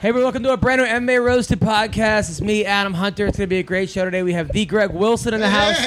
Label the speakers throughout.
Speaker 1: Hey, we're welcome to a brand new MMA Roasted podcast. It's me, Adam Hunter. It's going to be a great show today. We have the Greg Wilson in the house.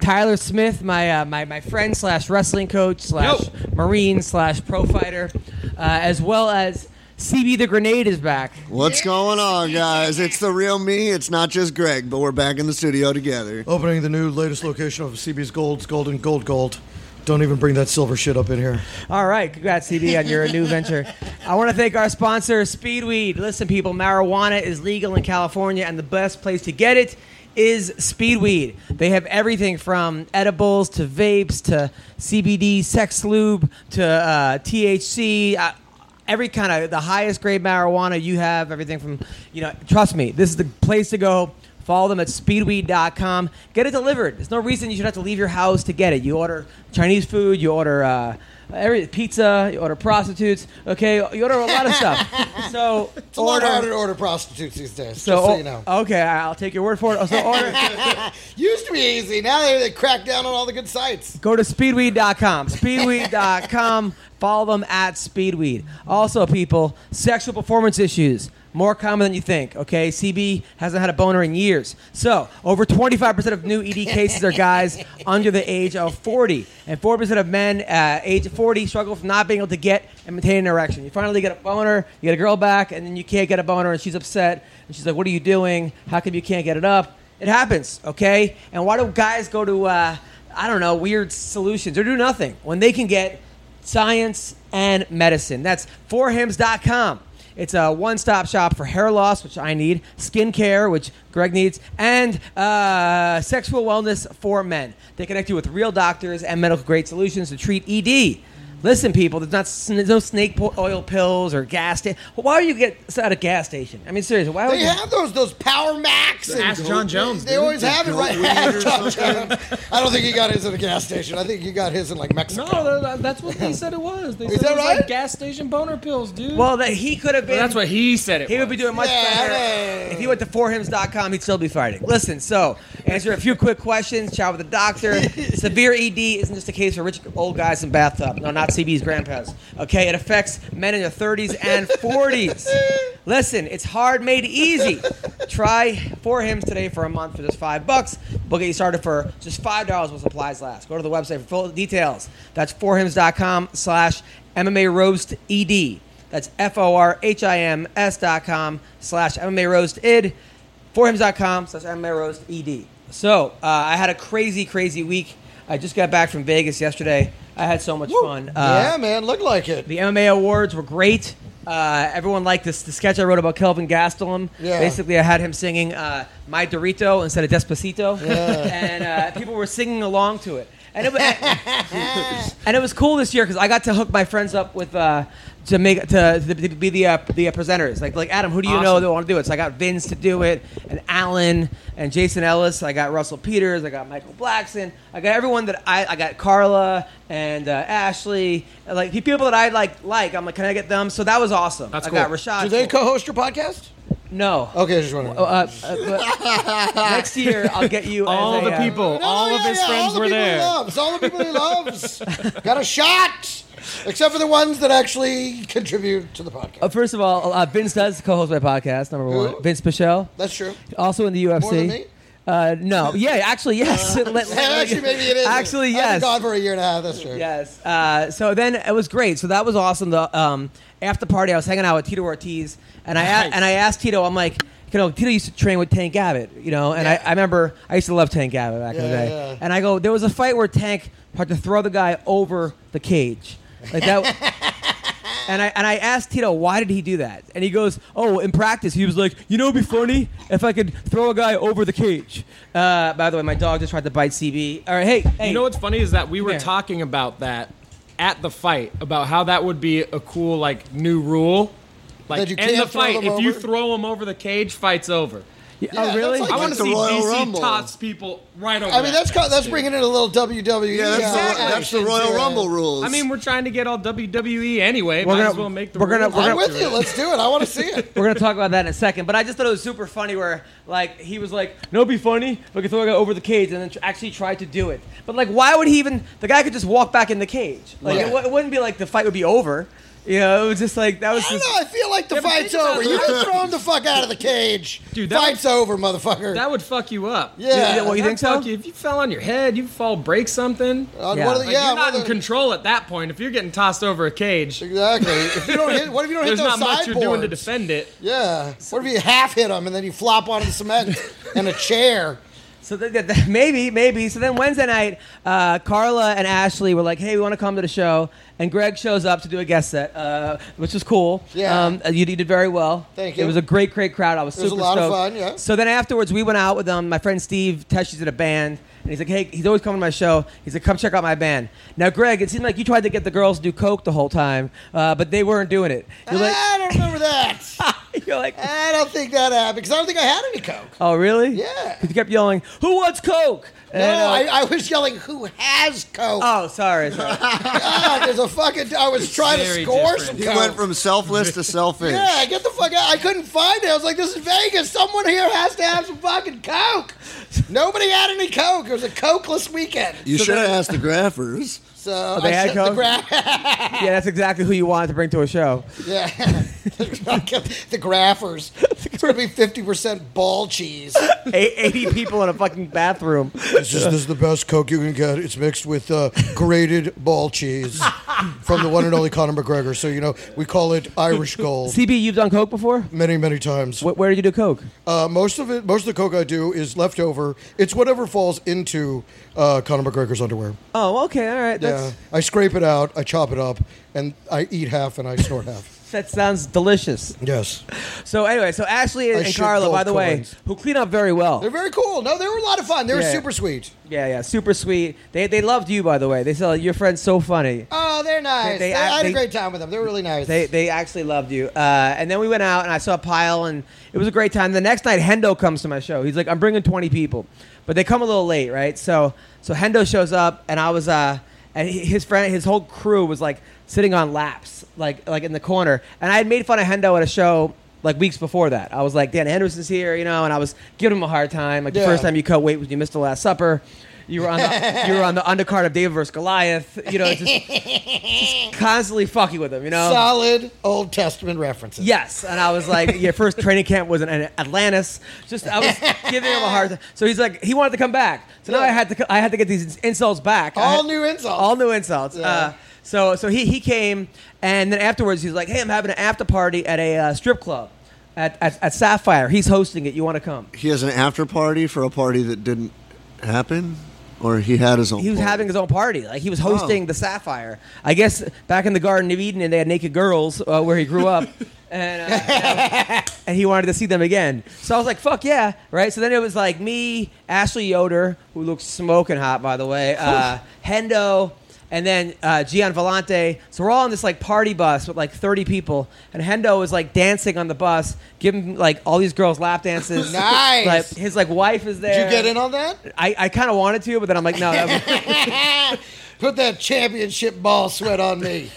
Speaker 1: Tyler Smith, my, uh, my my friend slash wrestling coach slash Marine slash pro fighter, uh, as well as CB the Grenade is back.
Speaker 2: What's going on, guys? It's the real me. It's not just Greg, but we're back in the studio together.
Speaker 3: Opening the new latest location of CB's Gold's Golden Gold Gold. Don't even bring that silver shit up in here.
Speaker 1: All right, congrats, CB, on your new venture. I want to thank our sponsor, Speedweed. Listen, people, marijuana is legal in California, and the best place to get it is Speedweed. They have everything from edibles to vapes to CBD, sex lube to uh, THC. Uh, every kind of the highest grade marijuana you have, everything from, you know, trust me, this is the place to go. Follow them at speedweed.com. Get it delivered. There's no reason you should have to leave your house to get it. You order Chinese food, you order uh, every pizza, you order prostitutes, okay? You order a lot of stuff. So
Speaker 3: It's a lot harder to order prostitutes these days.
Speaker 1: so,
Speaker 3: just
Speaker 4: oh.
Speaker 3: so you know.
Speaker 1: Okay, I'll take your word for it. So order
Speaker 3: Used to be easy. Now they, they crack down on all the good sites.
Speaker 1: go to speedweed.com. Speedweed.com. Follow them at Speedweed. Also, people, sexual performance issues. More common than you think, okay? CB hasn't had a boner in years. So, over 25% of new ED cases are guys under the age of 40. And 4% of men uh, age of 40 struggle from not being able to get and maintain an erection. You finally get a boner, you get a girl back, and then you can't get a boner, and she's upset. And she's like, What are you doing? How come you can't get it up? It happens, okay? And why do guys go to, uh, I don't know, weird solutions or do nothing when they can get science and medicine? That's forhims.com. It's a one stop shop for hair loss, which I need, skincare, which Greg needs, and uh, sexual wellness for men. They connect you with real doctors and medical grade solutions to treat ED. Listen, people, there's, not, sn- there's no snake po- oil pills or gas station. Why do you get at a gas station? I mean, seriously, why would
Speaker 3: They
Speaker 1: you?
Speaker 3: have those those Power Max. and-
Speaker 4: Ask John Jones,
Speaker 3: They,
Speaker 4: dude.
Speaker 3: always
Speaker 4: The
Speaker 3: have it
Speaker 2: goat
Speaker 3: right.
Speaker 2: weed or
Speaker 3: Ask John Jones. I don't think he got his at a gas station. I think he got his in like Mexico.
Speaker 4: No, tha- tha- that's what they said it was. They said
Speaker 3: that
Speaker 4: it was
Speaker 3: right?
Speaker 4: like gas station boner pills, dude.
Speaker 1: Well, that he could have been.
Speaker 4: that's what he said it
Speaker 1: He would be
Speaker 4: was.
Speaker 1: doing much
Speaker 3: Yeah,
Speaker 1: better.
Speaker 3: hey.
Speaker 1: If he went to forhims.com, he'd still be fighting. Listen, so answer a few quick questions, chat with the doctor. Severe ED isn't just a case for rich old guys in bathtub. No, not CB's grandpas. Okay, it affects men in their 30s and 40s. Listen, it's hard made easy. Try forhims today for a month for just five bucks. We'll get you started for just five dollars when supplies last. Go to the website for full details. That's forhims.com slash MMA roast E ED. That's F O R H I M S dot com slash MMA roast id, forhims.com slash MMA roast ed. So uh, I had a crazy, crazy week. I just got back from Vegas yesterday. I had so much fun. Uh,
Speaker 3: yeah, man, looked like it.
Speaker 1: The MMA awards were great. Uh, everyone liked this the sketch I wrote about Kelvin Gastelum.
Speaker 3: Yeah.
Speaker 1: Basically, I had him singing uh, "My Dorito" instead of "Despacito," and uh, people were singing along to it. And it, wa- and it was cool this year because I got to hook my friends up with uh, to make to, to be the uh, the uh, presenters. Like like Adam, who do you know
Speaker 4: Awesome.
Speaker 1: that want to do it? So I got Vince to do it, and Alan and Jason Ellis. I got Russell Peters. I got Michael Blackson. I got everyone that I I got Carla and uh, Ashley. Like the people that I like like. I'm like, can I get them? So that was awesome.
Speaker 4: That's
Speaker 1: I got
Speaker 4: cool.
Speaker 1: Rashad.
Speaker 3: Do they
Speaker 1: Cool.
Speaker 3: co-host your podcast?
Speaker 1: No.
Speaker 3: Okay, just wondering.
Speaker 1: Uh, uh, but next year I'll get you as
Speaker 4: all
Speaker 1: a,
Speaker 4: the
Speaker 1: uh,
Speaker 4: people,
Speaker 3: No,
Speaker 4: all of
Speaker 3: yeah,
Speaker 4: his
Speaker 3: yeah, all
Speaker 4: friends
Speaker 3: the
Speaker 4: were
Speaker 3: people
Speaker 4: there.
Speaker 3: He loves, all the people he loves got a shot, except for the ones that actually contribute to the podcast.
Speaker 1: Uh, First of all, uh, Vince does co-host my podcast. Number
Speaker 3: Who?
Speaker 1: one, Vince Pichel,
Speaker 3: That's true.
Speaker 1: also in the UFC.
Speaker 3: More than me? Uh,
Speaker 1: Uh, no, yeah, actually, yes. Let- let-
Speaker 3: actually, maybe it is.
Speaker 1: Actually, yes.
Speaker 3: I've been gone for a year and a half. That's true.
Speaker 1: Yes. Uh, so then it was great. So that was awesome. The um, after party, I was hanging out with Tito Ortiz, and I a-
Speaker 4: Nice.
Speaker 1: and I asked Tito, I'm like, you know, Tito used to train with Tank Abbott, you know, and I, I remember I used to love Tank Abbott back in the
Speaker 3: Yeah,
Speaker 1: day.
Speaker 3: yeah.
Speaker 1: And I go, there was a fight where Tank had to throw the guy over the cage, like that. And I, and I asked Tito, why did he do that? And he goes, oh, in practice, he was like, you know, it'd be funny if I could throw a guy over the cage. Uh, by the way, my dog just tried to bite CB. All right, hey, hey.
Speaker 4: You know what's funny is that we were
Speaker 1: There.
Speaker 4: talking about that at the fight about how that would be a cool like new rule Like
Speaker 3: That you
Speaker 4: end the
Speaker 3: can't throw
Speaker 4: fight.
Speaker 3: them
Speaker 4: if you
Speaker 3: over?
Speaker 4: throw him over the cage, fight's over.
Speaker 3: Yeah,
Speaker 1: oh,
Speaker 3: that's
Speaker 1: really?
Speaker 3: like-
Speaker 4: I
Speaker 3: Like
Speaker 4: want to
Speaker 2: the
Speaker 4: see
Speaker 2: Royal
Speaker 4: DC
Speaker 2: Rumble.
Speaker 4: tops people right over.
Speaker 3: I
Speaker 4: that
Speaker 3: mean, that's co- that's bringing in a little E. WWE.
Speaker 2: Yeah, that's,
Speaker 4: Exactly.
Speaker 2: the, that's the Royal
Speaker 3: into it.
Speaker 2: Rumble rules.
Speaker 4: I mean, we're trying to get all WWE anyway.
Speaker 1: We're
Speaker 4: Might
Speaker 1: gonna-
Speaker 4: as well make the
Speaker 1: we're gonna-
Speaker 4: rules.
Speaker 1: we're
Speaker 3: I'm
Speaker 1: gonna-
Speaker 3: with you. Let's do it. I want to see it.
Speaker 1: We're gonna talk about that in a second, but I just thought it was super funny where like he was like, "No, it'd be funny if I could throw a guy over the cage," and then tr- actually tried to do it. But like, why would he even? The guy could just walk back in the cage. Like, it,
Speaker 3: Right.
Speaker 1: w- it wouldn't be like the fight would be over. You know, it was just like that was
Speaker 3: I don't
Speaker 1: just.
Speaker 3: know. I feel like the
Speaker 4: but
Speaker 3: fight's
Speaker 4: think about
Speaker 3: over.
Speaker 4: it.
Speaker 3: You can throw him the fuck out of the cage.
Speaker 4: Dude, that
Speaker 3: fight's over, motherfucker.
Speaker 4: That would fuck you up.
Speaker 3: yeah.
Speaker 1: Yeah, well, you
Speaker 4: That'd
Speaker 1: think so?
Speaker 4: fuck you. If you fell on your head, you fall, break something.
Speaker 3: On
Speaker 1: Yeah.
Speaker 3: one of Uh, the-
Speaker 4: Like,
Speaker 3: yeah,
Speaker 4: you're
Speaker 3: one
Speaker 4: not
Speaker 3: of
Speaker 4: in
Speaker 3: the-
Speaker 4: control at that point. If you're getting tossed over a cage,
Speaker 3: Exactly. If you don't hit, what if you don't hit
Speaker 4: there's not
Speaker 3: those
Speaker 4: much
Speaker 3: sideboards?
Speaker 4: you're doing to defend it.
Speaker 3: Yeah. What if you half hit him and then you flop onto the cement and a chair?
Speaker 1: So th- th- th- maybe, maybe. So then Wednesday night, uh, Carla and Ashley were like, "Hey, we want to come to the show," and Greg shows up to do a guest set, uh, which was cool.
Speaker 3: Yeah.
Speaker 1: um, you, you did very well.
Speaker 3: Thank
Speaker 1: It
Speaker 3: you.
Speaker 1: was a great, great crowd. I was
Speaker 3: It was a
Speaker 1: super
Speaker 3: lot of
Speaker 1: stoked.
Speaker 3: fun, yeah.
Speaker 1: So then afterwards, we went out with them. My friend Steve Teshi's in a band, and he's like, "Hey, he's always coming to my show." He's like, "Come check out my band." Now, Greg, it seemed like you tried to get the girls to do coke the whole time, uh, but they weren't doing it. You're like,
Speaker 3: I don't remember that.
Speaker 1: you're like,
Speaker 3: I don't think that happened because I don't think I had any coke.
Speaker 1: "Oh, really?"
Speaker 3: Yeah.
Speaker 1: 'Cause you kept yelling, "Who wants coke?"
Speaker 3: No,
Speaker 1: And, uh,
Speaker 3: I, I was yelling, "Who has coke?"
Speaker 1: Oh, sorry, sorry.
Speaker 3: God, there's a fucking. I was trying to
Speaker 4: Very
Speaker 3: score
Speaker 4: different.
Speaker 3: some
Speaker 2: he
Speaker 3: coke.
Speaker 2: went from selfless to selfish.
Speaker 3: yeah, get the fuck out. I couldn't find it. I was like, this is Vegas. Someone here has to have some fucking Coke. Nobody had any Coke. It was a Cokeless weekend.
Speaker 2: You should have asked the graphers.
Speaker 3: So
Speaker 1: Oh, they
Speaker 3: I
Speaker 1: had
Speaker 3: sent
Speaker 1: Coke?
Speaker 3: the gra-
Speaker 1: Yeah, that's exactly who you wanted to bring to a show.
Speaker 3: Yeah. the graphers. It's going to be 50% ball cheese.
Speaker 1: Eight- 80 people in a fucking bathroom.
Speaker 3: This is, this is the best Coke you can get. It's mixed with uh, grated ball cheese from the one and only Conor McGregor. So, you know, we call it Irish gold.
Speaker 1: CB, you've done coke before?
Speaker 3: Many, many times.
Speaker 1: Wh- Where did you do coke?
Speaker 3: Uh, most of it, most of the coke I do is leftover. It's whatever falls into uh, Conor McGregor's underwear.
Speaker 1: Oh, okay, all right.
Speaker 3: Yeah,
Speaker 1: That's,
Speaker 3: I scrape it out, I chop it up, and I eat half and I snort half.
Speaker 1: That sounds delicious.
Speaker 3: Yes,
Speaker 1: So anyway, so Ashley and,
Speaker 3: I
Speaker 1: and
Speaker 3: shit
Speaker 1: Carla, by
Speaker 3: gold
Speaker 1: the way,
Speaker 3: coins.
Speaker 1: who clean up very well.
Speaker 3: they're very cool. No, they were a lot of fun. They were
Speaker 1: Yeah.
Speaker 3: super sweet.
Speaker 1: Yeah, yeah, super sweet. They they loved you, by the way. They said your friend's so funny.
Speaker 3: Oh, they're
Speaker 1: They- they-
Speaker 3: nice. They- I had
Speaker 1: they-
Speaker 3: a great time with them. They were really nice.
Speaker 1: They they actually loved you. Uh, and then we went out and I saw a pile and it was a great time. The next night Hendo comes to my show. He's like, I'm bringing 20 people, but they come a little late, right? So so Hendo shows up and I was uh and he- his friend his whole crew was like sitting on laps like like in the corner and I had made fun of Hendo at a show. Like weeks before that, I was like, Dan Henderson's here, you know, and I was giving him a hard time. Like the
Speaker 3: Yeah.
Speaker 1: first time you cut weight was you missed the Last Supper. You were on the you were on the undercard of David versus Goliath. You know, just, just constantly fucking with him. You know,
Speaker 3: solid Old Testament references.
Speaker 1: Yes, and I was like, your first training camp was in Atlantis. Just I was giving him a hard time. So he's like, he wanted to come back. So now I had to, I had to get these insults back. I
Speaker 3: All
Speaker 1: had-
Speaker 3: new insults.
Speaker 1: All new insults. Uh, so so he he came, and then afterwards he's like, hey, I'm having an after party at a uh, strip club, at, at at Sapphire. He's hosting it. You want to come?
Speaker 2: He has an after party for a party that didn't happen, or he had his own.
Speaker 1: He was
Speaker 2: party?
Speaker 1: having his own party. Like he was hosting the Sapphire. I guess back in the Garden of Eden, and they had naked girls uh, where he grew up, and uh, and he wanted to see them again. So I was like, "Fuck yeah!" Right. So then it was like me, Ashley Yoder, who looks smoking hot, by the way, uh, Hendo. And then uh, Gian Vellante. So we're all on this like party bus with like 30 people, and Hendo is like dancing on the bus, giving like all these girls lap dances.
Speaker 3: Nice.
Speaker 1: Like, his like wife is there.
Speaker 3: Did you get in on that?
Speaker 1: I, I kind of wanted to, but then I'm like, no. That was,
Speaker 3: Put that championship ball sweat on me.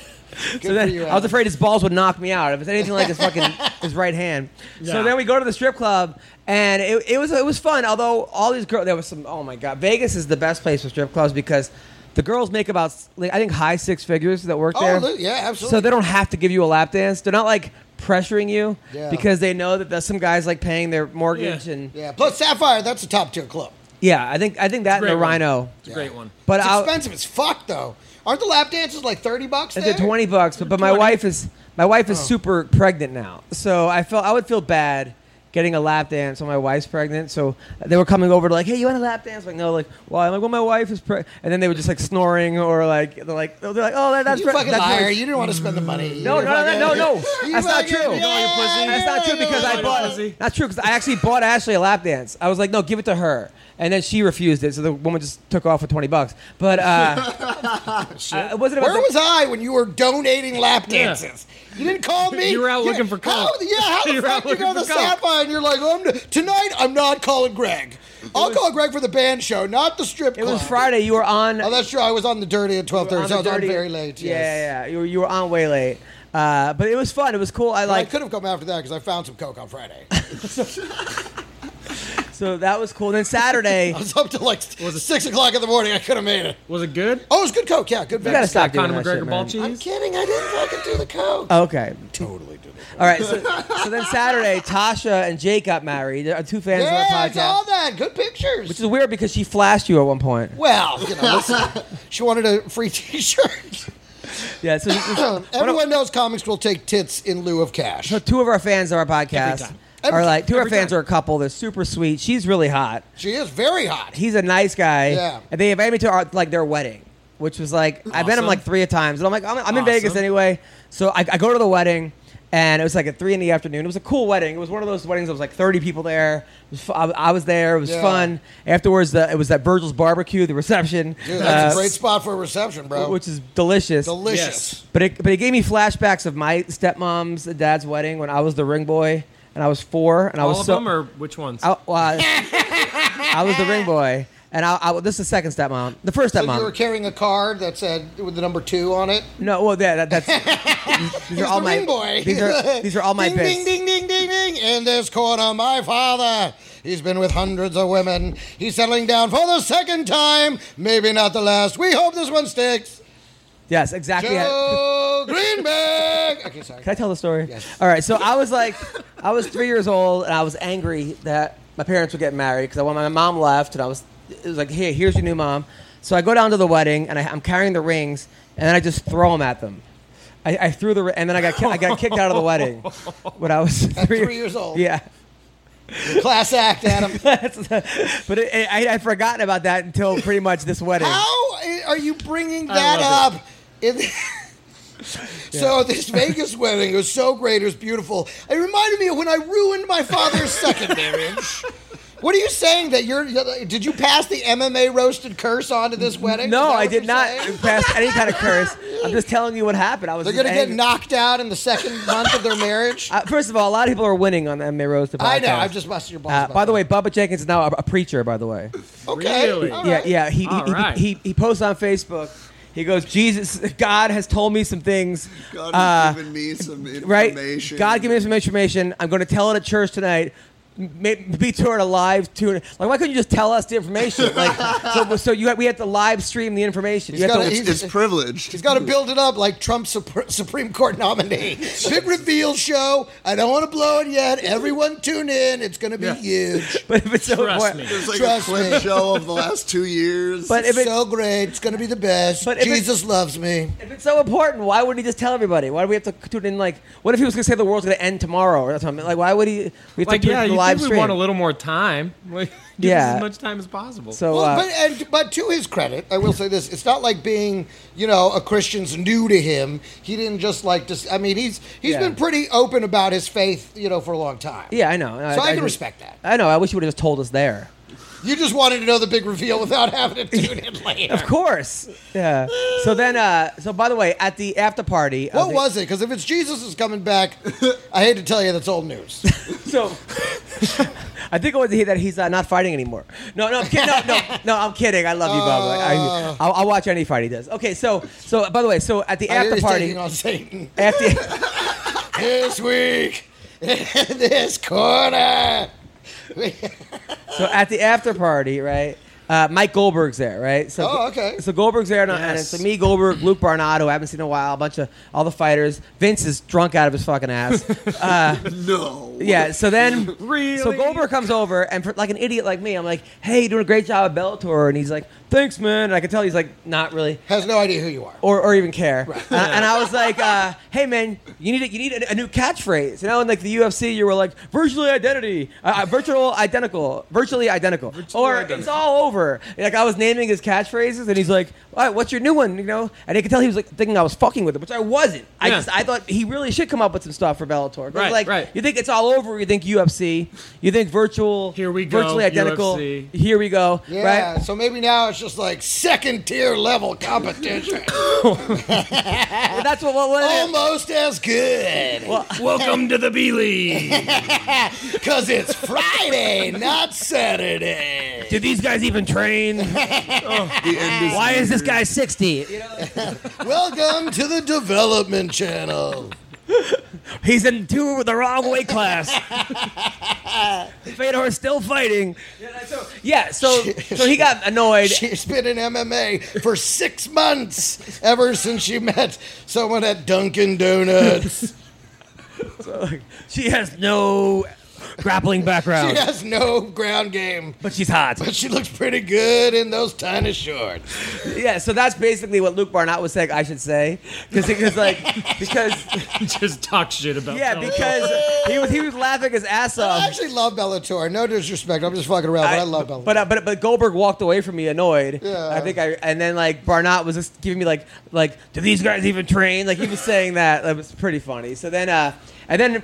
Speaker 3: Good
Speaker 1: So then,
Speaker 3: for you,
Speaker 1: I was
Speaker 3: Adam.
Speaker 1: afraid his balls would knock me out if it's anything like his fucking his right hand. So then we go to the strip club, and it, it was it was fun. Although all these girls, there was some. Oh my god, Vegas is the best place for strip clubs because the girls make about like I think high six figures that work
Speaker 3: Oh,
Speaker 1: there.
Speaker 3: look, yeah, absolutely.
Speaker 1: So they don't have to give you a lap dance. They're not like pressuring you
Speaker 3: Yeah.
Speaker 1: because they know that there's some guys like paying their mortgage
Speaker 4: Yeah.
Speaker 1: and yeah.
Speaker 3: Yeah. Plus Sapphire, that's a top tier club.
Speaker 1: I think I think that and
Speaker 4: Great
Speaker 1: the
Speaker 4: one.
Speaker 1: Rhino.
Speaker 4: It's a great one.
Speaker 1: But
Speaker 3: It's
Speaker 1: I'll-
Speaker 3: expensive as fuck though. Oh. Aren't the lap dances like thirty bucks?
Speaker 1: It's at
Speaker 3: there?
Speaker 1: twenty bucks, but, but my
Speaker 4: 20.
Speaker 1: wife is my wife is super pregnant now, so I feel I would feel bad getting a lap dance when my wife's pregnant. So they were coming over to like, hey, you want a lap dance? Like, no, like, why? I'm like, well, my wife is pregnant. And then they were just like snoring or like, they're like, they're like, oh, that, that's
Speaker 5: You
Speaker 1: pre-
Speaker 5: fucking
Speaker 1: that's
Speaker 5: liar.
Speaker 1: really-
Speaker 5: You didn't want to spend the money.
Speaker 1: no, no,
Speaker 5: You
Speaker 1: no,
Speaker 5: fucking-
Speaker 1: no, no,
Speaker 5: You
Speaker 1: That's not
Speaker 5: fucking-
Speaker 1: true.
Speaker 5: Yeah.
Speaker 1: That's not true because I
Speaker 4: you
Speaker 1: bought.
Speaker 4: pussy.
Speaker 1: Not true because I actually bought Ashley a lap dance. I was like, no, give it to her, and then she refused it. So the woman just took off with twenty bucks. But uh, uh, it wasn't about
Speaker 5: Where
Speaker 1: the-
Speaker 5: was I when you were donating lap dances? You didn't call me.
Speaker 4: You were out looking for
Speaker 5: How,
Speaker 4: coke.
Speaker 5: yeah, how
Speaker 4: You
Speaker 5: the
Speaker 4: were
Speaker 5: fuck
Speaker 4: out
Speaker 5: you know
Speaker 4: looking
Speaker 5: the
Speaker 4: for coke.
Speaker 5: sapphire and you're like,
Speaker 3: "Oh,
Speaker 5: I'm, n- tonight I'm not calling Greg. I'll call Greg for the band show, not the strip
Speaker 1: It
Speaker 5: club.
Speaker 1: was Friday. You were on.
Speaker 5: Oh, that's true. I was on the dirty at twelve
Speaker 1: on
Speaker 5: thirty.
Speaker 1: the
Speaker 5: So I was
Speaker 1: dirty-
Speaker 5: on very late.
Speaker 1: Yeah,
Speaker 5: yes.
Speaker 1: yeah, yeah. You were, you were on way late. Uh, but it was fun. It was cool. I
Speaker 5: But
Speaker 1: like
Speaker 5: I could have come after that because I found some coke on Friday.
Speaker 1: so that was cool. And then Saturday,
Speaker 5: I was up till like six o'clock in the morning. I could have made it.
Speaker 4: Was it good?
Speaker 5: Oh, it was good coke. Yeah, good.
Speaker 1: you gotta
Speaker 5: Vegas.
Speaker 1: stop Oh. doing
Speaker 4: Conor
Speaker 1: that shit,
Speaker 4: McGregor ball
Speaker 1: man.
Speaker 5: I'm
Speaker 4: cheese.
Speaker 5: kidding. I didn't fucking do the coke.
Speaker 1: Okay.
Speaker 5: totally did it.
Speaker 1: All right. So, so then Saturday, Tasha and Jake got married. They're two fans
Speaker 5: Yeah, I
Speaker 1: of the podcast.
Speaker 5: saw that. Good pictures.
Speaker 1: Which is weird because she flashed you at one point.
Speaker 5: Well, you know, listen, she wanted a free T-shirt.
Speaker 1: Yeah. So so
Speaker 5: Everyone knows comics will take tits in lieu of cash.
Speaker 1: two of our fans of our podcast
Speaker 4: time.
Speaker 1: are
Speaker 5: Every-
Speaker 1: like two of our
Speaker 4: every
Speaker 1: fans
Speaker 4: time.
Speaker 1: are a couple. They're super sweet. She's really hot.
Speaker 5: She is very hot.
Speaker 1: He's a nice guy.
Speaker 5: Yeah.
Speaker 1: And they invited me to our, like their wedding, which was like I've been him
Speaker 4: Awesome.
Speaker 1: like three times, and I'm like I'm, I'm in Vegas
Speaker 4: Awesome.
Speaker 1: anyway, so I, I go to the wedding. And it was like at three in the afternoon. It was a cool wedding. It was one of those weddings. There was like thirty people there. It was fu- I, I was there. It was
Speaker 5: Yeah.
Speaker 1: fun. Afterwards, the, it was at Virgil's barbecue, the reception,
Speaker 5: Dude, that's
Speaker 1: uh,
Speaker 5: a great spot for a reception, bro.
Speaker 1: which is delicious.
Speaker 5: delicious.
Speaker 1: But it, but it gave me flashbacks of my stepmom's and dad's wedding when I was the ring boy and I was four and I was
Speaker 4: All of
Speaker 1: so
Speaker 4: them or which ones?
Speaker 1: I, Oh, well, I, I was the ring boy, and I, I this is the second stepmom, the first
Speaker 5: So you were
Speaker 1: stepmom.
Speaker 5: carrying a card that said with the number two on it.
Speaker 1: no, well, yeah, that, that's these are
Speaker 5: Here's
Speaker 1: all
Speaker 5: the
Speaker 1: my
Speaker 5: ring boy.
Speaker 1: these are these are all my
Speaker 5: ding,
Speaker 1: bits.
Speaker 5: ding, ding, ding, ding, ding. In this corner, my father. He's been with hundreds of women. He's settling down for the second time. Maybe not the last. We hope this one sticks.
Speaker 1: Yes, exactly. how-
Speaker 5: Joe Greenberg. Okay, sorry.
Speaker 1: Can I tell the story? All right. So I was like, I was three years old, and I was angry that my parents were getting married because when my mom left, and I was, it was like, hey, here's your new mom. So I go down to the wedding, and I, I'm carrying the rings, and then I just throw them at them. I, I threw the, ri- and then I got, ki- I got kicked out of the wedding when I was
Speaker 5: At
Speaker 1: three
Speaker 5: three years old.
Speaker 1: Yeah.
Speaker 5: Class act, Adam.
Speaker 1: but it, it, I I'd forgotten about that until pretty much this wedding.
Speaker 5: How are you bringing that
Speaker 4: love
Speaker 5: up? In- So this Vegas wedding was so great, it was beautiful. It reminded me of when I ruined my father's second marriage. What are you saying that you're? Did you pass the MMA roasted curse onto this wedding? Is
Speaker 1: No,
Speaker 5: that
Speaker 1: I
Speaker 5: what
Speaker 1: did
Speaker 5: you're
Speaker 1: not
Speaker 5: saying?
Speaker 1: pass any kind of curse. I'm just telling you what happened. I was.
Speaker 5: They're
Speaker 1: just
Speaker 5: gonna get
Speaker 1: angry.
Speaker 5: knocked out in the second month of their marriage. I,
Speaker 1: Uh, first of all, a lot of people are winning on the MMA Rose. The
Speaker 5: know.
Speaker 1: podcast.
Speaker 5: I've just busted your balls.
Speaker 1: Uh,
Speaker 5: about
Speaker 1: by the
Speaker 5: that.
Speaker 1: way, Bubba Jenkins is now a, a preacher. By the way,
Speaker 5: okay,
Speaker 4: Really?
Speaker 5: all
Speaker 1: yeah,
Speaker 5: right.
Speaker 1: yeah. He
Speaker 4: All
Speaker 1: he,
Speaker 4: right.
Speaker 1: he he posts on Facebook. He goes, Jesus, God has told me some things.
Speaker 2: God
Speaker 1: uh,
Speaker 2: has given me some
Speaker 1: right?
Speaker 2: information.
Speaker 1: God, give me some information. I'm going to tell it at church tonight. May- Be to it a live tune. Like, why couldn't you just tell us the information? Like, so, so you had, we had to live stream the information. You
Speaker 5: He's
Speaker 1: had
Speaker 5: got
Speaker 1: to-
Speaker 5: a-
Speaker 2: It's, it's privileged.
Speaker 5: He's got to build it up like Trump's Sup- Supreme Court nominee. Big reveal show. I don't want to blow it yet. Everyone tune in. It's going to be huge.
Speaker 1: but if it's so
Speaker 4: Trust
Speaker 1: important-
Speaker 4: me.
Speaker 2: It's like
Speaker 5: Trust
Speaker 2: a clip
Speaker 5: me.
Speaker 2: show of the last two years.
Speaker 1: But if, it,
Speaker 5: so great. It's going to be the best.
Speaker 1: But if it-
Speaker 5: Jesus loves me.
Speaker 1: if it's so important, why would he just tell everybody? Why do we have to tune in? Like, what if he was going to say the world's going to end tomorrow or something? Like, why would he? We have
Speaker 4: Like
Speaker 1: to tune
Speaker 4: yeah,
Speaker 1: in
Speaker 4: you
Speaker 1: the live
Speaker 4: think we
Speaker 1: stream.
Speaker 4: want a little more time? Like, give
Speaker 1: Yeah.
Speaker 4: us as much time as possible.
Speaker 1: so,
Speaker 5: Well,
Speaker 1: uh,
Speaker 5: but and, but to his credit, I will say this: it's not like being you know a Christian's new to him. He didn't just like just. I mean, he's he's
Speaker 1: Yeah.
Speaker 5: been pretty open about his faith, you know, for a long time.
Speaker 1: yeah, I know.
Speaker 5: So I, can
Speaker 1: just-
Speaker 5: respect that.
Speaker 1: I know. I wish he would have just told us there.
Speaker 5: You just wanted to know the big reveal without having to tune in later.
Speaker 1: Of course. Yeah. So then, uh, so by the way, at the after party, of
Speaker 5: What
Speaker 1: the-
Speaker 5: was it? Because if it's Jesus is coming back, I hate to tell you that's old news.
Speaker 1: So I think I was to hear that he's uh, not fighting anymore. No, no, I'm kidding. No, no, no, I'm kidding. I love you, Bob. Like, I, I'll, I'll watch any fight he does. Okay, so so by the way, so at the
Speaker 5: I hear
Speaker 1: after
Speaker 5: he's
Speaker 1: party,
Speaker 5: taking on Satan
Speaker 1: after
Speaker 5: this week in this corner.
Speaker 1: so at the after party, right? Uh, Mike Goldberg's there, right? So,
Speaker 5: Oh, okay.
Speaker 1: So Goldberg's there, and, uh, and
Speaker 4: Yes.
Speaker 1: it's me, Goldberg, Luke Barnado, I haven't seen in a while, a bunch of all the fighters. Vince is drunk out of his fucking ass. Uh,
Speaker 2: no.
Speaker 1: Yeah. So then,
Speaker 4: Really?
Speaker 1: so Goldberg comes over, and for, like an idiot like me, I'm like, "Hey, you're doing a great job at Bellator," and he's like, thanks, man. And I could tell he's like not really
Speaker 5: Has no idea who you are.
Speaker 1: or, or even care. And, I- and I was like, uh, hey man, you need a, you need a, a new catchphrase. You know, in like the UFC, you were like virtually identity, uh, uh, virtual identical, virtually identical, or it's
Speaker 4: identical.
Speaker 1: all over. Like I was naming his catchphrases, and he's like, all right, what's your new one? You know, and I could tell he was like thinking I was fucking with him, which I wasn't. I
Speaker 4: Yeah.
Speaker 1: just I thought he really should come up with some stuff for Bellator. 'Cause,
Speaker 4: Right,
Speaker 1: like
Speaker 4: right.
Speaker 1: you think it's all over, you think UFC, you think virtual,
Speaker 4: Here we go,
Speaker 1: virtually identical,
Speaker 4: UFC.
Speaker 1: here we go,
Speaker 5: Yeah,
Speaker 1: right?
Speaker 5: so maybe now it's just like second tier level competition.
Speaker 1: And that's what, what, what it is.
Speaker 5: Almost as good.
Speaker 4: Welcome to the B League.
Speaker 5: Because it's Friday, not Saturday.
Speaker 1: Do these guys even train? Why is
Speaker 5: Mm-hmm.
Speaker 1: this guy 60?
Speaker 5: Welcome to the Development Channel.
Speaker 1: He's in two the wrong weight class. Fedor's still fighting. Yeah, so so he got annoyed.
Speaker 5: She's been in MMA for six months ever since she met someone at Dunkin' Donuts.
Speaker 1: She has no grappling
Speaker 5: She
Speaker 1: background,
Speaker 5: has no ground game,
Speaker 1: but she's hot.
Speaker 5: but she looks pretty good in those tiny shorts.
Speaker 1: Yeah, so that's basically what Luke Barnett was saying. I should say because it was like because
Speaker 4: Just talk shit about.
Speaker 1: yeah
Speaker 4: Bellator.
Speaker 1: because he was he was laughing his ass
Speaker 5: I
Speaker 1: off.
Speaker 5: actually love Bellator. No disrespect. I'm just fucking around, but I, love Bellator.
Speaker 1: But, uh, but but Goldberg walked away from me annoyed.
Speaker 5: Yeah.
Speaker 1: I think I and then like Barnett was just giving me like like do these guys even train? Like he was saying that. That was pretty funny. So then uh and then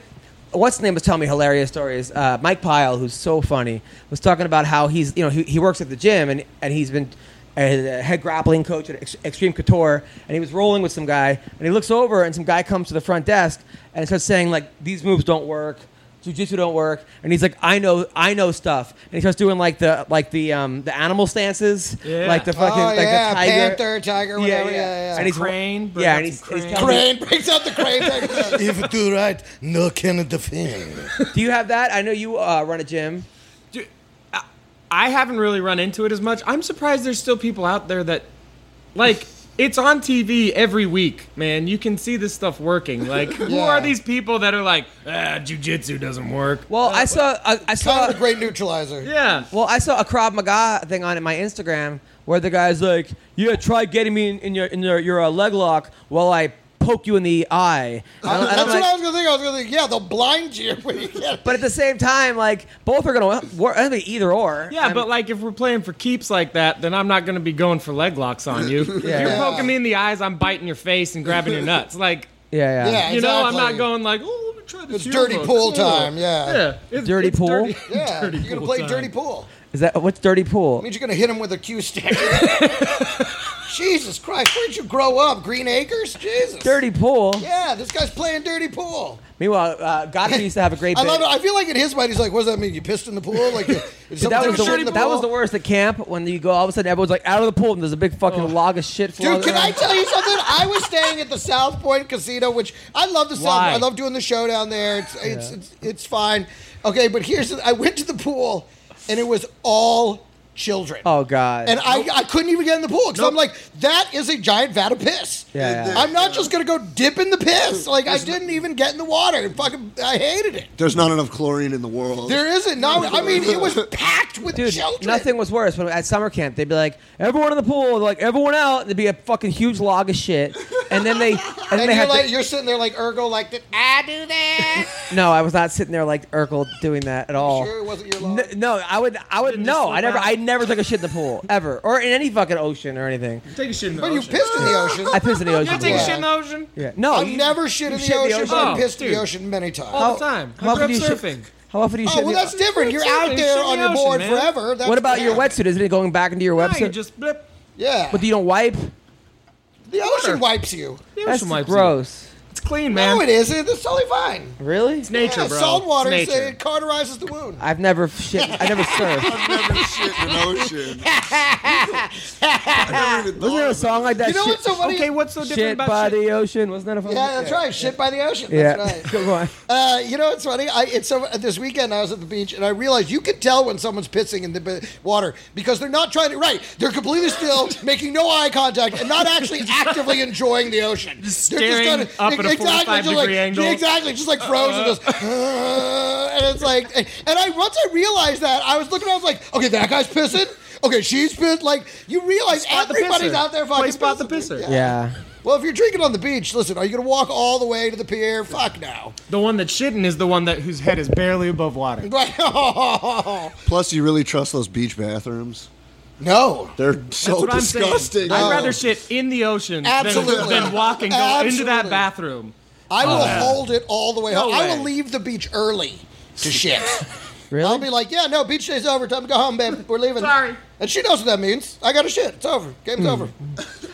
Speaker 1: what's the name was telling me hilarious stories. Uh, Mike Pyle, who's so funny, was talking about how he's you know he, he works at the gym and and he's been. A head grappling coach at Ex- Extreme Couture, and he was rolling with some guy, and he looks over, and some guy comes to the front desk and starts saying like, "These moves don't work jujitsu don't work. And he's like, I know, I know stuff. And he starts doing like the like the um the animal stances,
Speaker 4: Yeah.
Speaker 1: like the fucking
Speaker 5: Oh,
Speaker 1: like
Speaker 5: yeah,
Speaker 1: the tiger.
Speaker 5: panther, tiger, whatever. Yeah, yeah, yeah.
Speaker 1: And he's
Speaker 4: Crane, bring
Speaker 1: yeah,
Speaker 4: out
Speaker 1: and he's,
Speaker 4: some
Speaker 1: he's
Speaker 4: crane.
Speaker 1: telling me,
Speaker 5: Crane brings out the crane. brings out-
Speaker 3: If you do right, no can defend.
Speaker 1: Do you have that? I know you uh, run a gym.
Speaker 4: Dude, I- I haven't really run into it as much. I'm surprised there's still people out there that, like, it's on TV every week, man. You can see this stuff working. Like, who
Speaker 5: Yeah.
Speaker 4: are these people that are like, ah, jujitsu doesn't work?
Speaker 1: Well, I saw I, I saw
Speaker 5: Kind of a great neutralizer.
Speaker 4: Yeah.
Speaker 1: well I saw a Krav Maga thing on my Instagram where the guy's like, yeah, try getting me in, in your in your, your uh, leg lock while I poke you in the eye. And I'm- and I'm
Speaker 5: That's
Speaker 1: like-
Speaker 5: what I was gonna think. I was gonna think, yeah, they'll blind you when you get.
Speaker 1: but at the same time, like both are gonna work. I think either or.
Speaker 4: Yeah,
Speaker 1: I'm-
Speaker 4: but like if we're playing for keeps like that, then I'm not going to be going for leg locks on you. If
Speaker 1: Yeah.
Speaker 4: You're
Speaker 1: Yeah.
Speaker 4: poking me in the eyes, I'm biting your face and grabbing your nuts. Like,
Speaker 1: yeah, yeah.
Speaker 5: Yeah.
Speaker 4: you know, I'm not
Speaker 5: Exactly.
Speaker 4: going like, oh, let me try this.
Speaker 5: It's
Speaker 4: here
Speaker 5: dirty
Speaker 4: one."
Speaker 5: pool time. Yeah.
Speaker 4: Yeah, it's,
Speaker 1: Dirty
Speaker 4: it's
Speaker 1: pool?
Speaker 4: dirty-
Speaker 5: Yeah.
Speaker 4: dirty
Speaker 5: you're gonna
Speaker 4: pool
Speaker 5: play
Speaker 4: time.
Speaker 5: dirty pool.
Speaker 1: Is that what's dirty pool?
Speaker 5: It means you're gonna hit him with a cue stick. Jesus Christ, where'd you grow up? Green Acres? Jesus.
Speaker 1: Dirty pool.
Speaker 5: Yeah, this guy's playing dirty pool.
Speaker 1: Meanwhile, uh, Gottfried used to have a great.
Speaker 5: I
Speaker 1: bit.
Speaker 5: love it. I feel like in his mind, he's like, "What does that mean? You pissed in the pool? Like, you, is
Speaker 1: Dude, that
Speaker 5: something
Speaker 1: was the,
Speaker 5: shit in
Speaker 1: that was the
Speaker 5: pool?"
Speaker 1: worst at camp when you go all of a sudden everyone's like out of the pool and there's a big fucking log of shit.
Speaker 5: Oh. Dude,
Speaker 1: floating
Speaker 5: can I
Speaker 1: around.
Speaker 5: tell you something? I was staying at the South Point Casino, which I love the South.
Speaker 4: Why?
Speaker 5: I love doing the show down there. It's it's, it's it's fine. Okay, but here's the, I went to the pool, and it was all children.
Speaker 1: Oh god.
Speaker 5: And I, I couldn't even get in the pool because I'm like, that is a giant vat of piss.
Speaker 1: Yeah, yeah.
Speaker 5: I'm not just gonna go dip in the piss. Like I didn't even get in the water. It Fucking, I hated it.
Speaker 2: There's not enough chlorine in the world.
Speaker 5: There isn't. No, I mean it was packed with
Speaker 1: Dude,
Speaker 5: children.
Speaker 1: nothing was worse. When at summer camp, they'd be like, "Everyone in the pool," they're like everyone out, and there'd be a fucking huge log of shit, and then they and, then
Speaker 5: And
Speaker 1: they
Speaker 5: you're
Speaker 1: had
Speaker 5: like,
Speaker 1: to, Oh.
Speaker 5: you're sitting there like ergo, like, did I do that?
Speaker 1: no, I was not sitting there like Urkel doing that at all.
Speaker 5: sure, it wasn't your
Speaker 1: N-
Speaker 5: log.
Speaker 1: no, I would, I would,
Speaker 4: Didn't you
Speaker 1: no,
Speaker 4: slip
Speaker 1: I never,
Speaker 4: out?
Speaker 1: I never took a shit in the pool ever, or in any fucking ocean or anything.
Speaker 4: Take a shit in the
Speaker 5: But Oh, you
Speaker 4: ocean.
Speaker 5: pissed in the ocean.
Speaker 1: I pissed in the
Speaker 4: You
Speaker 1: ocean.
Speaker 4: don't take a
Speaker 1: before.
Speaker 4: shit in the ocean?
Speaker 1: Yeah. No,
Speaker 5: I've
Speaker 1: you-
Speaker 5: never shit in
Speaker 1: you
Speaker 5: the
Speaker 1: shit in the
Speaker 5: ocean, but I
Speaker 4: ocean?
Speaker 5: pissed in the
Speaker 4: Oh,
Speaker 5: ocean many times.
Speaker 4: All
Speaker 5: Oh,
Speaker 4: the time.
Speaker 1: How
Speaker 4: I grew
Speaker 1: often
Speaker 4: up
Speaker 1: do you shit-
Speaker 4: surfing.
Speaker 1: How often do you shit? in
Speaker 5: well,
Speaker 1: the-
Speaker 5: that's different. You're out
Speaker 4: Shit
Speaker 5: there
Speaker 4: in
Speaker 5: on
Speaker 4: the
Speaker 5: your
Speaker 4: ocean,
Speaker 5: board
Speaker 4: man.
Speaker 5: forever. That's
Speaker 1: what about your
Speaker 5: yeah.
Speaker 1: wetsuit? Isn't it going back into your
Speaker 4: Nah,
Speaker 1: website?
Speaker 4: you just blip.
Speaker 5: Yeah.
Speaker 1: but do you don't wipe?
Speaker 5: the ocean wipes you.
Speaker 4: The
Speaker 1: That's
Speaker 4: ocean wipes you.
Speaker 1: gross.
Speaker 4: It's clean, man.
Speaker 5: No, it isn't. That's totally fine.
Speaker 1: Really?
Speaker 4: It's nature,
Speaker 5: yeah,
Speaker 4: bro.
Speaker 5: Salt water,
Speaker 4: It's
Speaker 5: is-
Speaker 4: nature.
Speaker 5: it cauterizes the wound.
Speaker 1: I've never shit. I never surfed.
Speaker 2: I've never shit in an ocean. I never even
Speaker 1: Wasn't there a song like that?
Speaker 5: You know
Speaker 1: shit
Speaker 5: what's so funny?
Speaker 4: Okay, what's so different
Speaker 1: shit
Speaker 4: about
Speaker 1: by
Speaker 4: shit?
Speaker 1: the ocean. Wasn't that a fun?
Speaker 5: yeah, that's right. Shit by the ocean.
Speaker 1: Yeah.
Speaker 5: That's right.
Speaker 1: Go on.
Speaker 5: Uh, you know, it's funny. I it's so this weekend I was at the beach and I realized you can tell when someone's pissing in the b- water because they're not trying to. Right, they're completely still, making no eye contact, and not actually actively enjoying the ocean.
Speaker 4: Just
Speaker 5: They're just
Speaker 4: staring up at a
Speaker 5: exactly,
Speaker 4: 45
Speaker 5: just like,
Speaker 4: degree angle.
Speaker 5: Exactly, just like frozen, just uh, and it's like, and I once I realized that I was looking, I was like, okay, that guy's pissing. Okay, she's been like you realize
Speaker 4: Spot the
Speaker 5: everybody's
Speaker 4: pisser.
Speaker 5: out there fucking
Speaker 4: Play spot the
Speaker 5: pissing.
Speaker 4: pisser.
Speaker 1: Yeah.
Speaker 5: Well, if you're drinking on the beach, listen, are you gonna walk all the way to the pier? Fuck no.
Speaker 4: The one that's shitting is the one that whose head is barely above water.
Speaker 5: Like,
Speaker 2: Plus, you really trust those beach bathrooms?
Speaker 5: no.
Speaker 2: They're so
Speaker 4: That's what I'm
Speaker 2: disgusting. Oh,
Speaker 4: saying. I'd rather shit in the ocean than,
Speaker 5: Oh. Absolutely.
Speaker 4: than walking go into
Speaker 5: Absolutely.
Speaker 4: that bathroom.
Speaker 5: I will
Speaker 1: Uh,
Speaker 5: hold it all the way
Speaker 4: No
Speaker 5: home. I will
Speaker 4: way.
Speaker 5: leave the beach early to shit.
Speaker 1: Really?
Speaker 5: I'll be like, yeah, no, beach day's over. Time to go home, babe. We're leaving.
Speaker 4: Sorry.
Speaker 5: And she knows what that means. I got to shit. It's over. Game's over.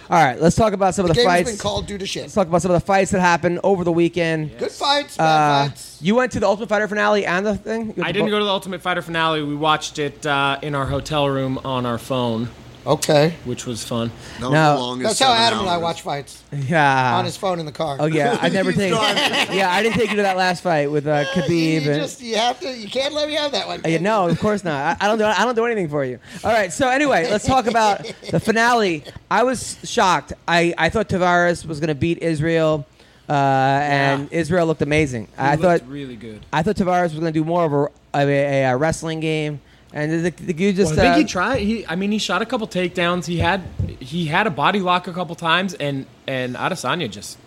Speaker 1: All right, let's talk about some of Hmm. the
Speaker 5: Game's
Speaker 1: fights.
Speaker 5: been called due to shit.
Speaker 1: Let's talk about some of the fights that happened over the weekend.
Speaker 5: Good fights, bad
Speaker 1: Uh,
Speaker 5: fights.
Speaker 1: you went to the Ultimate Fighter finale and the thing. You went
Speaker 4: I
Speaker 1: to
Speaker 4: didn't
Speaker 1: bo-
Speaker 4: go to the Ultimate Fighter finale. We watched it uh, in our hotel room on our phone,
Speaker 5: Okay.
Speaker 4: which was fun.
Speaker 2: That was
Speaker 1: No.
Speaker 2: the longest
Speaker 5: That's how
Speaker 2: seven
Speaker 5: Adam and I
Speaker 2: hours.
Speaker 5: watch fights
Speaker 1: Yeah.
Speaker 5: on his phone in the car.
Speaker 1: Oh yeah, I never take. yeah, I didn't take you to that last fight with uh,
Speaker 5: You
Speaker 1: Khabib. and-
Speaker 5: just you have to you can't let me have that one.
Speaker 1: Uh, yeah, no, of course not. I, I don't do. I don't do anything for you. All right. So anyway, let's talk about the finale. I was shocked. I, I thought Tavares was going to beat Israel, uh, and Israel looked amazing. I
Speaker 4: It looked
Speaker 1: thought
Speaker 4: really good.
Speaker 1: I thought Tavares was going to do more of a of a, a, uh, wrestling game, and the, the, you just
Speaker 4: I think
Speaker 1: uh,
Speaker 4: he tried. He, I mean, he shot a couple takedowns. He had he had a body lock a couple times, and and Adesanya just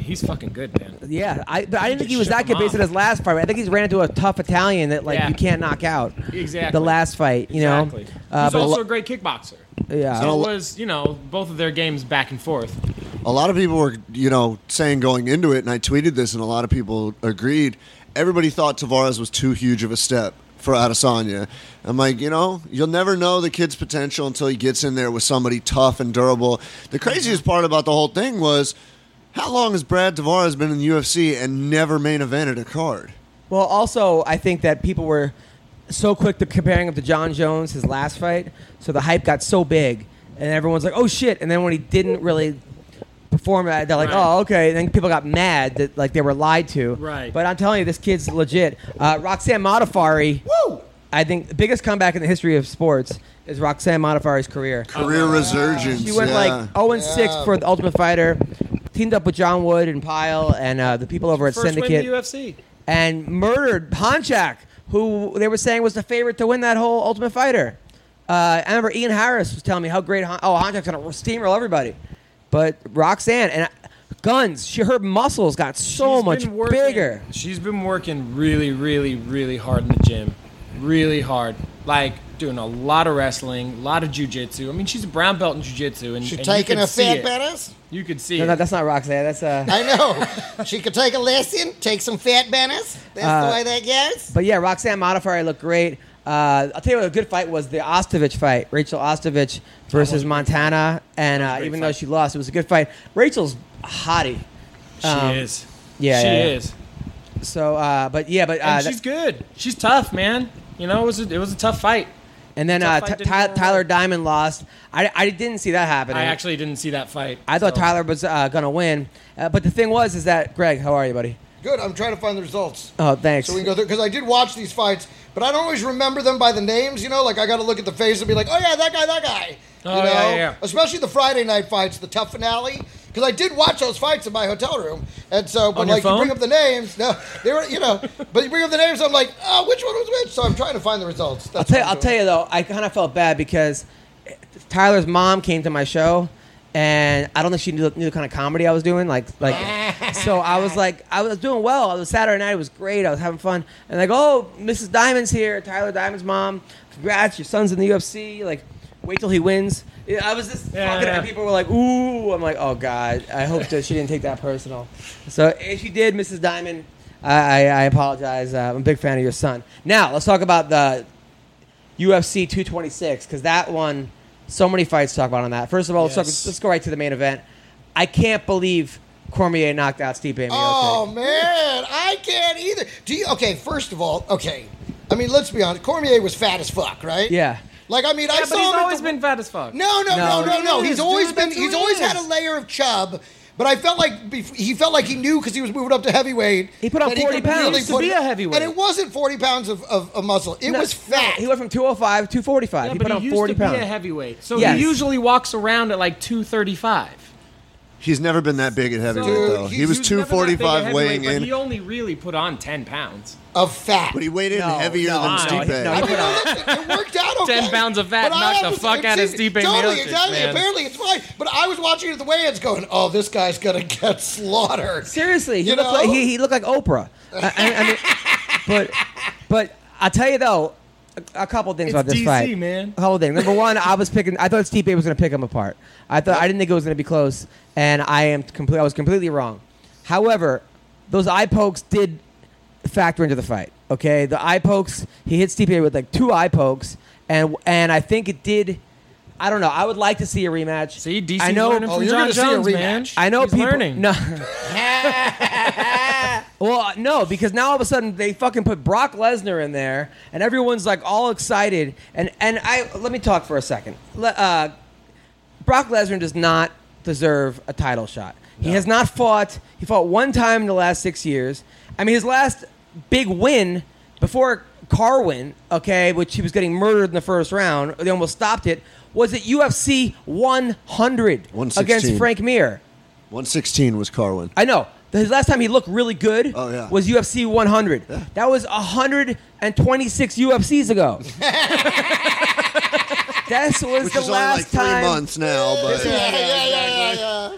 Speaker 4: he's fucking good, man.
Speaker 1: yeah. I but I didn't think he was
Speaker 4: just shook
Speaker 1: that
Speaker 4: him
Speaker 1: good based on
Speaker 4: off.
Speaker 1: his last fight. I think he's ran into a tough Italian that like
Speaker 4: Yeah.
Speaker 1: you can't knock out.
Speaker 4: Exactly.
Speaker 1: The last fight, you
Speaker 4: Exactly.
Speaker 1: know. uh,
Speaker 4: he's
Speaker 1: but-
Speaker 4: also a great kickboxer.
Speaker 1: yeah.
Speaker 4: So it was you know both of their games back and forth.
Speaker 2: A lot of people were, you know, saying going into it, and I tweeted this, and a lot of people agreed. Everybody thought Tavares was too huge of a step for Adesanya. I'm like, you know, you'll never know the kid's potential until he gets in there with somebody tough and durable. The craziest
Speaker 4: Mm-hmm.
Speaker 2: part about the whole thing was how long has Brad Tavares been in the UFC and never main evented a card?
Speaker 1: Well, also, I think that people were so quick to comparing him to John Jones, his last fight. So the hype got so big, and everyone's like, "Oh shit!" And then when he didn't really perform, uh, they're like,
Speaker 4: Right.
Speaker 1: "Oh, okay." And then people got mad that like they were lied to.
Speaker 4: Right.
Speaker 1: But I'm telling you, this kid's legit. Uh, Roxanne Modafari. Woo! I think the biggest comeback in the history of sports is Roxanne Modafari's career.
Speaker 2: Career
Speaker 4: Uh,
Speaker 2: resurgence.
Speaker 1: She went
Speaker 2: yeah.
Speaker 1: like
Speaker 4: oh.
Speaker 1: 0 and 6 for the Ultimate Fighter, teamed up with John Wood and Pyle and uh, the people over at
Speaker 4: First win
Speaker 1: Syndicate
Speaker 4: in the UFC.
Speaker 1: and murdered Ponchak, who they were saying was the favorite to win that whole Ultimate Fighter. Uh, I remember Ian Harris was telling me how great Hon- oh Ponchak's gonna steamroll everybody, but Roxanne and uh, guns, she her muscles got so
Speaker 4: She's
Speaker 1: much
Speaker 4: been working-
Speaker 1: bigger.
Speaker 4: She's been working really, really, really hard in the gym. Really hard. Like doing a lot of wrestling, a lot of jujitsu. I mean, she's a brown belt in jujitsu, and
Speaker 5: She
Speaker 4: and
Speaker 5: taking
Speaker 4: you could
Speaker 5: a
Speaker 4: see
Speaker 5: fat
Speaker 4: it.
Speaker 5: bananas?
Speaker 4: You could see
Speaker 1: No,
Speaker 4: it.
Speaker 1: no, that's not Roxanne. That's uh.
Speaker 5: I know. she could take a lesson, take some fat bananas. That's
Speaker 4: Uh,
Speaker 5: the way that goes.
Speaker 1: But yeah, Roxanne Modafari looked great. Uh, I'll tell you what a good fight was the Ostovich fight, Rachel Ostovich versus Montana, and uh,
Speaker 4: great
Speaker 1: even
Speaker 4: fight.
Speaker 1: though she lost, it was a good fight. Rachel's a hottie.
Speaker 4: she
Speaker 1: um,
Speaker 4: is.
Speaker 1: yeah,
Speaker 4: she
Speaker 1: yeah, yeah.
Speaker 4: is.
Speaker 1: So, uh, but yeah, but uh,
Speaker 4: And
Speaker 1: that-
Speaker 4: she's good. She's tough, man. You know, it was a, it was a tough fight.
Speaker 1: And then uh,
Speaker 4: Tough
Speaker 1: Ty
Speaker 4: fight didn't go
Speaker 1: Ty-
Speaker 4: our
Speaker 1: Tyler
Speaker 4: way.
Speaker 1: Diamond lost. I, I didn't see that happening.
Speaker 4: I actually didn't see that fight.
Speaker 1: I thought
Speaker 4: so.
Speaker 1: Tyler was uh, gonna win, uh, but the thing was is that Greg, how are you, buddy?
Speaker 5: Good. I'm trying to find the results.
Speaker 1: Oh, thanks.
Speaker 5: So we can go through because I did watch these fights, but I don't always remember them by the names. You know, like I got to look at the face and be like, oh yeah, that guy, that guy. You
Speaker 4: Oh,
Speaker 5: know?
Speaker 4: yeah, yeah, yeah.
Speaker 5: Especially the Friday night fights, the tough finale. Because I did watch those fights in my hotel room, and so but
Speaker 4: On your
Speaker 5: like you bring
Speaker 4: phone?
Speaker 5: up the names, no, they were you know, but you bring up the names, I'm like, oh, which one was which? So I'm trying to find the results.
Speaker 1: I'll
Speaker 5: That's
Speaker 1: tell you,
Speaker 5: what I'm
Speaker 1: I'll tell you though, I kind of felt bad because Tyler's mom came to my show, and I don't think she knew, knew the kind of comedy I was doing. Like, like, so I was like, I was doing well. It was Saturday night. It was great. I was having fun. And like, oh, Mrs. Diamond's here. Tyler Diamond's mom. Congrats, your son's in the UFC. Like, wait till he wins. Yeah, I was just
Speaker 4: Yeah,
Speaker 1: fucking,
Speaker 4: yeah.
Speaker 1: and people were like, ooh. I'm like, oh god. I hope that she didn't take that personal. So if she did, Mrs. Diamond. I, I, I apologize. Uh, I'm a big fan of your son. Now let's talk about the UFC 226 because that one, so many fights to talk about on that. First of all, let's,
Speaker 4: Yes.
Speaker 1: talk, let's go right to the main event. I can't believe Cormier knocked out Steve Miocic.
Speaker 5: Oh man, I can't either. Do you? Okay, first of all, okay. I mean, let's be honest. Cormier was fat as fuck, right?
Speaker 1: Yeah.
Speaker 5: Like I mean, I
Speaker 4: Yeah,
Speaker 5: saw
Speaker 4: but he's
Speaker 5: him at
Speaker 4: always
Speaker 5: the-
Speaker 4: been fat as fuck.
Speaker 5: No, no, no,
Speaker 1: No.
Speaker 5: no, no.
Speaker 4: He
Speaker 5: He's
Speaker 4: is,
Speaker 5: always
Speaker 4: dude.
Speaker 5: been.
Speaker 4: That's
Speaker 5: He's
Speaker 4: who he
Speaker 5: always had a
Speaker 4: is.
Speaker 5: layer of chub. But I felt like bef- he felt like he knew because he was moving up to heavyweight.
Speaker 1: He put on
Speaker 5: that
Speaker 1: 40
Speaker 5: could
Speaker 1: pounds. He
Speaker 4: used to
Speaker 5: put-
Speaker 4: be a heavyweight.
Speaker 5: and it wasn't forty pounds of, of, of muscle. It
Speaker 1: No,
Speaker 5: was fat.
Speaker 1: no, he went from 205 to 245.
Speaker 4: Yeah,
Speaker 1: he
Speaker 4: but
Speaker 1: put
Speaker 4: he
Speaker 1: on
Speaker 4: used
Speaker 1: 40
Speaker 4: to
Speaker 1: pounds.
Speaker 4: be a heavyweight, so
Speaker 1: Yes.
Speaker 4: he usually walks around at like two thirty-five.
Speaker 2: He's never been that big at heavyweight
Speaker 4: So,
Speaker 2: though.
Speaker 4: he-
Speaker 2: He was
Speaker 4: was never that big at
Speaker 2: 245
Speaker 4: heavyweight,
Speaker 2: weighing
Speaker 4: but
Speaker 2: in,
Speaker 4: He only really put on 10 pounds.
Speaker 5: Of fat.
Speaker 2: but he weighed in
Speaker 1: No,
Speaker 2: heavier
Speaker 1: no,
Speaker 2: than
Speaker 4: no,
Speaker 2: Stipe.
Speaker 1: no,
Speaker 5: I mean, no, listen, it worked out okay.
Speaker 4: 10 pounds of fat
Speaker 5: But I
Speaker 4: knocked the
Speaker 5: was-
Speaker 4: fuck out of
Speaker 5: excuse
Speaker 4: Stipe
Speaker 5: me, Totally,
Speaker 4: Miocic,
Speaker 5: exactly.
Speaker 4: man.
Speaker 5: Apparently, it's fine. But I was watching it at the weigh-ins, going, "Oh, this guy's gonna get slaughtered."
Speaker 1: Seriously, he
Speaker 5: You
Speaker 1: looked
Speaker 5: know?
Speaker 1: like he, he looked like Oprah. I, I- I mean, but but I tell you though, a, a couple things
Speaker 4: It's
Speaker 1: about this
Speaker 4: DC,
Speaker 1: fight.
Speaker 4: man.
Speaker 1: A couple things. Number one, I was picking. I thought Stipe was going to pick him apart. I thought I didn't think it was going to be close, and I am complete. I was completely wrong. However, those eye pokes did factor into the fight. Okay, the eye pokes. He hit Stipe with like two eye pokes, and and I think it did. I don't know. I would like to see a rematch.
Speaker 4: See, DC
Speaker 1: I know.
Speaker 4: learning
Speaker 5: Oh,
Speaker 4: from
Speaker 5: you're
Speaker 4: John
Speaker 5: gonna see a
Speaker 4: Jones, man.
Speaker 5: rematch.
Speaker 1: I know
Speaker 4: He's
Speaker 1: people.
Speaker 4: learning.
Speaker 1: No. well, no, because now all of a sudden they fucking put Brock Lesnar in there, and everyone's like all excited. And and I let me talk for a second. Le- uh, Brock Lesnar does not deserve a title shot. He has not fought. He fought one time in the last six years. I mean, his last big win before Carwin, okay, which he was getting murdered in the first round. They almost stopped it. Was at UFC 100 against
Speaker 2: 116.
Speaker 1: Frank Mir?
Speaker 2: 116 was Carwin.
Speaker 1: I know. His last time he looked really good
Speaker 2: Oh, yeah.
Speaker 1: was UFC 100. That was 126 UFCs ago. this was
Speaker 2: Which
Speaker 1: the
Speaker 2: is only
Speaker 1: last
Speaker 2: like three
Speaker 1: time.
Speaker 2: months now, but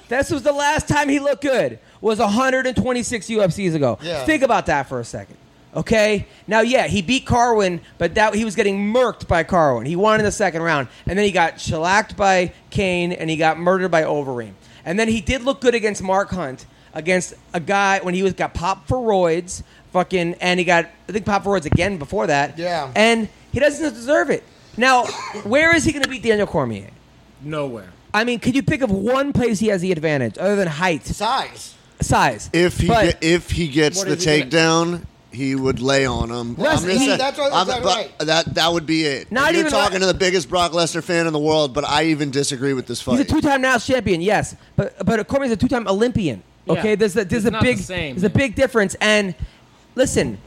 Speaker 1: This was the last time he looked good. Was 126 UFCs ago.
Speaker 5: Yeah.
Speaker 1: Think about that for a second. Okay. Now, yeah, he beat Carwin, but that he was getting murked by Carwin. He won in the second round, and then he got shellacked by Kane, and he got murdered by Overeem. And then he did look good against Mark Hunt, against a guy when he was got popped for roids, fucking, and he got I think popped for roids again before that.
Speaker 5: Yeah.
Speaker 1: And he doesn't deserve it. Now, where is he going to beat Daniel Cormier?
Speaker 4: Nowhere.
Speaker 1: I mean, could you think of one place he has the advantage other than height,
Speaker 5: Size.
Speaker 1: size?
Speaker 2: if he
Speaker 1: But-
Speaker 2: ge- if he gets
Speaker 5: What
Speaker 2: the
Speaker 5: is he
Speaker 2: takedown, he would lay on him.
Speaker 1: Yes, he-
Speaker 2: saying-
Speaker 5: that's what- that's
Speaker 2: I'm-
Speaker 5: right.
Speaker 2: but That that would be it.
Speaker 1: Not
Speaker 2: You're
Speaker 1: even
Speaker 2: talking
Speaker 1: like-
Speaker 2: to the biggest Brock Lesnar fan in the world, but I even disagree with this fight.
Speaker 1: he's a two-time national champion, yes, but but Cormier's a two-time Olympian. Okay,
Speaker 4: Yeah.
Speaker 1: there's a, there's
Speaker 4: It's
Speaker 1: a
Speaker 4: not the
Speaker 1: big
Speaker 4: same,
Speaker 1: there's a
Speaker 4: man.
Speaker 1: big difference. And listen,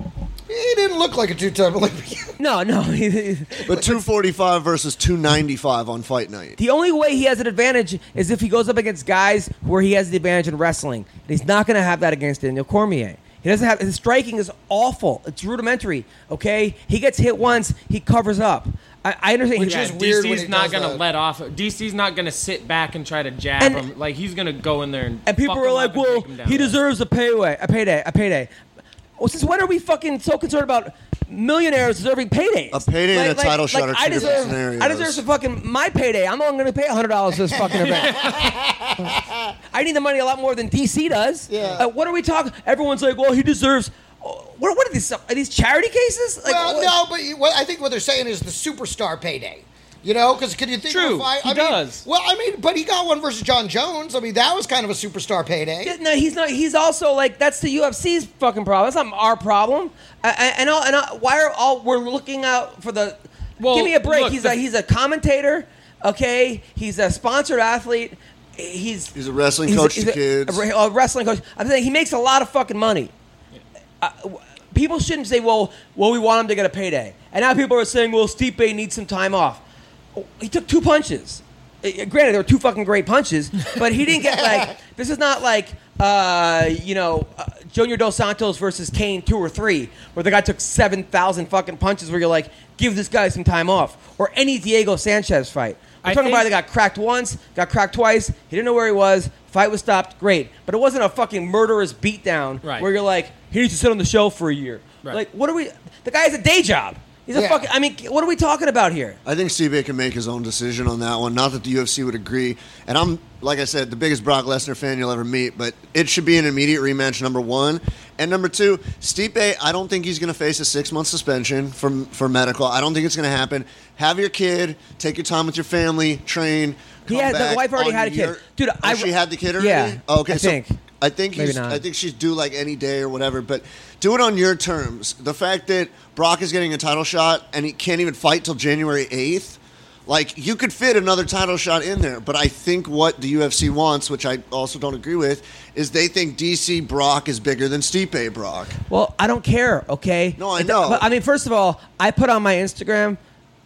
Speaker 5: He didn't look like a two-time Olympian.
Speaker 1: no, no, he- he-
Speaker 2: But 245 versus 295 on fight night.
Speaker 1: the only way he has an advantage is if he goes up against guys where he has the advantage in wrestling. And he's not going to have that against Daniel Cormier. He doesn't have his striking is awful. It's rudimentary. Okay, he gets hit once, he covers up. I, I understand.
Speaker 5: Which
Speaker 1: he-
Speaker 5: is
Speaker 4: Yeah,
Speaker 5: weird when
Speaker 4: DC's
Speaker 5: he
Speaker 4: not
Speaker 5: does
Speaker 4: gonna
Speaker 5: that.
Speaker 4: let off. DC's not gonna sit back and try to jab
Speaker 1: And-
Speaker 4: him. Like he's gonna go in there and.
Speaker 1: And people
Speaker 4: fuck
Speaker 1: were
Speaker 4: him
Speaker 1: like,
Speaker 4: up and
Speaker 1: "Well,
Speaker 4: take him down."
Speaker 1: he deserves a payway, a payday, a payday." Well, since when are we fucking so concerned about millionaires deserving paydays?
Speaker 2: A payday and a title shot are two
Speaker 1: I
Speaker 2: different
Speaker 1: deserve, I
Speaker 2: scenarios.
Speaker 1: deserve some fucking my payday. I'm only going to pay hundred dollars for this fucking event. I need the money a lot more than DC does.
Speaker 5: Yeah.
Speaker 1: Uh, what are we talking? Everyone's like, "Well, he deserves." uh, What, what are these? Are these charity cases? Like,
Speaker 5: well,
Speaker 1: what-
Speaker 5: no, but you, what, I think what they're saying is the superstar payday. You know, because can you think of
Speaker 4: True,
Speaker 5: a fight?
Speaker 4: he
Speaker 5: I
Speaker 4: does.
Speaker 5: Mean, well, I mean, but he got one versus John Jones. I mean, that was kind of a superstar payday.
Speaker 1: Yeah, No, he's not. He's also like that's the UFC's fucking problem. That's not our problem. I, I, and all, and all, why are all we're looking out for the?
Speaker 4: Well,
Speaker 1: give me a break.
Speaker 4: look,
Speaker 1: he's
Speaker 4: the-
Speaker 1: a he's a commentator. Okay, he's a sponsored athlete. He's
Speaker 2: He's a wrestling coach to kids.
Speaker 1: A, a wrestling coach. I'm saying he makes a lot of fucking money. Uh, w- people shouldn't say, "Well, well, we want him to get a payday." And now people are saying, "Well, Stipe needs some time off." He took two punches. Uh, Granted, they were two fucking great punches, but he didn't get like this is not like uh, you know uh, Junior Dos Santos versus Kane two or three, where the guy took seven thousand fucking punches. Where you're like, give this guy some time off, or any Diego Sanchez fight. We're
Speaker 4: I
Speaker 1: talking about
Speaker 4: think-
Speaker 1: the guy got cracked once, got cracked twice. He didn't know where he was. Fight was stopped. Great, but it wasn't a fucking murderous beatdown
Speaker 4: Right.
Speaker 1: where you're like, he needs to sit on the shelf for a year.
Speaker 4: Right.
Speaker 1: Like, what are we? The guy has a day job. He's a
Speaker 5: Yeah.
Speaker 1: fucking. I mean, what are we talking about here?
Speaker 2: I think Stipe can make his own decision on that one. Not that the UFC would agree. And I'm, like I said, the biggest Brock Lesnar fan you'll ever meet, but it should be an immediate rematch, number one. And number two, Stipe, I don't think he's going to face a six month suspension from, for medical. I don't think it's going to happen. Have your kid, take your time with your family, train. Come
Speaker 1: Yeah, the
Speaker 2: back
Speaker 1: wife already
Speaker 2: on
Speaker 1: had a kid.
Speaker 2: your-
Speaker 1: Dude,
Speaker 2: oh,
Speaker 1: I-
Speaker 2: she had the kid already.
Speaker 1: Yeah,
Speaker 2: okay.
Speaker 1: I
Speaker 2: so
Speaker 1: think.
Speaker 2: I think
Speaker 1: Maybe
Speaker 2: he's,
Speaker 1: not.
Speaker 2: I think she's due like any day or whatever. But do it on your terms. The fact that Brock is getting a title shot and he can't even fight till January eighth, like you could fit another title shot in there. But I think what the UFC wants, which I also don't agree with, is they think DC Brock is bigger than Stipe Brock.
Speaker 1: Well, I don't care. Okay.
Speaker 2: No, I
Speaker 1: It-
Speaker 2: know.
Speaker 1: But I mean, first of all, I put on my Instagram,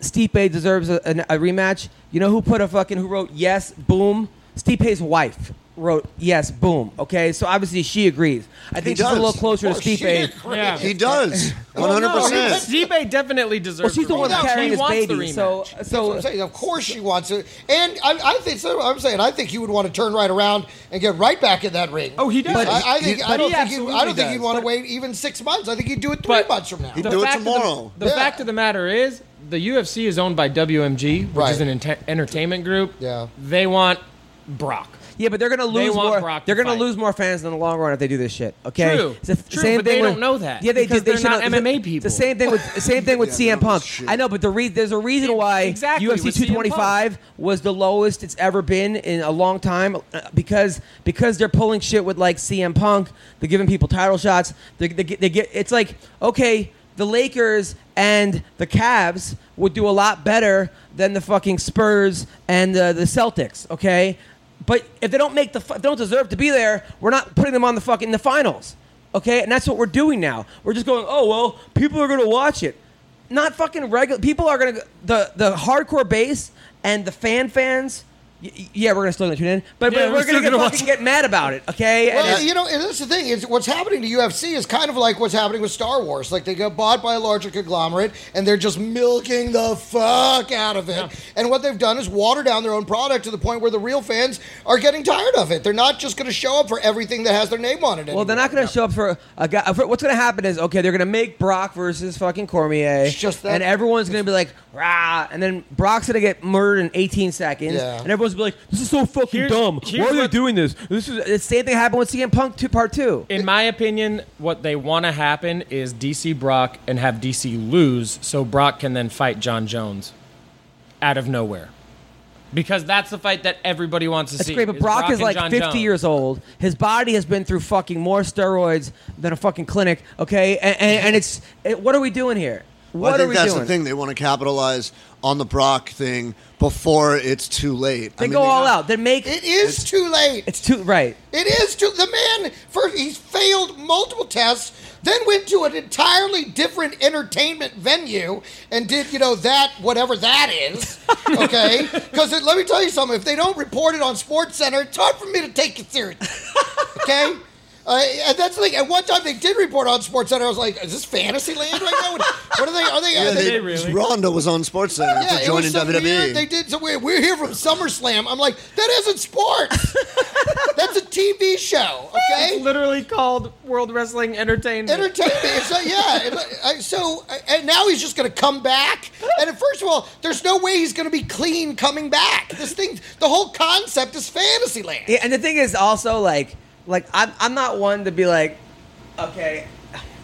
Speaker 1: Stipe deserves a, a, a rematch. You know who put a fucking who wrote yes, boom, Stipe's wife. wrote yes, boom. Okay, so obviously she agrees. I think she's a
Speaker 2: does.
Speaker 1: little closer to Stipe.
Speaker 4: Yeah.
Speaker 2: He does. 100%.
Speaker 4: Stipe definitely deserves.
Speaker 1: Well, she's the
Speaker 4: rematch.
Speaker 1: one
Speaker 4: She
Speaker 1: carrying his
Speaker 4: wants the
Speaker 1: baby.
Speaker 4: rematch.
Speaker 1: So,
Speaker 5: That's what
Speaker 1: so
Speaker 5: I'm saying. Of course she wants it, and I, I think so. I'm saying I think he would want to turn right around and get right back in that ring.
Speaker 4: oh, he does.
Speaker 5: I, I
Speaker 2: he-
Speaker 5: think I
Speaker 2: but
Speaker 5: don't think
Speaker 4: he
Speaker 5: he, I
Speaker 4: absolutely
Speaker 5: don't think he'd
Speaker 4: does,
Speaker 5: want to wait even six months. I think he'd do it three
Speaker 4: But-
Speaker 5: months from now.
Speaker 2: He'd do it
Speaker 4: fact of the-
Speaker 2: tomorrow.
Speaker 4: The,
Speaker 5: Yeah.
Speaker 4: fact of the matter is, the UFC is owned by WMG, which
Speaker 5: Right.
Speaker 4: is an ente- entertainment group.
Speaker 5: Yeah.
Speaker 4: They want Brock.
Speaker 1: yeah, but they're gonna
Speaker 4: They
Speaker 1: lose
Speaker 4: want
Speaker 1: more.
Speaker 4: Brock to
Speaker 1: They're gonna
Speaker 4: fight.
Speaker 1: lose more fans in the long run if they do this shit. Okay,
Speaker 4: True.
Speaker 1: It's the f-
Speaker 4: True,
Speaker 1: same
Speaker 4: but
Speaker 1: thing
Speaker 4: they
Speaker 1: with-
Speaker 4: don't know that,
Speaker 1: Yeah, they
Speaker 4: because
Speaker 1: do. They
Speaker 4: they're
Speaker 1: should
Speaker 4: not
Speaker 1: know- it's the-
Speaker 4: MMA people.
Speaker 1: The same thing with same thing with
Speaker 2: Yeah,
Speaker 1: CM
Speaker 2: they don't know
Speaker 1: Punk.
Speaker 2: shit.
Speaker 1: I know, but the re- there's a reason why
Speaker 4: Exactly,
Speaker 1: UFC
Speaker 4: with CM
Speaker 1: 225 was the lowest it's ever been in a long time uh, because because they're pulling shit with like CM Punk. They're giving people title shots. They, they, get- they get it's like okay, the Lakers and the Cavs would do a lot better than the fucking Spurs and the, the Celtics. Okay, but if they don't make the fi- if they don't deserve to be there, we're not putting them on the fucking the finals. Okay, and that's what we're doing now. We're just going, oh well, people are gonna watch it not fucking regular people are gonna go- the the hardcore base and the fan fans. y- y- Yeah, we're gonna still gonna tune in, but,
Speaker 4: Yeah,
Speaker 1: but
Speaker 4: we're
Speaker 1: we're,
Speaker 4: still
Speaker 1: gonna, get
Speaker 4: gonna
Speaker 1: fucking
Speaker 4: watch.
Speaker 1: get mad about it, okay? And
Speaker 5: Well,
Speaker 1: it's-
Speaker 5: you know, and that's the thing is what's happening to UFC is kind of like what's happening with Star Wars. Like they got bought by a larger conglomerate, and they're just milking the fuck out of it. And what they've done is water down their own product to the point where the real fans are getting tired of it. They're not just going to show up for everything that has their name on it.
Speaker 1: well, they're not
Speaker 5: anymore.
Speaker 1: gonna show up for a guy. For, what's gonna happen is okay, they're gonna make Brock versus fucking Cormier,
Speaker 5: It's just that-
Speaker 1: and everyone's gonna be like rah, and then Brock's gonna get murdered in 18 seconds,
Speaker 5: Yeah.
Speaker 1: and everyone's gonna be like, this is so fucking
Speaker 4: Here's-
Speaker 1: dumb.
Speaker 4: here's
Speaker 1: Why are they
Speaker 4: what-
Speaker 1: doing this? This is the same thing happened with CM Punk two part two.
Speaker 4: In my opinion, what they want to happen is DC Brock and have DC lose so Brock can then fight John Jones out of nowhere. Because that's the fight that everybody wants to
Speaker 1: That's
Speaker 4: see.
Speaker 1: great, but Brock, is
Speaker 4: and
Speaker 1: like
Speaker 4: John
Speaker 1: 50
Speaker 4: Jones.
Speaker 1: years old. His body has been through fucking more steroids than a fucking clinic. Okay, and, and, and it's it, what are we doing here? What
Speaker 2: I
Speaker 1: are
Speaker 2: think
Speaker 1: we
Speaker 2: that's
Speaker 1: doing?
Speaker 2: the thing. They want to capitalize on the Brock thing before it's too late.
Speaker 1: They go all out. They make
Speaker 5: It is too late.
Speaker 1: it's too right.
Speaker 5: It is to the man for he's failed multiple tests, then went to an entirely different entertainment venue and did you know that whatever that is, okay? Because let me tell you something: if they don't report it on Sports Center, it's hard for me to take it serious, okay? Uh, and that's the thing. At one time, they did report on Sports Center. I was like, "Is this fantasy land right now? What, what are they? Are they?
Speaker 2: Yeah,
Speaker 5: are they,
Speaker 2: they,
Speaker 4: they really?
Speaker 2: Ronda was on SportsCenter
Speaker 5: yeah,
Speaker 2: for
Speaker 5: it was
Speaker 2: joining
Speaker 5: so
Speaker 2: WWE.
Speaker 1: E.
Speaker 5: weird. They did so weird. We're here from SummerSlam. I'm like, that isn't sports. That's a TV show,
Speaker 4: It's
Speaker 5: okay?
Speaker 4: literally called World Wrestling Entertainment.
Speaker 5: Entertainment. It's like, yeah. it- I- So and now he's just going to come back. And first of all, there's no way he's going to be clean coming back. This thing, the whole concept is fantasy land.
Speaker 1: Yeah, and the thing is also like like I'm I'm not one to be like okay,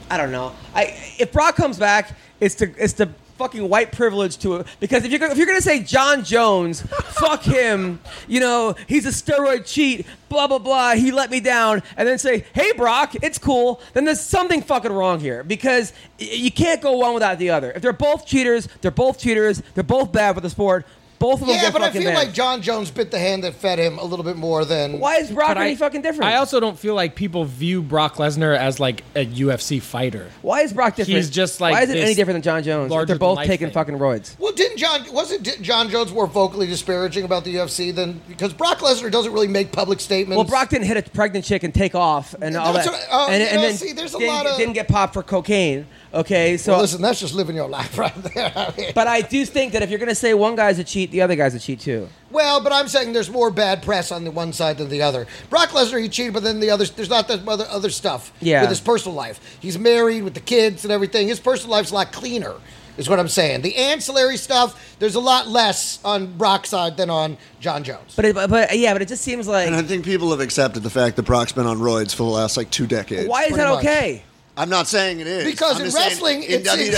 Speaker 1: I don't know. I if Brock comes back, it's to it's to fucking white privilege to it because if you're gonna- if you're gonna say John Jones, fuck him, you know he's a steroid cheat, blah blah blah, he let me down, and then say hey Brock, it's cool, then there's something fucking wrong here because y- you can't go one without the other. If they're both cheaters, they're both cheaters, they're both bad for the sport. Both of them
Speaker 5: Yeah,
Speaker 1: get
Speaker 5: but I
Speaker 1: fucking
Speaker 5: feel
Speaker 1: banned.
Speaker 5: like John Jones bit the hand that fed him a little bit more than.
Speaker 1: Why is Brock
Speaker 4: But
Speaker 1: any fucking different?
Speaker 4: I also don't feel like people view Brock Lesnar as like a UFC fighter.
Speaker 1: Why is Brock different?
Speaker 4: He's just like
Speaker 1: Why is it
Speaker 4: this
Speaker 1: any different than John Jones? if They're both
Speaker 4: larger-than-life
Speaker 1: taking
Speaker 4: thing.
Speaker 1: fucking roids.
Speaker 5: Well, didn't John wasn't di- John Jones more vocally disparaging about the UFC than because Brock Lesnar doesn't really make public statements.
Speaker 1: Well, Brock didn't hit a pregnant chick and take off and all
Speaker 5: That's
Speaker 1: that,
Speaker 5: what- oh,
Speaker 1: and,
Speaker 5: you
Speaker 1: and
Speaker 5: know,
Speaker 1: then
Speaker 5: see, there's a
Speaker 1: didn't,
Speaker 5: lot of-
Speaker 1: didn't get popped for cocaine. Okay, so
Speaker 5: Well, listen, that's just living your life right there. I mean-
Speaker 1: but I do think that if you're gonna say one guy's a cheat, the other guy's a cheat too.
Speaker 5: well, but I'm saying there's more bad press on the one side than the other. Brock Lesnar, he cheated, but then the other, there's not that other, other stuff
Speaker 1: Yeah.
Speaker 5: with his personal life. He's married with the kids and everything. His personal life's a lot cleaner, is what I'm saying. The ancillary stuff, there's a lot less on Brock's side than on John Jones.
Speaker 1: But it, but, but yeah, but it just seems
Speaker 2: and I
Speaker 1: like
Speaker 2: think people have accepted the fact that Brock's been on roids for the last like two decades.
Speaker 1: why is
Speaker 5: pretty
Speaker 1: that
Speaker 5: much.
Speaker 1: okay?
Speaker 2: I'm not saying it is
Speaker 5: Because
Speaker 2: I'm
Speaker 5: in
Speaker 2: just saying
Speaker 5: wrestling, it's
Speaker 2: WWE,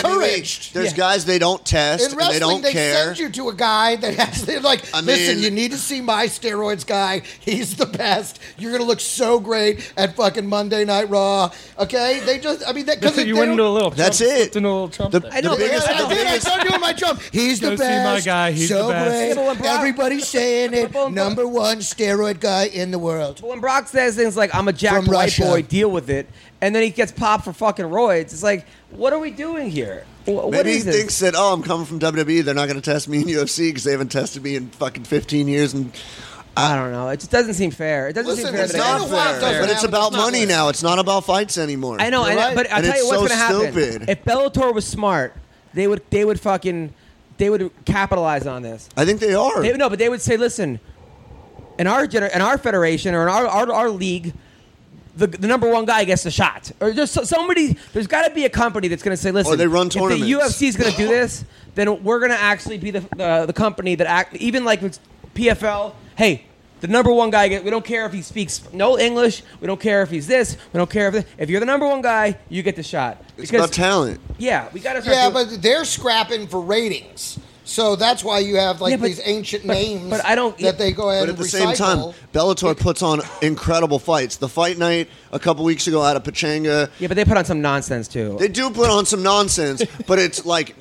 Speaker 2: E,
Speaker 5: encouraged.
Speaker 2: There's
Speaker 1: Yeah.
Speaker 2: guys they don't test.
Speaker 5: In
Speaker 2: and
Speaker 5: wrestling,
Speaker 2: they don't
Speaker 5: they,
Speaker 2: care.
Speaker 5: send you to a guy that has they're like,
Speaker 2: I
Speaker 5: listen,
Speaker 2: mean-
Speaker 5: you need to see my steroids guy. He's the best. You're gonna look so great at fucking Monday Night Raw. Okay, they just, I mean, that because
Speaker 4: you went into a little. Trump,
Speaker 2: That's it.
Speaker 4: slipped Into a little Trump.
Speaker 2: The-
Speaker 4: there.
Speaker 1: I know.
Speaker 2: The
Speaker 1: but-
Speaker 2: biggest-
Speaker 1: I know.
Speaker 5: I did. I started doing my jump. He's
Speaker 4: Go
Speaker 5: the
Speaker 4: see my
Speaker 5: best.
Speaker 4: guy. He's
Speaker 5: so
Speaker 4: the best.
Speaker 5: great.
Speaker 1: Yeah, but when Brock-
Speaker 5: Everybody's saying it.
Speaker 1: But when Brock-
Speaker 5: Number one steroid guy in the world.
Speaker 1: But when Brock says things like "I'm a jacked
Speaker 5: From
Speaker 1: white
Speaker 5: Russia.
Speaker 1: boy, deal with it," and then he gets popped for fucking roids, it's like, what are we doing here? Wh- what
Speaker 2: Maybe he
Speaker 1: is this?
Speaker 2: thinks that E, oh, I'm coming from WWE. They're not going to test me in UFC because they haven't tested me in fucking 15 years, and
Speaker 1: I don't know. It just doesn't seem fair. It doesn't
Speaker 2: Listen,
Speaker 1: seem fair.
Speaker 2: it's
Speaker 1: that it
Speaker 2: not
Speaker 1: happens.
Speaker 2: fair,
Speaker 5: doesn't
Speaker 2: but it's
Speaker 5: happen.
Speaker 2: about
Speaker 5: It's not
Speaker 2: money
Speaker 5: fair.
Speaker 2: now. It's not about fights anymore.
Speaker 1: I know, I know,
Speaker 5: right.
Speaker 1: but I'll
Speaker 2: And
Speaker 1: tell
Speaker 2: it's
Speaker 1: you what's
Speaker 2: so
Speaker 1: gonna happen.
Speaker 2: stupid.
Speaker 1: If Bellator was smart, they would they would fucking they would capitalize on this.
Speaker 2: I think they are.
Speaker 1: They, no, but they would say, listen, in our gener- in our federation or in our our, our league. The, the number one guy gets the shot, or there's so- somebody. There's got to be a company that's going to say, "Listen,
Speaker 2: they run
Speaker 1: if the
Speaker 2: tournaments."
Speaker 1: UFC is going to do this, then we're going to actually be the uh, the, the company that act, even like with PFL. Hey, the number one guy. Get, we don't care if he speaks no English. We don't care if he's this. We don't care if this. if you're the number one guy, you get the shot.
Speaker 2: it's about talent.
Speaker 1: Yeah, we got to.
Speaker 5: Yeah, but they're scrapping for ratings. So that's why you have like
Speaker 1: Yeah, but-
Speaker 5: these ancient
Speaker 1: but-
Speaker 5: names
Speaker 1: but I don't-
Speaker 5: that they go ahead
Speaker 2: But at
Speaker 5: and
Speaker 2: the
Speaker 5: recycle.
Speaker 2: same time, Bellator puts on incredible fights. The fight night a couple weeks ago out of Pachanga,
Speaker 1: yeah, but they put on some nonsense too.
Speaker 2: they do put on some nonsense, but it's like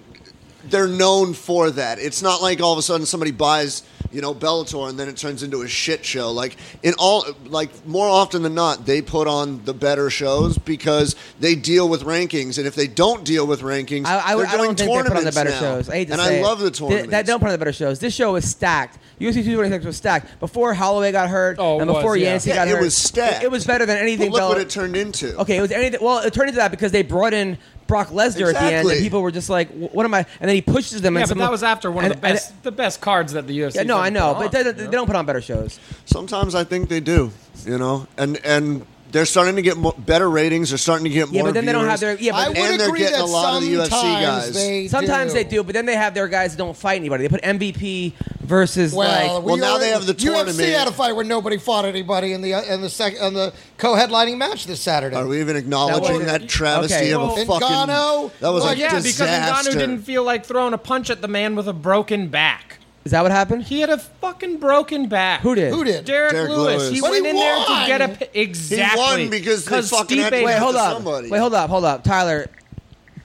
Speaker 2: they're known for that. It's not like all of a sudden somebody buys, you know, Bellator and then it turns into a shit show. Like in all like more often than not, they put on the better shows because they deal with rankings. And if they don't deal with rankings,
Speaker 1: I, I,
Speaker 2: they're
Speaker 1: I don't
Speaker 2: doing
Speaker 1: think they put on the
Speaker 2: tournaments
Speaker 1: better
Speaker 2: now.
Speaker 1: shows. I hate to
Speaker 2: and
Speaker 1: say
Speaker 2: I
Speaker 1: it.
Speaker 2: love the
Speaker 1: Th-
Speaker 2: tournaments.
Speaker 1: That don't put on the better shows. This show was stacked. UFC 226 was stacked before Holloway got hurt
Speaker 4: Oh, it
Speaker 1: and
Speaker 4: was,
Speaker 1: before
Speaker 4: yeah.
Speaker 1: Yancey
Speaker 2: Yeah,
Speaker 1: got
Speaker 2: it
Speaker 1: hurt.
Speaker 2: was stacked.
Speaker 1: It, was better than anything.
Speaker 2: but look what
Speaker 1: Bella-
Speaker 2: it turned into.
Speaker 1: Okay, it was anything. Well, it turned into that because they brought in Brock Lesnar at the end,
Speaker 2: Exactly.
Speaker 1: and people were just like, "Wh- "What am I?" And then he pushes them.
Speaker 4: Yeah,
Speaker 1: and
Speaker 4: but
Speaker 1: some-
Speaker 4: that was after one of
Speaker 1: and-
Speaker 4: the best, the best cards that the UFC.
Speaker 1: And, yeah, no, I know, but they,
Speaker 4: doesn't.
Speaker 1: don't- they don't put on better shows.
Speaker 2: Sometimes I think they do, you know, and and they're starting to get mo better ratings. They're starting to get
Speaker 1: Yeah,
Speaker 2: more.
Speaker 1: but then they don't have
Speaker 2: viewers.
Speaker 1: their- yeah, but-
Speaker 5: I
Speaker 1: And
Speaker 5: would
Speaker 2: they're
Speaker 5: agree
Speaker 2: getting
Speaker 5: that
Speaker 2: a lot of the UFC
Speaker 5: sometimes
Speaker 2: guys.
Speaker 5: They
Speaker 1: Sometimes
Speaker 5: do.
Speaker 1: they do, but then they have their guys that don't fight anybody. They put MVP versus
Speaker 5: Well,
Speaker 1: like
Speaker 5: we
Speaker 2: Well, now
Speaker 5: already-
Speaker 2: they have the
Speaker 5: UFC
Speaker 2: tournament.
Speaker 5: had a fight where nobody fought anybody in the uh, in the sec, in the co-headlining match this Saturday.
Speaker 2: Are we even acknowledging
Speaker 1: That
Speaker 2: that,
Speaker 1: was-
Speaker 2: travesty
Speaker 1: okay.
Speaker 2: of a
Speaker 4: Well,
Speaker 2: fucking?
Speaker 5: Ngannou-
Speaker 2: that was
Speaker 5: Well,
Speaker 2: a
Speaker 4: yeah,
Speaker 2: disaster.
Speaker 4: because Ngannou didn't feel like throwing a punch at the man with a broken back.
Speaker 1: is that what happened?
Speaker 4: He had a fucking broken back.
Speaker 1: Who did?
Speaker 5: Who did?
Speaker 4: Derek,
Speaker 2: Derek
Speaker 4: Lewis.
Speaker 2: Lewis.
Speaker 4: He
Speaker 2: But
Speaker 5: he
Speaker 4: went in there to
Speaker 5: won!
Speaker 4: get a p- exactly.
Speaker 2: because they fucking had to
Speaker 4: Stipe-
Speaker 1: Wait,
Speaker 2: Yeah,
Speaker 1: hold
Speaker 2: to
Speaker 1: up.
Speaker 2: somebody.
Speaker 1: Wait, hold up, hold up, Tyler.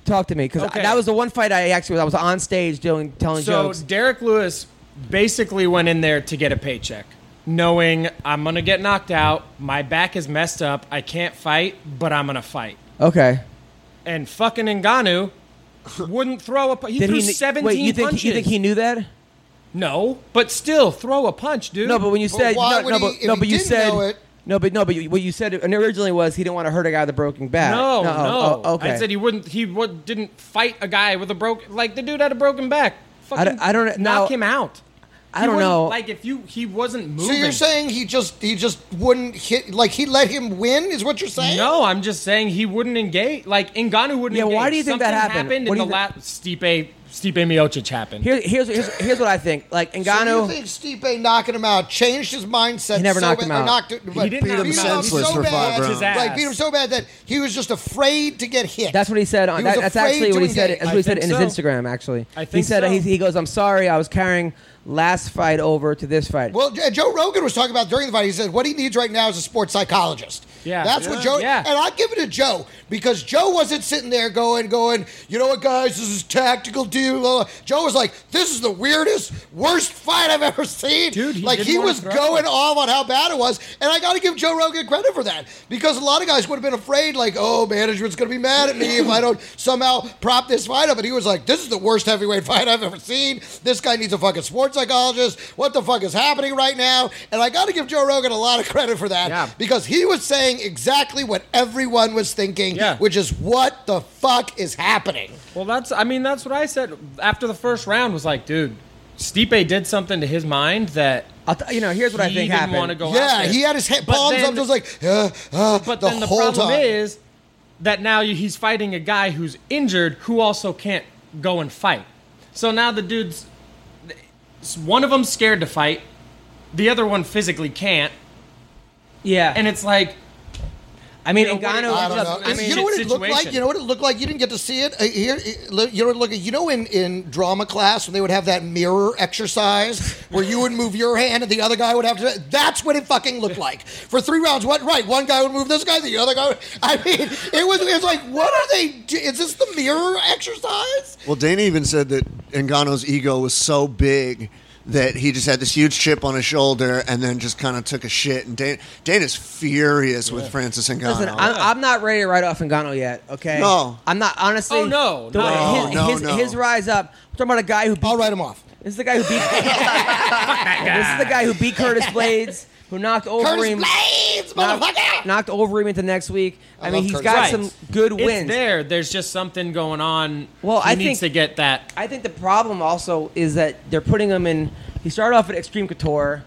Speaker 1: Talk to me because
Speaker 4: Okay.
Speaker 1: that was the one fight I actually I was on stage doing telling
Speaker 4: So
Speaker 1: jokes.
Speaker 4: Derek Lewis basically went in there to get a paycheck, knowing I'm gonna get knocked out. My back is messed up. I can't fight, but I'm gonna fight.
Speaker 1: Okay.
Speaker 4: And fucking Ngannou wouldn't throw a. pu- He
Speaker 1: Did
Speaker 4: threw
Speaker 1: kn-
Speaker 4: 17
Speaker 1: wait? You think
Speaker 4: punches.
Speaker 1: you think he knew that?
Speaker 4: No, but still throw a punch, dude.
Speaker 1: No, but when you said
Speaker 5: why
Speaker 1: no,
Speaker 5: would
Speaker 1: no,
Speaker 5: he-
Speaker 1: but,
Speaker 5: if
Speaker 1: no,
Speaker 5: he
Speaker 1: but you
Speaker 5: didn't
Speaker 1: said
Speaker 5: know it-
Speaker 1: no, but no, but you, what you said originally was he didn't want to hurt a guy with a broken back.
Speaker 4: No, no.
Speaker 1: oh, oh, okay.
Speaker 4: I said he wouldn't. He would, didn't fight a guy with a broken. Like the dude had a broken back. Fucking
Speaker 1: I don't- I don't- now-
Speaker 4: knock him out.
Speaker 1: I
Speaker 4: He
Speaker 1: don't
Speaker 4: wouldn't-
Speaker 1: know.
Speaker 4: Like if you, he wasn't moving.
Speaker 5: So you're saying he just he just wouldn't hit like he let him win is what you're saying?
Speaker 4: No, I'm just saying he wouldn't engage. Like Ngannou wouldn't.
Speaker 1: Yeah,
Speaker 4: engage.
Speaker 1: why do you think that
Speaker 4: Something
Speaker 1: happened? What do
Speaker 4: in
Speaker 1: you
Speaker 4: the last Stipe Stipe Miocic happened.
Speaker 1: Here, here's, here's here's what I think. Like
Speaker 5: So
Speaker 1: Ngannou.
Speaker 5: you think Stipe knocking him out changed his mindset?
Speaker 1: He never
Speaker 5: so
Speaker 1: knocked
Speaker 5: bad-
Speaker 1: him
Speaker 5: or
Speaker 1: out.
Speaker 5: knocked him- but
Speaker 4: didn't knock him
Speaker 2: senseless
Speaker 5: so
Speaker 2: for five
Speaker 5: bad,
Speaker 2: rounds. His
Speaker 4: ass.
Speaker 5: Like beat him so bad that he was just afraid to get hit.
Speaker 1: That's what he said. On,
Speaker 5: He was
Speaker 1: that, that's
Speaker 5: afraid
Speaker 1: actually
Speaker 5: to
Speaker 1: what he said.
Speaker 5: engage.
Speaker 1: That's what he
Speaker 4: I
Speaker 1: said in
Speaker 4: think
Speaker 1: his
Speaker 4: so.
Speaker 1: Instagram. Actually,
Speaker 4: I
Speaker 1: he
Speaker 4: think
Speaker 1: said
Speaker 4: so.
Speaker 1: he, he goes, "I'm sorry, I was carrying last fight over to this fight."
Speaker 5: Well, J- Joe Rogan was talking about during the fight. He said what he needs right now is a sports psychologist.
Speaker 4: Yeah.
Speaker 5: that's
Speaker 4: Yeah.
Speaker 5: what Joe.
Speaker 4: Yeah.
Speaker 5: And I give it to Joe because Joe wasn't sitting there going, going. You know what, guys, this is tactical deal. blah, blah." Joe was like, this is the weirdest, worst fight I've ever seen.
Speaker 4: Dude, he
Speaker 5: like
Speaker 4: didn't
Speaker 5: he
Speaker 4: wanna
Speaker 5: was
Speaker 4: throw.
Speaker 5: going off on how bad it was, and I got to give Joe Rogan credit for that because a lot of guys would have been afraid, like, oh, management's going to be mad at me if I don't somehow prop this fight up. And he was like, this is the worst heavyweight fight I've ever seen. This guy needs a fucking sports psychologist. What the fuck is happening right now? And I got to give Joe Rogan a lot of credit for that
Speaker 4: Yeah.
Speaker 5: because he was saying exactly what everyone was thinking,
Speaker 4: Yeah.
Speaker 5: which is what the fuck is happening.
Speaker 4: Well, that's. I mean, that's what I said after the first round. Was like, dude, Stipe did something to his mind that
Speaker 1: I'll t- you know, here's what I
Speaker 4: he
Speaker 1: think
Speaker 4: didn't
Speaker 1: happened.
Speaker 4: want to go. out
Speaker 5: yeah,
Speaker 4: there.
Speaker 5: he had his he-
Speaker 4: But
Speaker 5: palms
Speaker 4: then-
Speaker 5: up, just like, uh, uh,
Speaker 4: But
Speaker 5: the
Speaker 4: then the
Speaker 5: whole
Speaker 4: problem
Speaker 5: time.
Speaker 4: is that now you- he's fighting a guy who's injured who also can't go and fight. So now the dude's one of them's scared to fight, the other one physically can't,
Speaker 1: yeah,
Speaker 4: and it's like
Speaker 1: I mean,
Speaker 4: you know, what
Speaker 1: Ngannou.
Speaker 4: it-
Speaker 5: I don't know.
Speaker 4: I mean,
Speaker 5: you know what it looked
Speaker 4: situation.
Speaker 5: like. You know what it looked like. You didn't get to see it Uh, here. it- look- You know what it looked like. You know in in drama class when they would have that mirror exercise where you would move your hand and the other guy would have to. That's what it fucking looked like for three rounds. What right? One guy would move this guy, the other guy. Would, I mean, it was. It's like what are they? do- Is this the mirror exercise?
Speaker 2: Well, Dana even said that Ngannou's ego was so big that he just had this huge chip on his shoulder and then just kind of took a shit. And Dana, Dana's furious with Francis Ngannou.
Speaker 1: Listen, I'm, I'm not ready to write off Ngannou yet. Okay,
Speaker 2: No.
Speaker 1: I'm not honestly.
Speaker 4: Oh, no,
Speaker 1: the
Speaker 4: no.
Speaker 1: way- his,
Speaker 2: No, no,
Speaker 1: his,
Speaker 2: no.
Speaker 1: his rise up. I'm talking about a guy who beat
Speaker 5: I'll write him off.
Speaker 1: This is the guy who beat. This is the guy who beat Curtis Blades, who knocked
Speaker 5: Curtis
Speaker 1: Overeem.
Speaker 5: Blades,
Speaker 1: knocked,
Speaker 5: motherfucker!
Speaker 1: knocked Overeem into next week. I, mean,
Speaker 5: love
Speaker 1: he's
Speaker 5: Curtis.
Speaker 1: got
Speaker 4: Right.
Speaker 1: some good
Speaker 4: It's
Speaker 1: wins.
Speaker 4: there. There's just something going on.
Speaker 1: Well,
Speaker 4: he
Speaker 1: I
Speaker 4: needs
Speaker 1: think-
Speaker 4: to get that.
Speaker 1: I think the problem also is that they're putting him in. He started off at Extreme Couture,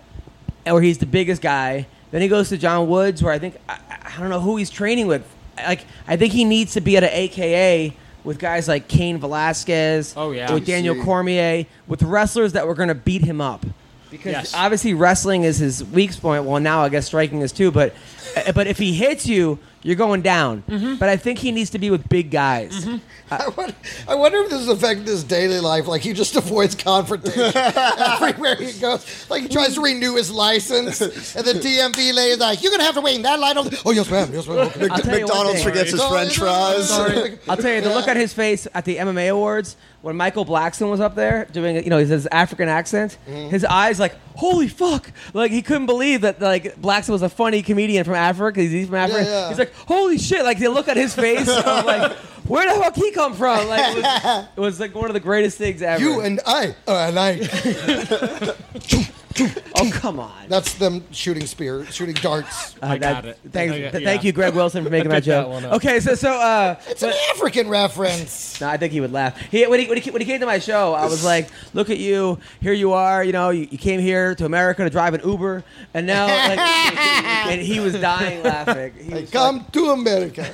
Speaker 1: and where he's the biggest guy. Then he goes to John Woods, where I think I, I don't know who he's training with. Like I think he needs to be at an AKA with guys like Kane Velasquez.
Speaker 4: Oh, yeah.
Speaker 1: with Daniel
Speaker 2: TC.
Speaker 1: Cormier, with wrestlers that were going to beat him up. Because
Speaker 4: Yes.
Speaker 1: obviously wrestling is his weak point. Well, now I guess striking is too. But uh, but if he hits you, you're going down.
Speaker 4: Mm-hmm.
Speaker 1: But I think he needs to be with big guys.
Speaker 5: I wonder, I wonder if this is affecting his daily life. Like he just avoids confrontation everywhere he goes. Like he tries to renew his license, and the DMV lady's like, "You're gonna have to wait in that line." over-" Oh yes, ma'am. Yes, ma'am. Okay.
Speaker 1: I'll tell you one
Speaker 2: McDonald's
Speaker 1: thing.
Speaker 2: forgets his
Speaker 5: Sorry.
Speaker 2: French fries.
Speaker 5: Sorry.
Speaker 1: I'll tell you the look on his face at the MMA awards when Michael Blackson was up there doing you know his African accent,
Speaker 5: Mm-hmm.
Speaker 1: his eyes like holy fuck, like he couldn't believe that like Blackson was a funny comedian from Africa. He's- He's from Africa.
Speaker 5: yeah.
Speaker 1: He's like holy shit, like the look on his face of like where the fuck he come from? Like it was, it was like one of the greatest things ever.
Speaker 5: You and I, uh, and I.
Speaker 1: oh come on.
Speaker 5: That's them shooting spear, shooting darts.
Speaker 1: Uh,
Speaker 4: I got
Speaker 1: that-
Speaker 4: it.
Speaker 1: Thanks,
Speaker 4: I got-
Speaker 1: th-
Speaker 4: yeah.
Speaker 1: Thank you, Greg Wilson, for making
Speaker 4: I
Speaker 1: that
Speaker 4: picked that
Speaker 1: joke.
Speaker 4: one up.
Speaker 1: okay, so so uh,
Speaker 5: It's an African reference.
Speaker 1: No, I think he would laugh. He, when, he, when, he, when he came to my show, I was like, look at you. Here you are. You know, you, you came here to America to drive an Uber. And now, like, and he was dying laughing. He was
Speaker 5: Come to America.
Speaker 1: like-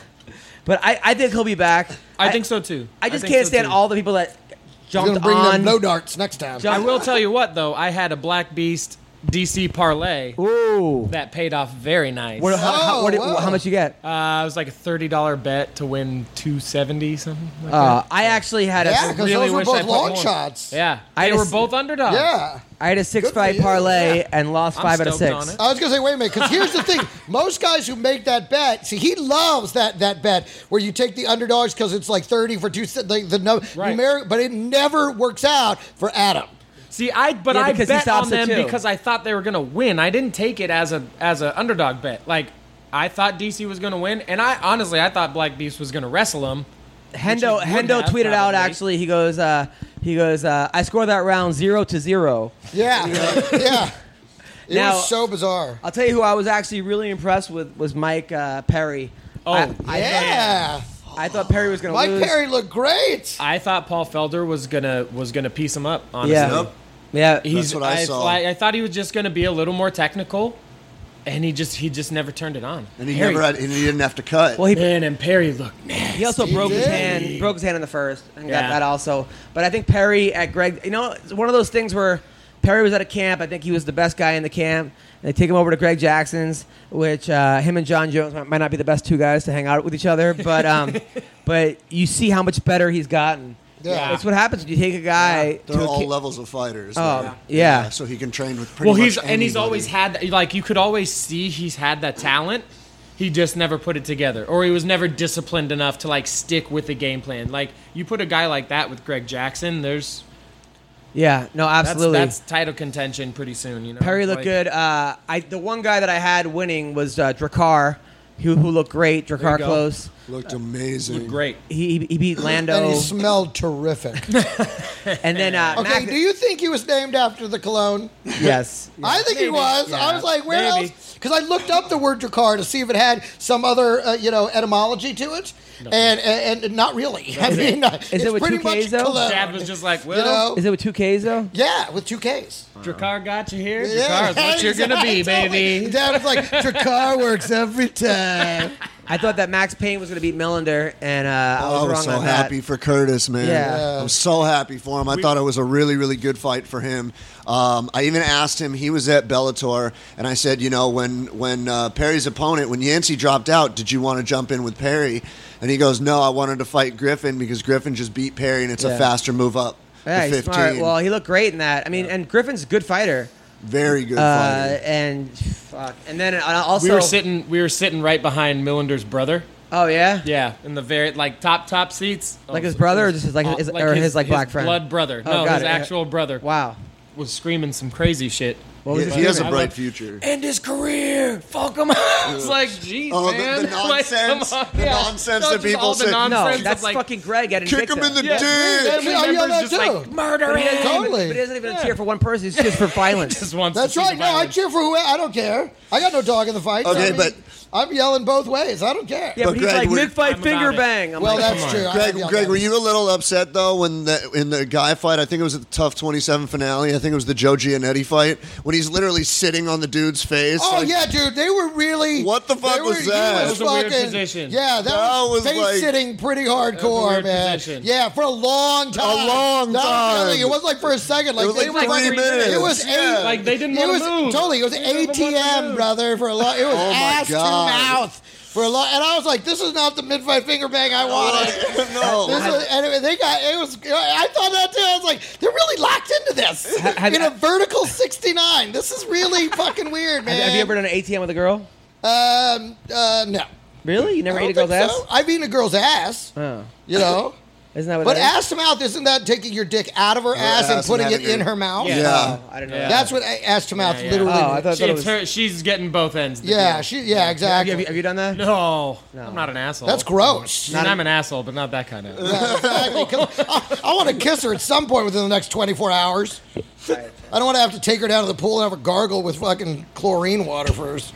Speaker 1: but I, I think he'll be back.
Speaker 4: I, think so too.
Speaker 1: I just
Speaker 4: think
Speaker 1: can't
Speaker 4: so,
Speaker 1: stand
Speaker 4: too.
Speaker 1: all the people that
Speaker 5: I'm
Speaker 1: jumped
Speaker 5: gonna bring
Speaker 1: on.
Speaker 5: them no darts next time.
Speaker 4: I will tell you what though. I had a Black Beast DC parlay
Speaker 1: Ooh.
Speaker 4: that paid off very nice.
Speaker 1: What, how, how, what,
Speaker 5: Oh, wow.
Speaker 1: how much you get?
Speaker 4: Uh, it was like a thirty dollar bet to win two seventy something. Like
Speaker 1: Uh, I actually had a
Speaker 5: Yeah,
Speaker 1: I
Speaker 5: because those were
Speaker 4: wish I
Speaker 5: both
Speaker 4: put
Speaker 5: long
Speaker 4: more.
Speaker 5: shots.
Speaker 4: that. Yeah,
Speaker 1: I
Speaker 4: they were
Speaker 1: just-
Speaker 4: both underdogs.
Speaker 5: Yeah.
Speaker 1: had a six
Speaker 5: Good for
Speaker 1: fight
Speaker 5: you.
Speaker 1: parlay and lost
Speaker 4: I'm
Speaker 1: five out of
Speaker 4: stoked
Speaker 1: six.
Speaker 4: on it.
Speaker 5: I was gonna say, wait a minute, because here's the thing: most guys who make that bet, see, he loves that that bet where you take the underdogs because it's like thirty for two, se- like the no,
Speaker 4: Right.
Speaker 5: numeric, but it never works out for Adam.
Speaker 4: See, I but
Speaker 1: Yeah,
Speaker 4: I
Speaker 1: because he
Speaker 4: bet
Speaker 1: stops
Speaker 4: on
Speaker 1: it
Speaker 4: them
Speaker 1: too.
Speaker 4: because I thought they were gonna win. I didn't take it as a as an underdog bet. Like I thought DC was gonna win, and I honestly I thought Black Beast was gonna wrestle him.
Speaker 1: Hendo
Speaker 4: Which he would
Speaker 1: Hendo
Speaker 4: have,
Speaker 1: tweeted out
Speaker 4: probably.
Speaker 1: actually. He goes, uh, he goes, uh, I scored that round zero to zero.
Speaker 5: Yeah, yeah. It
Speaker 1: Now-
Speaker 5: was so bizarre.
Speaker 1: I'll tell you who I was actually really impressed with was Mike uh, Perry.
Speaker 4: Oh,
Speaker 1: I, I
Speaker 5: yeah,
Speaker 1: thought, I thought Perry was going to
Speaker 5: Mike
Speaker 1: lose.
Speaker 5: Perry looked great.
Speaker 4: I thought Paul Felder was gonna was gonna piece him up. Honestly,
Speaker 1: yeah,
Speaker 2: Nope.
Speaker 1: yeah.
Speaker 4: he's.
Speaker 2: what I saw.
Speaker 4: I thought he was just gonna be a little more technical, and he just he just never turned it on.
Speaker 2: And he
Speaker 4: Perry-
Speaker 2: never had, and he didn't have to cut.
Speaker 1: well, he,
Speaker 4: Man, and Perry looked nasty.
Speaker 1: he also broke his
Speaker 5: did.
Speaker 1: hand. Broke his hand in the first. I think that,
Speaker 4: Yeah.
Speaker 1: that also. But I think Perry at Greg. You know, it's one of those things where Perry was at a camp. I think he was the best guy in the camp. And they take him over to Greg Jackson's, which uh, him and John Jones might, might not be the best two guys to hang out with each other. But um, but you see how much better he's gotten.
Speaker 5: Yeah.
Speaker 1: it's what happens when you take a guy.
Speaker 2: They're
Speaker 1: to a
Speaker 2: all
Speaker 1: ca-
Speaker 2: levels of fighters.
Speaker 1: Oh,
Speaker 2: man.
Speaker 1: yeah.
Speaker 2: So he can train with pretty
Speaker 4: Well, he's
Speaker 2: much
Speaker 4: and he's
Speaker 2: anybody.
Speaker 4: always had that- like you could always see he's had that talent. He just never put it together, or he was never disciplined enough to like stick with the game plan. Like you put a guy like that with Greg Jackson, there's
Speaker 1: Yeah, no,
Speaker 4: that's
Speaker 1: absolutely.
Speaker 4: that's title contention pretty soon. You know,
Speaker 1: Perry looked
Speaker 4: Like,
Speaker 1: good. Uh, I the one guy that I had winning was uh, Dracar, who who looked great. Dracar
Speaker 4: go.
Speaker 1: close.
Speaker 2: looked amazing.
Speaker 4: Great.
Speaker 1: He he beat
Speaker 5: And
Speaker 1: Lando,
Speaker 5: he smelled terrific.
Speaker 1: and then uh,
Speaker 5: Okay,
Speaker 1: Mac-
Speaker 5: do you think he was named after the cologne?
Speaker 1: yes,
Speaker 5: I think he
Speaker 4: Maybe.
Speaker 5: was. I
Speaker 4: Yeah.
Speaker 5: was like, where
Speaker 4: Maybe.
Speaker 5: else? Because I looked up the word Drakkar to see if it had some other, uh, you know, etymology to it, and, and and not really. I mean, uh, it's
Speaker 1: it with
Speaker 5: pretty
Speaker 1: two
Speaker 5: much
Speaker 1: Ks, though?
Speaker 5: cologne,
Speaker 4: Dad was just like,
Speaker 5: you
Speaker 4: well,
Speaker 2: Oh.
Speaker 5: know?
Speaker 1: is it with two Ks though?
Speaker 5: yeah, with two Ks.
Speaker 4: Drakkar got you here.
Speaker 5: Yeah,
Speaker 4: Drakkar is what you're gonna be,
Speaker 5: exactly.
Speaker 4: baby.
Speaker 5: Dad was like, Drakkar works every
Speaker 2: uh,
Speaker 5: time.
Speaker 1: I thought that Max Payne was going to beat Millender, and uh, I was
Speaker 2: Oh, I
Speaker 1: wrong
Speaker 2: was so
Speaker 1: on that.
Speaker 2: happy for Curtis, man.
Speaker 1: Yeah.
Speaker 2: I'm so happy for him. I thought it was a really, really good fight for him. Um, I even asked him. He was at Bellator, and I said, you know, when when uh, Perry's opponent, when Yancey dropped out, did you want to jump in with Perry? And he goes, no, I wanted to fight Griffin because Griffin just beat Perry, and it's
Speaker 1: Yeah.
Speaker 2: a faster move up.
Speaker 1: Yeah,
Speaker 2: to
Speaker 1: he's
Speaker 2: 15.
Speaker 1: smart. Well, he looked great in that. I mean, and Griffin's a good fighter.
Speaker 2: Very good
Speaker 1: Uh,
Speaker 2: fighter.
Speaker 1: and fuck, and then uh, also
Speaker 4: We were sitting, we were sitting right behind Millender's brother.
Speaker 1: Oh yeah,
Speaker 4: Yeah, in the very like top top seats.
Speaker 1: Like
Speaker 4: Oh,
Speaker 1: his brother or
Speaker 4: it was-
Speaker 1: just his, like,
Speaker 4: uh,
Speaker 1: his- or his, like, black friend?
Speaker 4: blood brother.
Speaker 1: Oh,
Speaker 4: No,
Speaker 1: got
Speaker 4: his
Speaker 1: it.
Speaker 4: actual brother.
Speaker 1: Wow.
Speaker 4: was screaming some crazy shit.
Speaker 1: What was
Speaker 2: He,
Speaker 1: his
Speaker 2: he has a
Speaker 1: name?
Speaker 2: bright future.
Speaker 4: End his career. Fuck him. I was like, geez,
Speaker 2: Oh, the-
Speaker 4: man.
Speaker 2: the
Speaker 4: Like, come
Speaker 2: nonsense-
Speaker 4: on.
Speaker 2: the nonsense
Speaker 4: No,
Speaker 2: that
Speaker 4: just
Speaker 2: people
Speaker 4: all the
Speaker 2: say- No,
Speaker 1: No,
Speaker 4: nonsense of,
Speaker 1: that's
Speaker 4: like,
Speaker 1: fucking Greg. I didn't
Speaker 2: Kick
Speaker 1: fix
Speaker 2: him
Speaker 1: that.
Speaker 2: in the
Speaker 4: Yeah.
Speaker 2: dick.
Speaker 4: Family
Speaker 3: Yeah, yeah,
Speaker 4: members
Speaker 3: that
Speaker 4: just
Speaker 3: too.
Speaker 4: like murder
Speaker 1: But he
Speaker 4: him.
Speaker 1: doesn't even-
Speaker 3: Totally.
Speaker 1: But he doesn't even cheer for one person. He's just for violence.
Speaker 4: Just wants to
Speaker 5: That's
Speaker 4: see
Speaker 5: right.
Speaker 4: the
Speaker 5: No, I
Speaker 4: violence.
Speaker 5: cheer for whoever. I don't care. I got no dog in the fight. so
Speaker 2: Okay,
Speaker 5: I mean,
Speaker 2: but-
Speaker 5: I'm yelling both ways. I don't care.
Speaker 1: Yeah,
Speaker 2: But
Speaker 1: but, he's
Speaker 2: Greg,
Speaker 1: like
Speaker 2: we're-
Speaker 1: mid-fight
Speaker 4: I'm
Speaker 1: finger
Speaker 4: about it.
Speaker 1: bang. I'm
Speaker 5: well,
Speaker 1: like,
Speaker 5: that's
Speaker 1: come on.
Speaker 5: true. I
Speaker 2: Greg,
Speaker 5: have yelled
Speaker 2: Greg,
Speaker 5: at
Speaker 2: were
Speaker 5: him.
Speaker 2: you a little upset though when the in the guy fight? I think it was at the Tough Twenty Seven finale. I think it was the Joe Giannetti fight when he's literally sitting on the dude's face.
Speaker 5: Oh
Speaker 2: like,
Speaker 5: yeah, dude, they were really.
Speaker 2: What the fuck
Speaker 5: they
Speaker 2: was
Speaker 5: he
Speaker 2: that?
Speaker 4: That was a weird
Speaker 5: fucking-
Speaker 4: position.
Speaker 5: Yeah, that,
Speaker 2: That
Speaker 5: was,
Speaker 2: was
Speaker 5: face
Speaker 2: like-
Speaker 5: sitting pretty
Speaker 4: was a
Speaker 5: hardcore,
Speaker 4: weird
Speaker 5: man.
Speaker 4: position.
Speaker 5: Yeah, for a long time.
Speaker 2: long
Speaker 5: That was
Speaker 2: time.
Speaker 5: really- it was like for a second, like
Speaker 2: was
Speaker 5: they
Speaker 2: like
Speaker 5: were
Speaker 2: three
Speaker 5: fucking-
Speaker 2: minutes.
Speaker 5: It was
Speaker 2: Yeah.
Speaker 5: eight.
Speaker 4: Like, they didn't
Speaker 5: It
Speaker 4: wanna
Speaker 5: was
Speaker 4: move.
Speaker 5: totally. It was
Speaker 4: They didn't wanna
Speaker 5: ATM,
Speaker 4: move.
Speaker 5: brother. For a long, it was
Speaker 2: Oh, my
Speaker 5: ass to
Speaker 2: God.
Speaker 5: mouth for a long, and I was like, this is not the mid fight finger bang I wanted.
Speaker 2: no.
Speaker 5: This was, anyway, they got it was. I thought that too. I was like, they're really locked into this
Speaker 1: have-
Speaker 5: in a vertical sixty nine. This is really fucking weird, man.
Speaker 1: Have, have you ever done an ATM with a girl?
Speaker 5: Um, uh, no.
Speaker 1: Really? You never
Speaker 5: I
Speaker 1: ate a
Speaker 5: don't
Speaker 1: girl's
Speaker 5: think
Speaker 1: ass?
Speaker 5: so. I've eaten a girl's ass.
Speaker 1: Oh.
Speaker 5: You know.
Speaker 1: Isn't that what
Speaker 5: But
Speaker 1: that is?
Speaker 5: ass to mouth, isn't that taking your dick out of her, ass, and
Speaker 2: ass
Speaker 5: putting
Speaker 2: and
Speaker 5: it
Speaker 2: having
Speaker 5: in
Speaker 2: your-
Speaker 5: her mouth?
Speaker 2: Yeah.
Speaker 1: Oh, I don't know.
Speaker 4: Yeah.
Speaker 5: That's what a- ass to mouth
Speaker 4: Yeah, yeah.
Speaker 5: literally.
Speaker 1: Oh, I thought, I
Speaker 4: She-
Speaker 1: thought it
Speaker 4: it's
Speaker 1: was.
Speaker 4: her, she's getting both ends. the
Speaker 5: yeah,
Speaker 4: deal.
Speaker 5: she. Yeah,
Speaker 1: Have you,
Speaker 5: exactly.
Speaker 1: have you- have you done that?
Speaker 4: No, Oh, I'm not an asshole.
Speaker 5: That's gross.
Speaker 4: I mean, I'm an asshole, but not that kind of.
Speaker 5: Exactly. Come on. I, want to kiss her at some point within the next 24 hours. I don't want to have to take her down to the pool and have her gargle with fucking chlorine water first.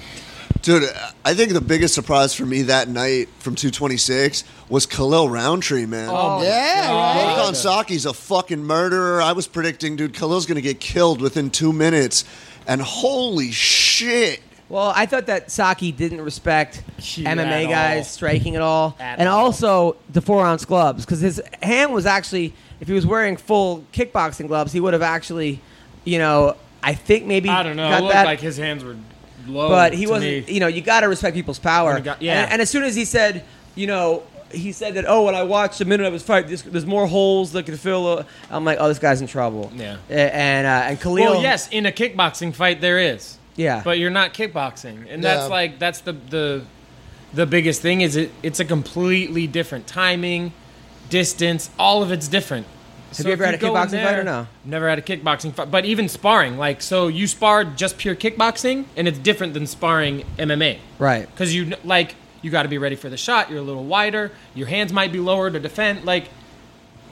Speaker 2: Dude, I think the biggest surprise for me that night from 226 was Khalil Roundtree, man.
Speaker 4: Oh,
Speaker 5: Yeah, right?
Speaker 2: Volkan Saki's a fucking murderer. I was predicting, dude, Khalil's going to get killed within two minutes. And holy shit.
Speaker 1: Well, I thought that Saki didn't respect
Speaker 4: Shoot,
Speaker 1: MMA
Speaker 4: at
Speaker 1: guys
Speaker 4: all.
Speaker 1: striking at all,
Speaker 4: At
Speaker 1: and
Speaker 4: all.
Speaker 1: also the four ounce gloves because his hand was actually, if he was wearing full kickboxing gloves, he would have actually, you know, I think maybe
Speaker 4: I don't know. It
Speaker 1: got
Speaker 4: looked
Speaker 1: that,
Speaker 4: like his hands were low.
Speaker 1: but he
Speaker 4: Oh, to
Speaker 1: wasn't.
Speaker 4: me.
Speaker 1: You know, you got to respect people's power.
Speaker 4: When he got- yeah.
Speaker 1: And, and as soon as he said, you know. He said that, oh, when I watched the minute of his fight, this, there's more holes that could fill. uh," I'm like, oh, this guy's in trouble.
Speaker 4: Yeah.
Speaker 1: A- And uh, and Khalil.
Speaker 4: Well, yes, in a kickboxing fight there is.
Speaker 1: Yeah.
Speaker 4: But you're not kickboxing, and
Speaker 5: Yeah.
Speaker 4: that's like that's the the the biggest thing is it it's a completely different timing, distance, all of it's different.
Speaker 1: Have you ever had a kickboxing fight or no?
Speaker 4: Never had a kickboxing fight, but even sparring, like so, you sparred just pure kickboxing, and it's different than sparring MMA,
Speaker 1: Right.
Speaker 4: Because you kn- like you got to be ready for the shot. You're a little wider. Your hands might be lower to defend. Like,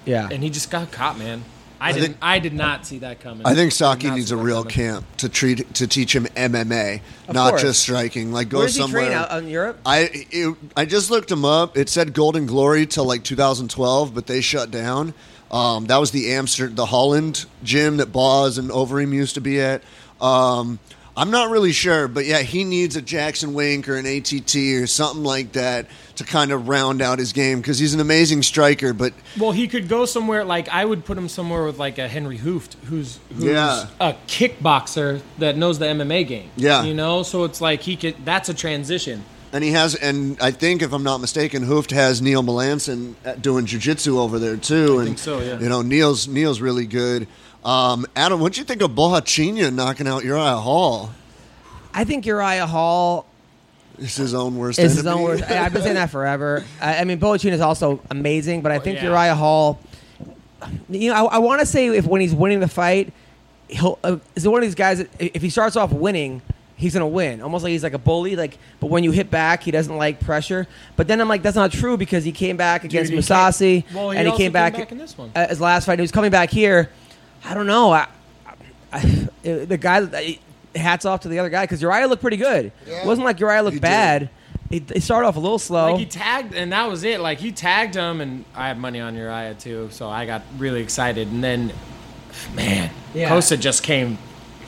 Speaker 1: Yeah.
Speaker 4: and he just got caught, man. I,
Speaker 2: think-
Speaker 4: didn't. I did not see that coming.
Speaker 2: I think
Speaker 4: Did
Speaker 2: Saki
Speaker 4: not
Speaker 2: needs
Speaker 4: see
Speaker 2: a
Speaker 4: that
Speaker 2: real
Speaker 4: coming.
Speaker 2: camp to treat to teach him MMA,
Speaker 1: Of
Speaker 2: not
Speaker 1: course.
Speaker 2: just striking. Like go
Speaker 1: Where does he
Speaker 2: somewhere.
Speaker 1: train out in Europe?
Speaker 2: I it, I just looked him up. It said Golden Glory till like 2012, but they shut down. Um, that was the Amsterdam, the Holland gym that Boz and Overeem used to be at. Um, I'm not really sure, but yeah, he needs a Jackson Wink or an ATT or something like that to kind of round out his game because he's an amazing striker. But
Speaker 4: Well, he could go somewhere like I would put him somewhere with like a Henry Hooft, who's who's
Speaker 2: Yeah.
Speaker 4: a kickboxer that knows the MMA game.
Speaker 2: Yeah.
Speaker 4: you know, so it's like he could. That's a transition.
Speaker 2: and he has, and I think if I'm not mistaken, Hooft has Neil Melanson at- doing jujitsu over there too. and
Speaker 4: think so, yeah.
Speaker 2: you know Neil's Neil's really good. Um, Adam, what'd you think of Bohachinha knocking out Uriah Hall?
Speaker 1: I think Uriah Hall
Speaker 2: It's his own worst
Speaker 1: is
Speaker 2: enemy.
Speaker 1: his own worst. I- I've been saying that forever. I, I mean, Bochina is also amazing, but I think
Speaker 4: Oh, yeah.
Speaker 1: Uriah Hall. You know, I, I want to say if when he's winning the fight, he'll uh, is one of these guys. That i- if he starts off winning, he's gonna win. Almost like he's like a bully. Like, but when you hit back, he doesn't like pressure. But then I'm like, that's not true because he came back against
Speaker 4: he came-
Speaker 1: Musasi,
Speaker 4: Well, he
Speaker 1: and he came
Speaker 4: also came
Speaker 1: back,
Speaker 4: back in this one.
Speaker 1: uh, his last fight. He was coming back here. I don't know. I, I, I, the guy. I, hats off to the other guy because Uriah looked pretty good. It wasn't like Uriah looked
Speaker 2: He did.
Speaker 1: bad. It, it started off a little slow.
Speaker 4: Like he tagged, and that was it. Like he tagged him, and I have money on Uriah too, so I got really excited. And then, man,
Speaker 1: Yeah.
Speaker 4: Costa just came.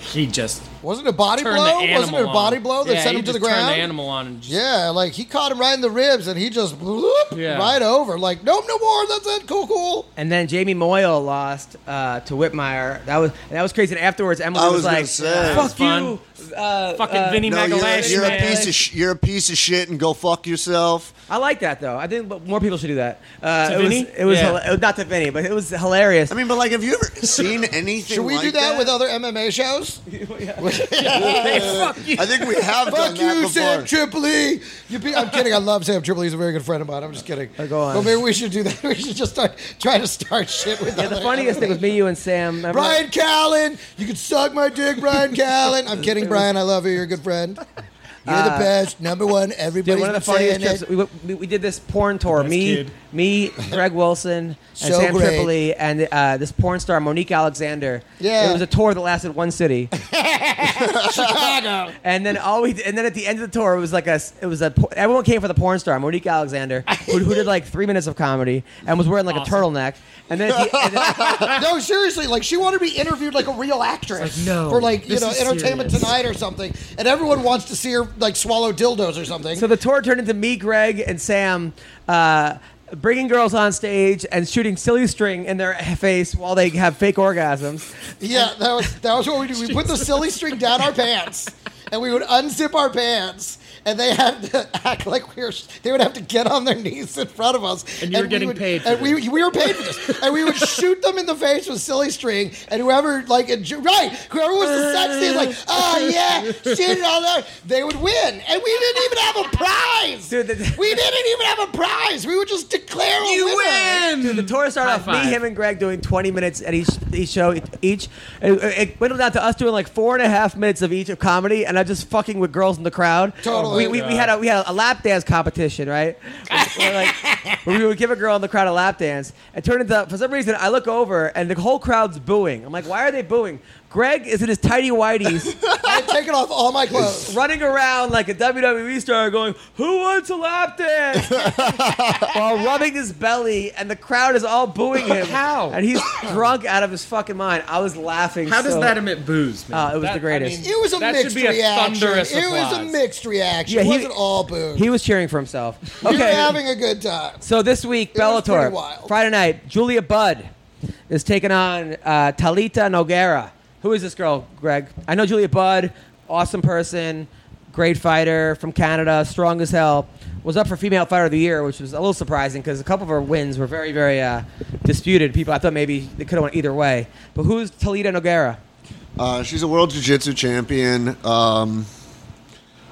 Speaker 4: He just
Speaker 5: Wasn't it a body
Speaker 4: turned
Speaker 5: blow?
Speaker 4: the animal
Speaker 5: Wasn't it a
Speaker 4: on.
Speaker 5: body blow that
Speaker 4: yeah,
Speaker 5: sent
Speaker 4: he
Speaker 5: him to the
Speaker 4: just turned
Speaker 5: ground?
Speaker 4: the animal on. And just,
Speaker 5: Yeah, like he caught him right in the ribs and he just bloop,
Speaker 4: Yeah.
Speaker 5: right over. Like, nope, no more. That's it. Cool, cool.
Speaker 1: and then Jamie Moyle lost uh, to Whitmire. That was and that was crazy. And afterwards, Emily
Speaker 2: I
Speaker 1: was,
Speaker 2: was gonna
Speaker 1: like,
Speaker 2: say.
Speaker 1: "Fuck
Speaker 4: That
Speaker 1: you,
Speaker 4: was
Speaker 1: uh,
Speaker 4: Fucking
Speaker 1: uh,
Speaker 4: Vinny
Speaker 2: No, you're,
Speaker 4: Magalash,
Speaker 2: you're a
Speaker 4: man.
Speaker 2: piece of sh- you're a piece of shit and go fuck yourself.
Speaker 1: I like that though. I think but more people should do that. Uh,
Speaker 4: To
Speaker 1: it was
Speaker 4: Vinny?
Speaker 1: it was
Speaker 4: Yeah.
Speaker 1: hila- not to Vinny, but it was hilarious.
Speaker 2: I mean, but like, have you ever seen anything?
Speaker 5: Should we do
Speaker 2: like
Speaker 5: that, with other MMA shows?
Speaker 1: Hey, fuck you.
Speaker 2: I think we have done
Speaker 5: Fuck
Speaker 2: that
Speaker 5: you, Sam
Speaker 2: before.
Speaker 5: Tripoli. You be, I'm kidding. I love Sam Tripoli. He's a very good friend of mine. I'm just kidding.
Speaker 1: Uh, go on.
Speaker 5: But maybe we should do that. We should just start trying to start shit with
Speaker 1: Yeah, the funniest thing was me, you, and Sam. Remember-
Speaker 5: Brian Callen. You can suck my dick, Brian Callen. I'm kidding, Brian. I love you. You're a good friend. You're the best. Number one.
Speaker 1: Dude,
Speaker 5: Everybody's
Speaker 1: Uh, one of the
Speaker 5: been saying
Speaker 1: funniest trips.
Speaker 5: it.
Speaker 1: We, we, we did this porn tour. Me,
Speaker 4: kid.
Speaker 1: me, Greg Wilson, and
Speaker 5: So
Speaker 1: Sam
Speaker 5: great.
Speaker 1: Tripoli, and uh, this porn star Monique Alexander.
Speaker 5: Yeah.
Speaker 1: it was a tour that lasted one city,
Speaker 6: Chicago.
Speaker 1: and then all we, and then at the end of the tour, it was like a, it was a, po- everyone came for the porn star Monique Alexander, who, who did like three minutes of comedy and was wearing like a turtleneck, and then, at the, and then
Speaker 5: No, seriously. Like she wanted to be interviewed like a real actress
Speaker 4: like, no,
Speaker 5: for like you
Speaker 4: this
Speaker 5: know
Speaker 4: is
Speaker 5: Entertainment
Speaker 4: serious.
Speaker 5: Tonight or something, and everyone wants to see her like swallow dildos or something.
Speaker 1: so the tour turned into me, Greg, and Sam. Uh, Bringing girls on stage and shooting silly string in their face while they have fake orgasms.
Speaker 5: Yeah, that was that was what we do. We put the silly string down our pants, and we would unzip our pants, and they had to act like we were. They would have to get on their knees in front of us,
Speaker 4: And you were
Speaker 5: we
Speaker 4: getting
Speaker 5: would-
Speaker 4: paid for
Speaker 5: and we we were paid for this, and we would shoot them in the face with silly string, and whoever like enjo- right, whoever was the sexiest, like oh yeah, shoot it all out, they would win, and we didn't even have a prize.
Speaker 1: Dude, the-
Speaker 5: we didn't even have a prize. We would just declare a winner.
Speaker 1: Oh, Dude, the tour started
Speaker 4: High
Speaker 1: off
Speaker 4: five.
Speaker 1: me, him, and Greg doing 20 minutes at each each show each. It, it went down to us doing like four and a half minutes of each of comedy, and I just fucking with girls in the crowd.
Speaker 5: Totally.
Speaker 1: We, we, we had a we had a lap dance competition, right? Where, like, where we would give a girl in the crowd a lap dance. It turned into for some reason I look over and the whole crowd's booing. I'm like, why are they booing? Greg is in his tidy whities
Speaker 5: I had taken off all my clothes.
Speaker 1: running around like a WWE star going, Who wants a lap dance? while rubbing his belly, and the crowd is all booing him.
Speaker 4: How?
Speaker 1: And he's drunk out of his fucking mind. I was laughing.
Speaker 4: How does
Speaker 1: so-
Speaker 4: that emit booze, man?
Speaker 1: Uh, it was
Speaker 4: That-
Speaker 1: the greatest.
Speaker 5: It was a
Speaker 4: that
Speaker 5: mixed
Speaker 4: should be a
Speaker 5: reaction.
Speaker 4: thunderous
Speaker 5: it was a
Speaker 4: applause.
Speaker 5: mixed reaction.
Speaker 1: Yeah,
Speaker 5: it
Speaker 1: he-
Speaker 5: wasn't all boo.
Speaker 1: He was cheering for himself.
Speaker 5: We were
Speaker 1: Okay.
Speaker 5: having a good time.
Speaker 1: So this week,
Speaker 5: It was
Speaker 1: Bellator,
Speaker 5: pretty wild.
Speaker 1: Friday night, Julia Budd is taking on uh, Talita Noguera. Who is this girl, Greg? I know Julia Budd, awesome person, great fighter from Canada, strong as hell. Was up for Female Fighter of the Year, which was a little surprising because a couple of her wins were very, very uh, disputed. People, I thought maybe they could have went either way. But who's Talita Noguera?
Speaker 2: Uh, she's a world jiu-jitsu champion. Um,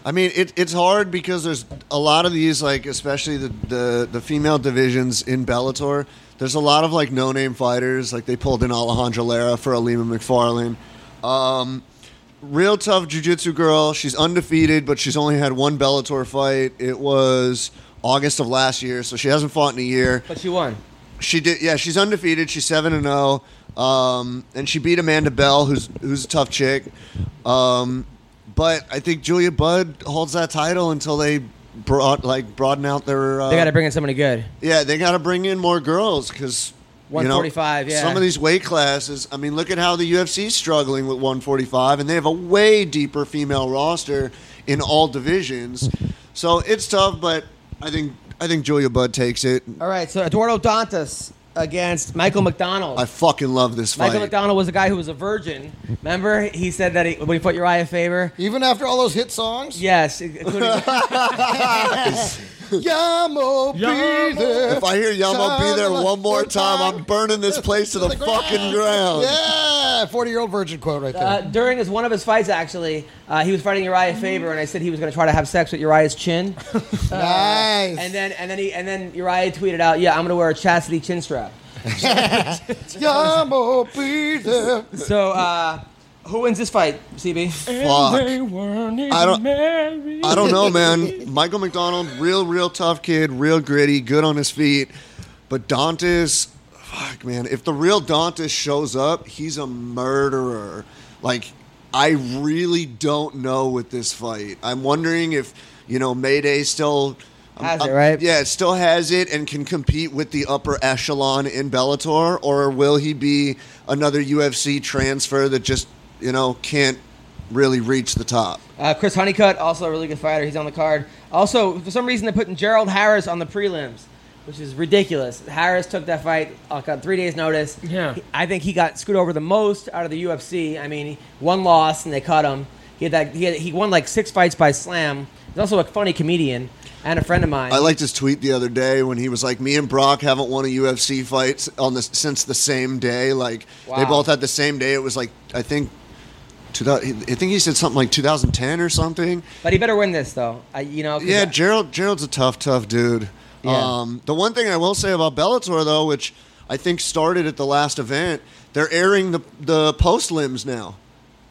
Speaker 2: I mean, it, it's hard because there's a lot of these, like especially the, the the female divisions in Bellator. There's a lot of like no-name fighters. Like they pulled in Alejandra Lara for Alima McFarlane. Um, real tough jiu-jitsu girl. She's undefeated, but she's only had one Bellator fight. It was August of last year, so she hasn't fought in a year.
Speaker 1: But she won.
Speaker 2: She did. Yeah, she's undefeated. She's seven and zero, um, and she beat Amanda Bell, who's who's a tough chick. Um, but I think Julia Budd holds that title until they brought like broaden out their. Uh,
Speaker 1: They got to bring in somebody good.
Speaker 2: yeah, they got to bring in more girls because.
Speaker 1: 145,
Speaker 2: you know,
Speaker 1: yeah.
Speaker 2: Some of these weight classes. I mean, look at how the UFC's struggling with 145, and they have a way deeper female roster in all divisions. So it's tough, but I think I think Julia Budd takes it.
Speaker 1: All right, so Eduardo Dantas against Michael McDonald.
Speaker 2: I fucking love this fight.
Speaker 1: Michael McDonald was a guy who was a virgin. Remember, he said that he, when he fought Uriah Faber.
Speaker 5: Even after all those hit songs,
Speaker 1: Yes, including
Speaker 5: Yamo, be
Speaker 4: Yamo.
Speaker 5: there.
Speaker 2: If I hear Yamo be there
Speaker 5: Time
Speaker 2: one more
Speaker 5: for
Speaker 2: time,
Speaker 5: time
Speaker 2: I'm burning this place to the
Speaker 5: ah,
Speaker 2: fucking ground.
Speaker 5: Yeah, 40 year old virgin quote right there.
Speaker 1: uh, during his one of his fights. Actually, uh, he was fighting Uriah Faber, and I said he was going to try to have sex with Uriah's chin.
Speaker 4: uh,
Speaker 5: nice.
Speaker 1: And then, and then he, and then Uriah tweeted out, "Yeah, I'm going to wear a chastity chin strap."
Speaker 5: Yamo, be there.
Speaker 1: So, uh, who wins this fight, CB?
Speaker 2: Fuck.
Speaker 4: They weren't even
Speaker 2: I don't-
Speaker 4: married.
Speaker 2: I don't know, man. Michael McDonald, real, real tough kid, real gritty, good on his feet. But Dantes, fuck, man. If the real Dantes shows up, he's a murderer. Like, I really don't know with this fight. I'm wondering if, you know, Mayday still.
Speaker 1: Has it, right?
Speaker 2: Yeah, it still has it and can compete with the upper echelon in Bellator, or will he be another UFC transfer that just, you know, can't really reach the top?
Speaker 1: Uh, Chris Honeycutt, also a really good fighter. He's on the card. Also, for some reason, they're putting Gerald Harris on the prelims, which is ridiculous. Harris took that fight like, on three days' notice.
Speaker 4: Yeah.
Speaker 1: He- I think he got screwed over the most out of the UFC. I mean, one loss and they cut him. He had that. He, had, he won like six fights by slam. He's also a funny comedian and a friend of mine.
Speaker 2: I liked his tweet the other day when he was like, "Me and Brock haven't won a UFC fight on this since the same day. Like
Speaker 1: Wow.
Speaker 2: they both had the same day. It was like I think two thou- I think he said something like 2010 or something.
Speaker 1: But he better win this though. I, you know. 'cause
Speaker 2: Yeah,
Speaker 1: I-
Speaker 2: Gerald Gerald's a tough, tough dude.
Speaker 1: Yeah.
Speaker 2: Um, the one thing I will say about Bellator though, which I think started at the last event, they're airing the the post limbs now.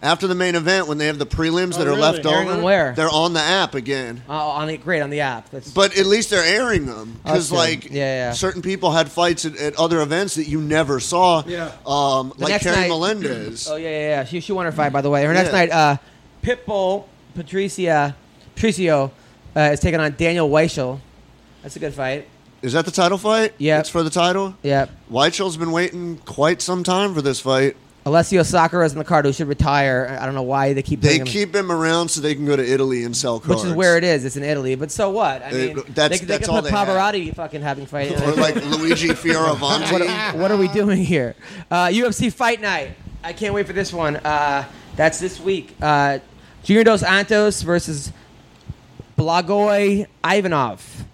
Speaker 2: After the main event, when they have the prelims that are
Speaker 4: really?
Speaker 2: left
Speaker 1: Oh, Airing
Speaker 2: over,
Speaker 1: them where?
Speaker 2: they're on the app again.
Speaker 1: Oh, on the great on the app. That's,
Speaker 2: But at least they're airing them
Speaker 1: That's
Speaker 2: because,
Speaker 1: good.
Speaker 2: like,
Speaker 1: Oh, Yeah, yeah.
Speaker 2: certain people had fights at, at other events that you never saw.
Speaker 5: Yeah.
Speaker 2: Um, like
Speaker 1: next
Speaker 2: Carrie
Speaker 1: night-
Speaker 2: Melendez.
Speaker 1: oh yeah, yeah, yeah. She she won her fight by the way. Her next
Speaker 2: Yeah.
Speaker 1: night, uh, Pitbull Patricia Patricio uh, is taking on Daniel Weichel. That's a good fight.
Speaker 2: Is that the title fight?
Speaker 1: Yeah.
Speaker 2: It's for the title.
Speaker 1: Yep.
Speaker 2: Weichel's been waiting quite some time for this fight.
Speaker 1: Alessio Sakura is in the card who should retire. I- I don't know why they keep.
Speaker 2: They
Speaker 1: bringing him-
Speaker 2: keep him around so they can go to Italy and sell
Speaker 1: Which
Speaker 2: cards.
Speaker 1: is where it is. It's in Italy. But so what? I
Speaker 2: They-
Speaker 1: mean,
Speaker 2: that's-
Speaker 1: they, could- they
Speaker 2: that's
Speaker 1: could
Speaker 2: all
Speaker 1: put
Speaker 2: they have.
Speaker 1: Pavarotti fucking having fight.
Speaker 2: Or like Luigi Fioravanti.
Speaker 1: what, are, what are we doing here? Uh, UFC Fight Night. I can't wait for this one. Uh, that's this week. Uh, Junior Dos Antos versus Blagoy Ivanov.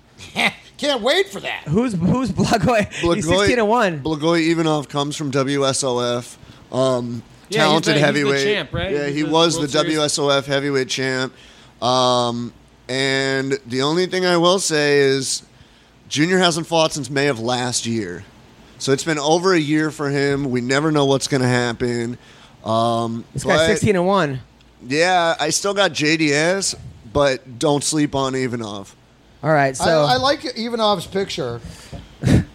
Speaker 5: Can't wait for that.
Speaker 1: Who's who's Blagoy? He's sixteen and one.
Speaker 2: Blagoy Ivanov comes from WSOF. Um,
Speaker 4: Yeah, he's
Speaker 2: talented
Speaker 4: the- he's the
Speaker 2: heavyweight.
Speaker 4: champ, right?
Speaker 2: Yeah,
Speaker 4: He's
Speaker 2: he
Speaker 4: the
Speaker 2: was the
Speaker 4: World Series-
Speaker 2: WSOF heavyweight champ. Um, and the only thing I will say is Junior hasn't fought since May of last year. So it's been over a year for him. We never know what's going to happen. Um,
Speaker 1: This guy's
Speaker 2: but-
Speaker 1: sixteen and one.
Speaker 2: Yeah, I still got JDS, but don't sleep on Ivanov.
Speaker 1: All right, so
Speaker 5: I, I like Ivanov's picture.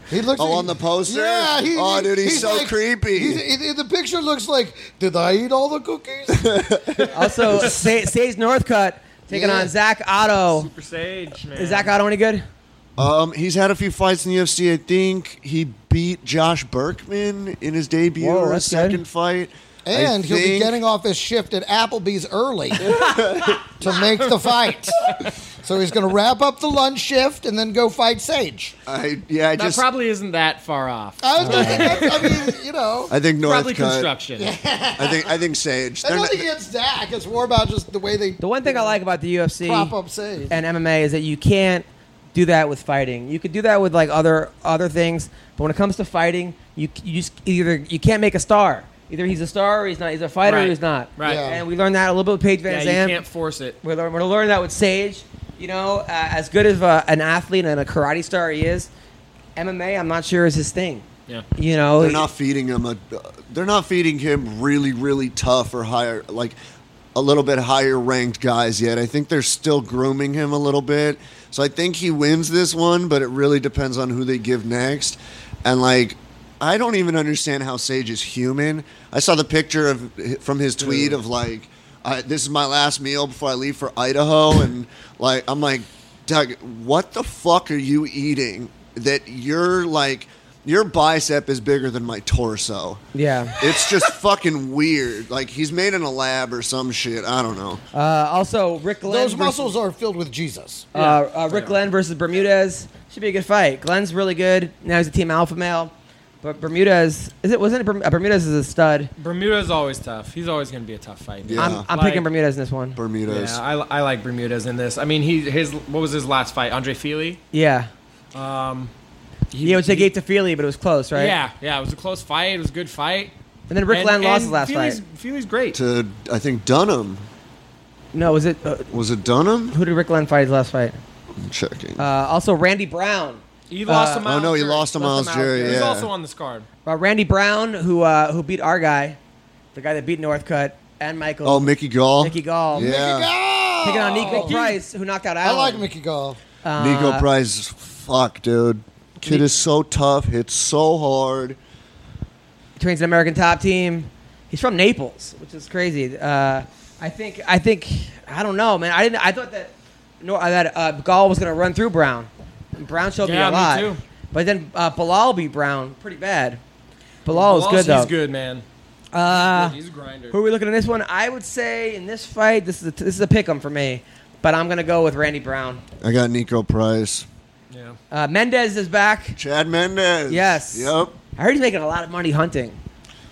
Speaker 5: He looks.
Speaker 2: Oh, on the poster?
Speaker 5: Yeah. He,
Speaker 2: Oh,
Speaker 5: he-
Speaker 2: dude, he's so
Speaker 5: like-
Speaker 2: creepy.
Speaker 5: he's- he- the picture looks like. Did I eat all the cookies?
Speaker 1: also Sa- Sage Northcutt taking
Speaker 5: Yeah.
Speaker 1: on Zach Otto.
Speaker 4: Super Sage, man.
Speaker 1: Is Zach Otto any good?
Speaker 2: Um, he's had a few fights in the UFC. I think he beat Josh Berkman in his debut
Speaker 1: Whoa,
Speaker 2: or his
Speaker 1: that's
Speaker 2: second
Speaker 1: good.
Speaker 2: fight. I
Speaker 5: and he'll be
Speaker 2: think-
Speaker 5: getting off his shift at Applebee's early to make the fight. So he's going to wrap up the lunch shift and then go fight Sage.
Speaker 2: I, yeah, I
Speaker 4: that
Speaker 2: just.
Speaker 4: probably isn't that far off.
Speaker 5: I was gonna think that's- I mean, you know,
Speaker 2: I think Northcutt.
Speaker 4: probably construction.
Speaker 2: I think I think Sage.
Speaker 5: I
Speaker 2: They're
Speaker 5: don't
Speaker 2: not-
Speaker 5: think it's Dak. It's more about just the way they
Speaker 1: The one thing I like about the UFC
Speaker 5: prop up Sage.
Speaker 1: and MMA is that you can't do that with fighting. You could do that with like other other things, but when it comes to fighting, you you just either you can't make a star. Either he's a star or he's not. He's a fighter or
Speaker 4: Right.
Speaker 1: he's not.
Speaker 4: Right.
Speaker 5: Yeah.
Speaker 1: And we learned that a little bit with Paige
Speaker 4: Yeah,
Speaker 1: Van
Speaker 4: you
Speaker 1: Zandt.
Speaker 4: can't force it.
Speaker 1: We're, lear- we're learning that with Sage. You know, uh, as good as uh, an athlete and a karate star he is, MMA I'm not sure is his thing.
Speaker 4: Yeah.
Speaker 1: You know,
Speaker 2: They're not feeding him a. They're not feeding him really, really tough or higher, like a little bit higher ranked guys yet. I think they're still grooming him a little bit. So I think he wins this one, but it really depends on who they give next. And like, I don't even understand how Sage is human. I saw the picture of from his tweet of like, I, "This is my last meal before I leave for Idaho," and like, I'm like, Doug, what the fuck are you eating that you're like? your bicep is bigger than my torso.
Speaker 1: yeah.
Speaker 2: It's just fucking weird. Like he's made in a lab or some shit. I don't know.
Speaker 1: Uh, also, Rick Glenn
Speaker 5: Those
Speaker 1: versus-
Speaker 5: muscles are filled with Jesus.
Speaker 1: Uh, uh, Rick Glenn versus Bermudez should be a good fight. Glenn's really good. Now he's a team alpha male, but Bermudez is it? Wasn't it Berm- uh, Bermudez is a stud?
Speaker 4: Bermuda's always tough. He's always going to be a tough fight.
Speaker 2: Yeah.
Speaker 1: I'm, I'm
Speaker 4: Like-
Speaker 1: picking Bermudez in this one.
Speaker 2: Bermudas.
Speaker 4: Yeah, I, I like Bermuda's in this. I mean, he his what was his last fight? Andre Feely.
Speaker 1: yeah,
Speaker 4: He,
Speaker 1: yeah, which they
Speaker 4: he-
Speaker 1: gave to Feely, but it was close, right?
Speaker 4: Yeah, yeah, it was a close fight. It was a good fight.
Speaker 1: And then Rick
Speaker 4: And-
Speaker 1: Glenn lost
Speaker 4: and
Speaker 1: his last
Speaker 4: Feely's,
Speaker 1: fight.
Speaker 4: Feely's great.
Speaker 2: to I think Dunham.
Speaker 1: No, was it? Uh,
Speaker 2: Was it Dunham?
Speaker 1: who did Rick Glenn fight his last fight?
Speaker 2: I'm checking.
Speaker 1: Uh, also, Randy Brown.
Speaker 4: He lost
Speaker 1: Uh,
Speaker 4: to Miles.
Speaker 2: oh no, he
Speaker 4: Jury.
Speaker 2: lost to Miles
Speaker 1: Miles
Speaker 2: Jerry.
Speaker 1: Jury.
Speaker 4: He's
Speaker 2: Yeah.
Speaker 4: also on this card.
Speaker 1: Uh, Randy Brown, who uh, who beat our guy, the guy that beat Northcutt and Michael.
Speaker 2: oh, Mickey Gall.
Speaker 1: Mickey Gall.
Speaker 2: Yeah.
Speaker 1: Taking on
Speaker 5: Mickey
Speaker 1: Nico
Speaker 4: Oh.
Speaker 5: Gall!
Speaker 1: Price, who knocked out
Speaker 5: I
Speaker 1: Allen.
Speaker 5: like Mickey Gall.
Speaker 2: Nico
Speaker 1: Uh,
Speaker 2: Price. is- Fuck, dude. Kid is so tough. Hits so hard.
Speaker 1: trains an American top team. He's from Naples, which is crazy. Uh, I think I think I don't know, man. I didn't. I thought that no, uh, that uh, Gall was gonna run through Brown. Brown showed
Speaker 4: Yeah,
Speaker 1: me a
Speaker 4: me
Speaker 1: lot,
Speaker 4: too.
Speaker 1: but then uh, Bilal beat Brown pretty bad. Bilal was Oh, good though.
Speaker 4: He's good, man. Uh, he's, a grinder.
Speaker 1: Who are we looking at this one? I would say in this fight, this is a, this is a pick 'em for me, but I'm gonna go with Randy Brown.
Speaker 2: I got Nico Price.
Speaker 4: yeah.
Speaker 1: Uh, Mendez is back.
Speaker 2: Chad Mendez.
Speaker 1: Yes.
Speaker 2: Yep.
Speaker 1: I heard he's making a lot of money hunting.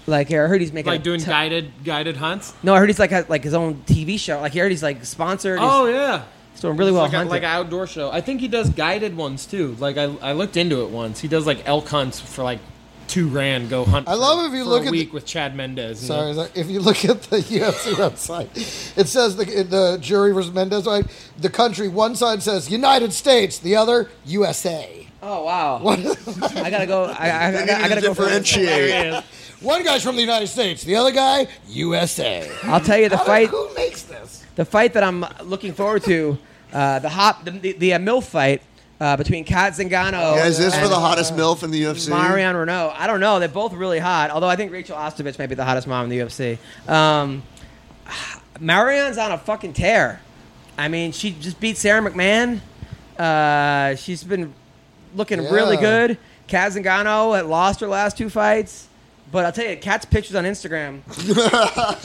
Speaker 1: Like I heard he's making
Speaker 4: Like
Speaker 1: a
Speaker 4: doing
Speaker 1: ton-
Speaker 4: guided guided hunts.
Speaker 1: No, I heard he's like has, like his own TV show. Like I heard he's like sponsored. He's,
Speaker 4: Oh yeah.
Speaker 1: he's doing really well.
Speaker 4: like, a,
Speaker 1: hunting.
Speaker 4: like an outdoor show. I think he does guided ones too. Like I, I looked into it once. He does like elk hunts for like two grand go hunt.
Speaker 5: I love if you look
Speaker 4: a
Speaker 5: at
Speaker 4: week
Speaker 5: the-
Speaker 4: with Chad Mendez. you
Speaker 5: Sorry,
Speaker 4: know?
Speaker 5: that- if you look at the UFC website, it says the, the jury versus Mendez. Right, the country. One side says United States, the other USA.
Speaker 1: Oh wow! I gotta go. I, I, I, gotta, I gotta go for it.
Speaker 2: differentiate.
Speaker 5: One guy's from the United States, the other guy USA.
Speaker 1: I'll tell you the fight.
Speaker 5: Who makes this?
Speaker 1: The fight that I'm looking forward to, uh, the hot, the the, the uh, milf fight uh, between Kat Zingano.
Speaker 2: Yeah, is this for
Speaker 1: and uh,
Speaker 2: the hottest milf in the UFC?
Speaker 1: Marion Renault. I don't know. They're both really hot. Although I think Rachel Ostovich might be the hottest mom in the UFC. Um, Marion's on a fucking tear. I mean, she just beat Sarah McMahon. Uh, she's been looking really
Speaker 5: Yeah.
Speaker 1: good. Kat Zingano had lost her last two fights. But I'll tell you, Kat's pictures on Instagram.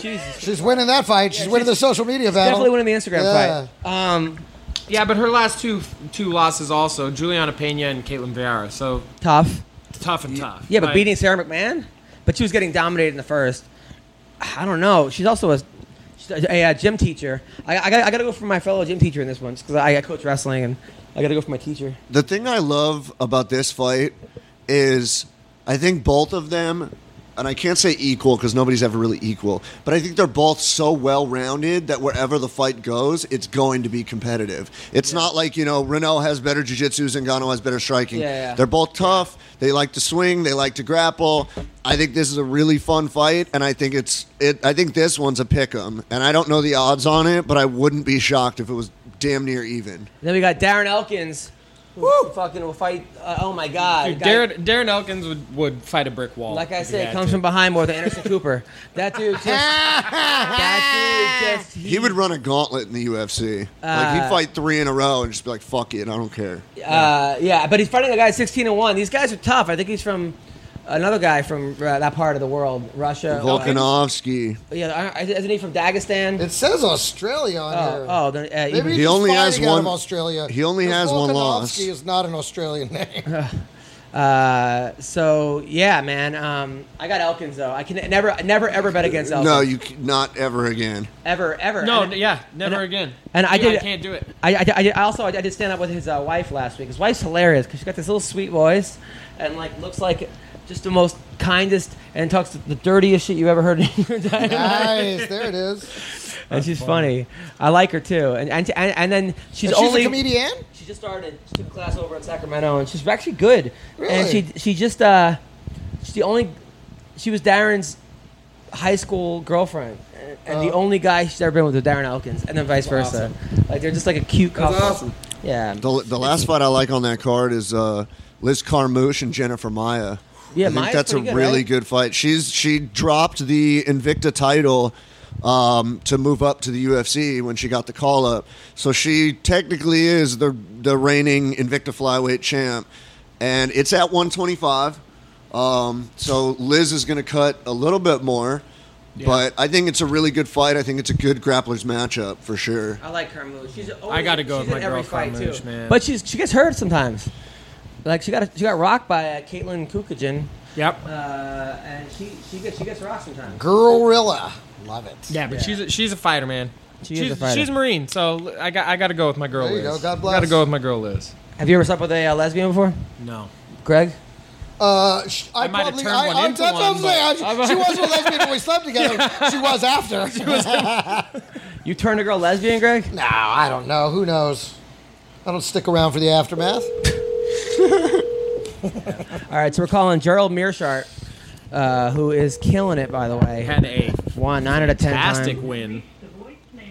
Speaker 1: Jesus.
Speaker 5: She's winning that fight. She's winning the social media battle.
Speaker 1: Definitely winning the Instagram
Speaker 5: Yeah.
Speaker 1: fight. Um,
Speaker 4: Yeah, but her last two two losses also Juliana Pena and Caitlin Vieira. So
Speaker 1: tough.
Speaker 4: tough and tough.
Speaker 1: Yeah, but
Speaker 4: Like,
Speaker 1: beating Sarah McMahon, but she was getting dominated in the first. I don't know. She's also a, she's a, a, uh, gym teacher. I, I, gotta, I gotta go for my fellow gym teacher in this one because I, I coach wrestling and I gotta go for my teacher.
Speaker 2: The thing I love about this fight is I think both of them, and I can't say equal because nobody's ever really equal, but I think they're both so well rounded that wherever the fight goes, it's going to be competitive. It's not like, you know, Renault has better jiu jitsu, Zingano has better striking.
Speaker 1: Yeah, yeah.
Speaker 2: They're both tough. They like to swing, they like to grapple. I think this is a really fun fight, and I think it's it. I think this one's a pick 'em, and I don't know the odds on it, but I wouldn't be shocked if it was damn near even.
Speaker 1: then we got Darren Elkins. Who fucking will fight. Uh, oh my God.
Speaker 4: Dude,
Speaker 1: Guy-
Speaker 4: Darren, Darren Elkins would, would fight a brick wall.
Speaker 1: Like I
Speaker 4: if he
Speaker 1: said,
Speaker 4: had
Speaker 1: comes
Speaker 4: to.
Speaker 1: from behind more than Anderson Cooper. That dude just. that dude just.
Speaker 2: He would run a gauntlet in the UFC. like he'd
Speaker 1: Uh,
Speaker 2: fight three in a row and just be like, "Fuck it, I don't care."
Speaker 1: Uh, yeah, but he's fighting a guy sixteen and one. These guys are tough. I think he's from another guy from uh, that part of the world, Russia. Uh,
Speaker 2: Volkanovski.
Speaker 1: yeah, I- I- isn't he from Dagestan?
Speaker 5: It says Australia on
Speaker 1: oh,
Speaker 5: here.
Speaker 1: oh, then, uh,
Speaker 5: Maybe
Speaker 1: even-
Speaker 5: he's
Speaker 2: only
Speaker 5: fighting
Speaker 2: has
Speaker 5: out of
Speaker 2: one-
Speaker 5: Australia.
Speaker 2: he only
Speaker 5: Because
Speaker 2: has one
Speaker 5: Volkanovski
Speaker 2: loss.
Speaker 5: is not an Australian name.
Speaker 1: uh, so yeah, man. Um, I got Elkins though. I can never, never, ever bet against Elkins.
Speaker 2: No, you c- not ever again.
Speaker 1: ever, ever.
Speaker 4: No,
Speaker 1: And-
Speaker 4: n- yeah, never
Speaker 1: and-
Speaker 4: again.
Speaker 1: and I
Speaker 4: Dude,
Speaker 1: did-
Speaker 4: I can't do it.
Speaker 1: I, I, I did- I also I did stand up with his uh, wife last week. His wife's hilarious because she got this little sweet voice and like looks like just the most kindest and talks the dirtiest shit you ever heard in your entire
Speaker 5: nice, there it is. She's,
Speaker 1: and she's funny. I like her too. And and and, and then she's only
Speaker 5: a comedian.
Speaker 1: she just started she took a class over in Sacramento, and she's actually good. And she
Speaker 5: Really?
Speaker 1: she just uh, she's the only she was Darren's high school girlfriend, and, and
Speaker 4: Oh.
Speaker 1: the only guy she's ever been with was Darren Elkins, and then vice versa. Like they're just like a cute couple.
Speaker 4: awesome.
Speaker 1: Yeah,
Speaker 2: The, the last fight I like on that card is uh, Liz Carmouche and Jennifer Maya.
Speaker 1: Yeah,
Speaker 2: I think
Speaker 1: Maya's
Speaker 2: that's a
Speaker 1: pretty good,
Speaker 2: really
Speaker 1: right?
Speaker 2: good fight. She's she dropped the Invicta title um, to move up to the UFC when she got the call up. So she technically is the the reigning Invicta flyweight champ, and it's at 125. Um, so Liz is going to cut a little bit more, but I think it's a really good fight. I think it's a good grappler's matchup for sure.
Speaker 1: I like Carmouche. She's always,
Speaker 4: I gotta go
Speaker 1: she's
Speaker 4: with
Speaker 1: in
Speaker 4: my
Speaker 1: every
Speaker 4: girl
Speaker 1: fight, too.
Speaker 4: Carmouche, man.
Speaker 1: But she's she gets hurt sometimes. Like she got she got rocked by uh, Caitlin Kukogen.
Speaker 4: Yep.
Speaker 1: Uh, and she she gets she gets rocked sometimes.
Speaker 5: Gorilla, love it.
Speaker 4: Yeah, but she's a, she's a fighter, man.
Speaker 1: She is
Speaker 4: she's
Speaker 1: a fighter.
Speaker 4: She's a Marine, so l- I got I got to go with my girl.
Speaker 5: There you
Speaker 4: Liz.
Speaker 5: go, God
Speaker 4: Got to
Speaker 5: bless.
Speaker 4: go with my girl Liz.
Speaker 1: Have you ever slept with a uh, lesbian before,
Speaker 4: No.
Speaker 1: Greg?
Speaker 5: Uh, sh- I,
Speaker 4: I might have
Speaker 5: probably,
Speaker 4: turned
Speaker 5: I,
Speaker 4: one
Speaker 5: I,
Speaker 4: into
Speaker 5: that's
Speaker 4: one,
Speaker 5: what I'm saying.
Speaker 4: but-
Speaker 5: I- she was a lesbian when we slept together. She was after.
Speaker 1: You turned a girl lesbian, Greg?
Speaker 5: no, I don't know. Who knows? I don't stick around for the aftermath.
Speaker 1: All right, so we're calling Gerald Mearshart, uh, who is killing it, by the way.
Speaker 4: Had a
Speaker 1: One nine out of ten.
Speaker 4: fantastic
Speaker 1: time.
Speaker 4: win.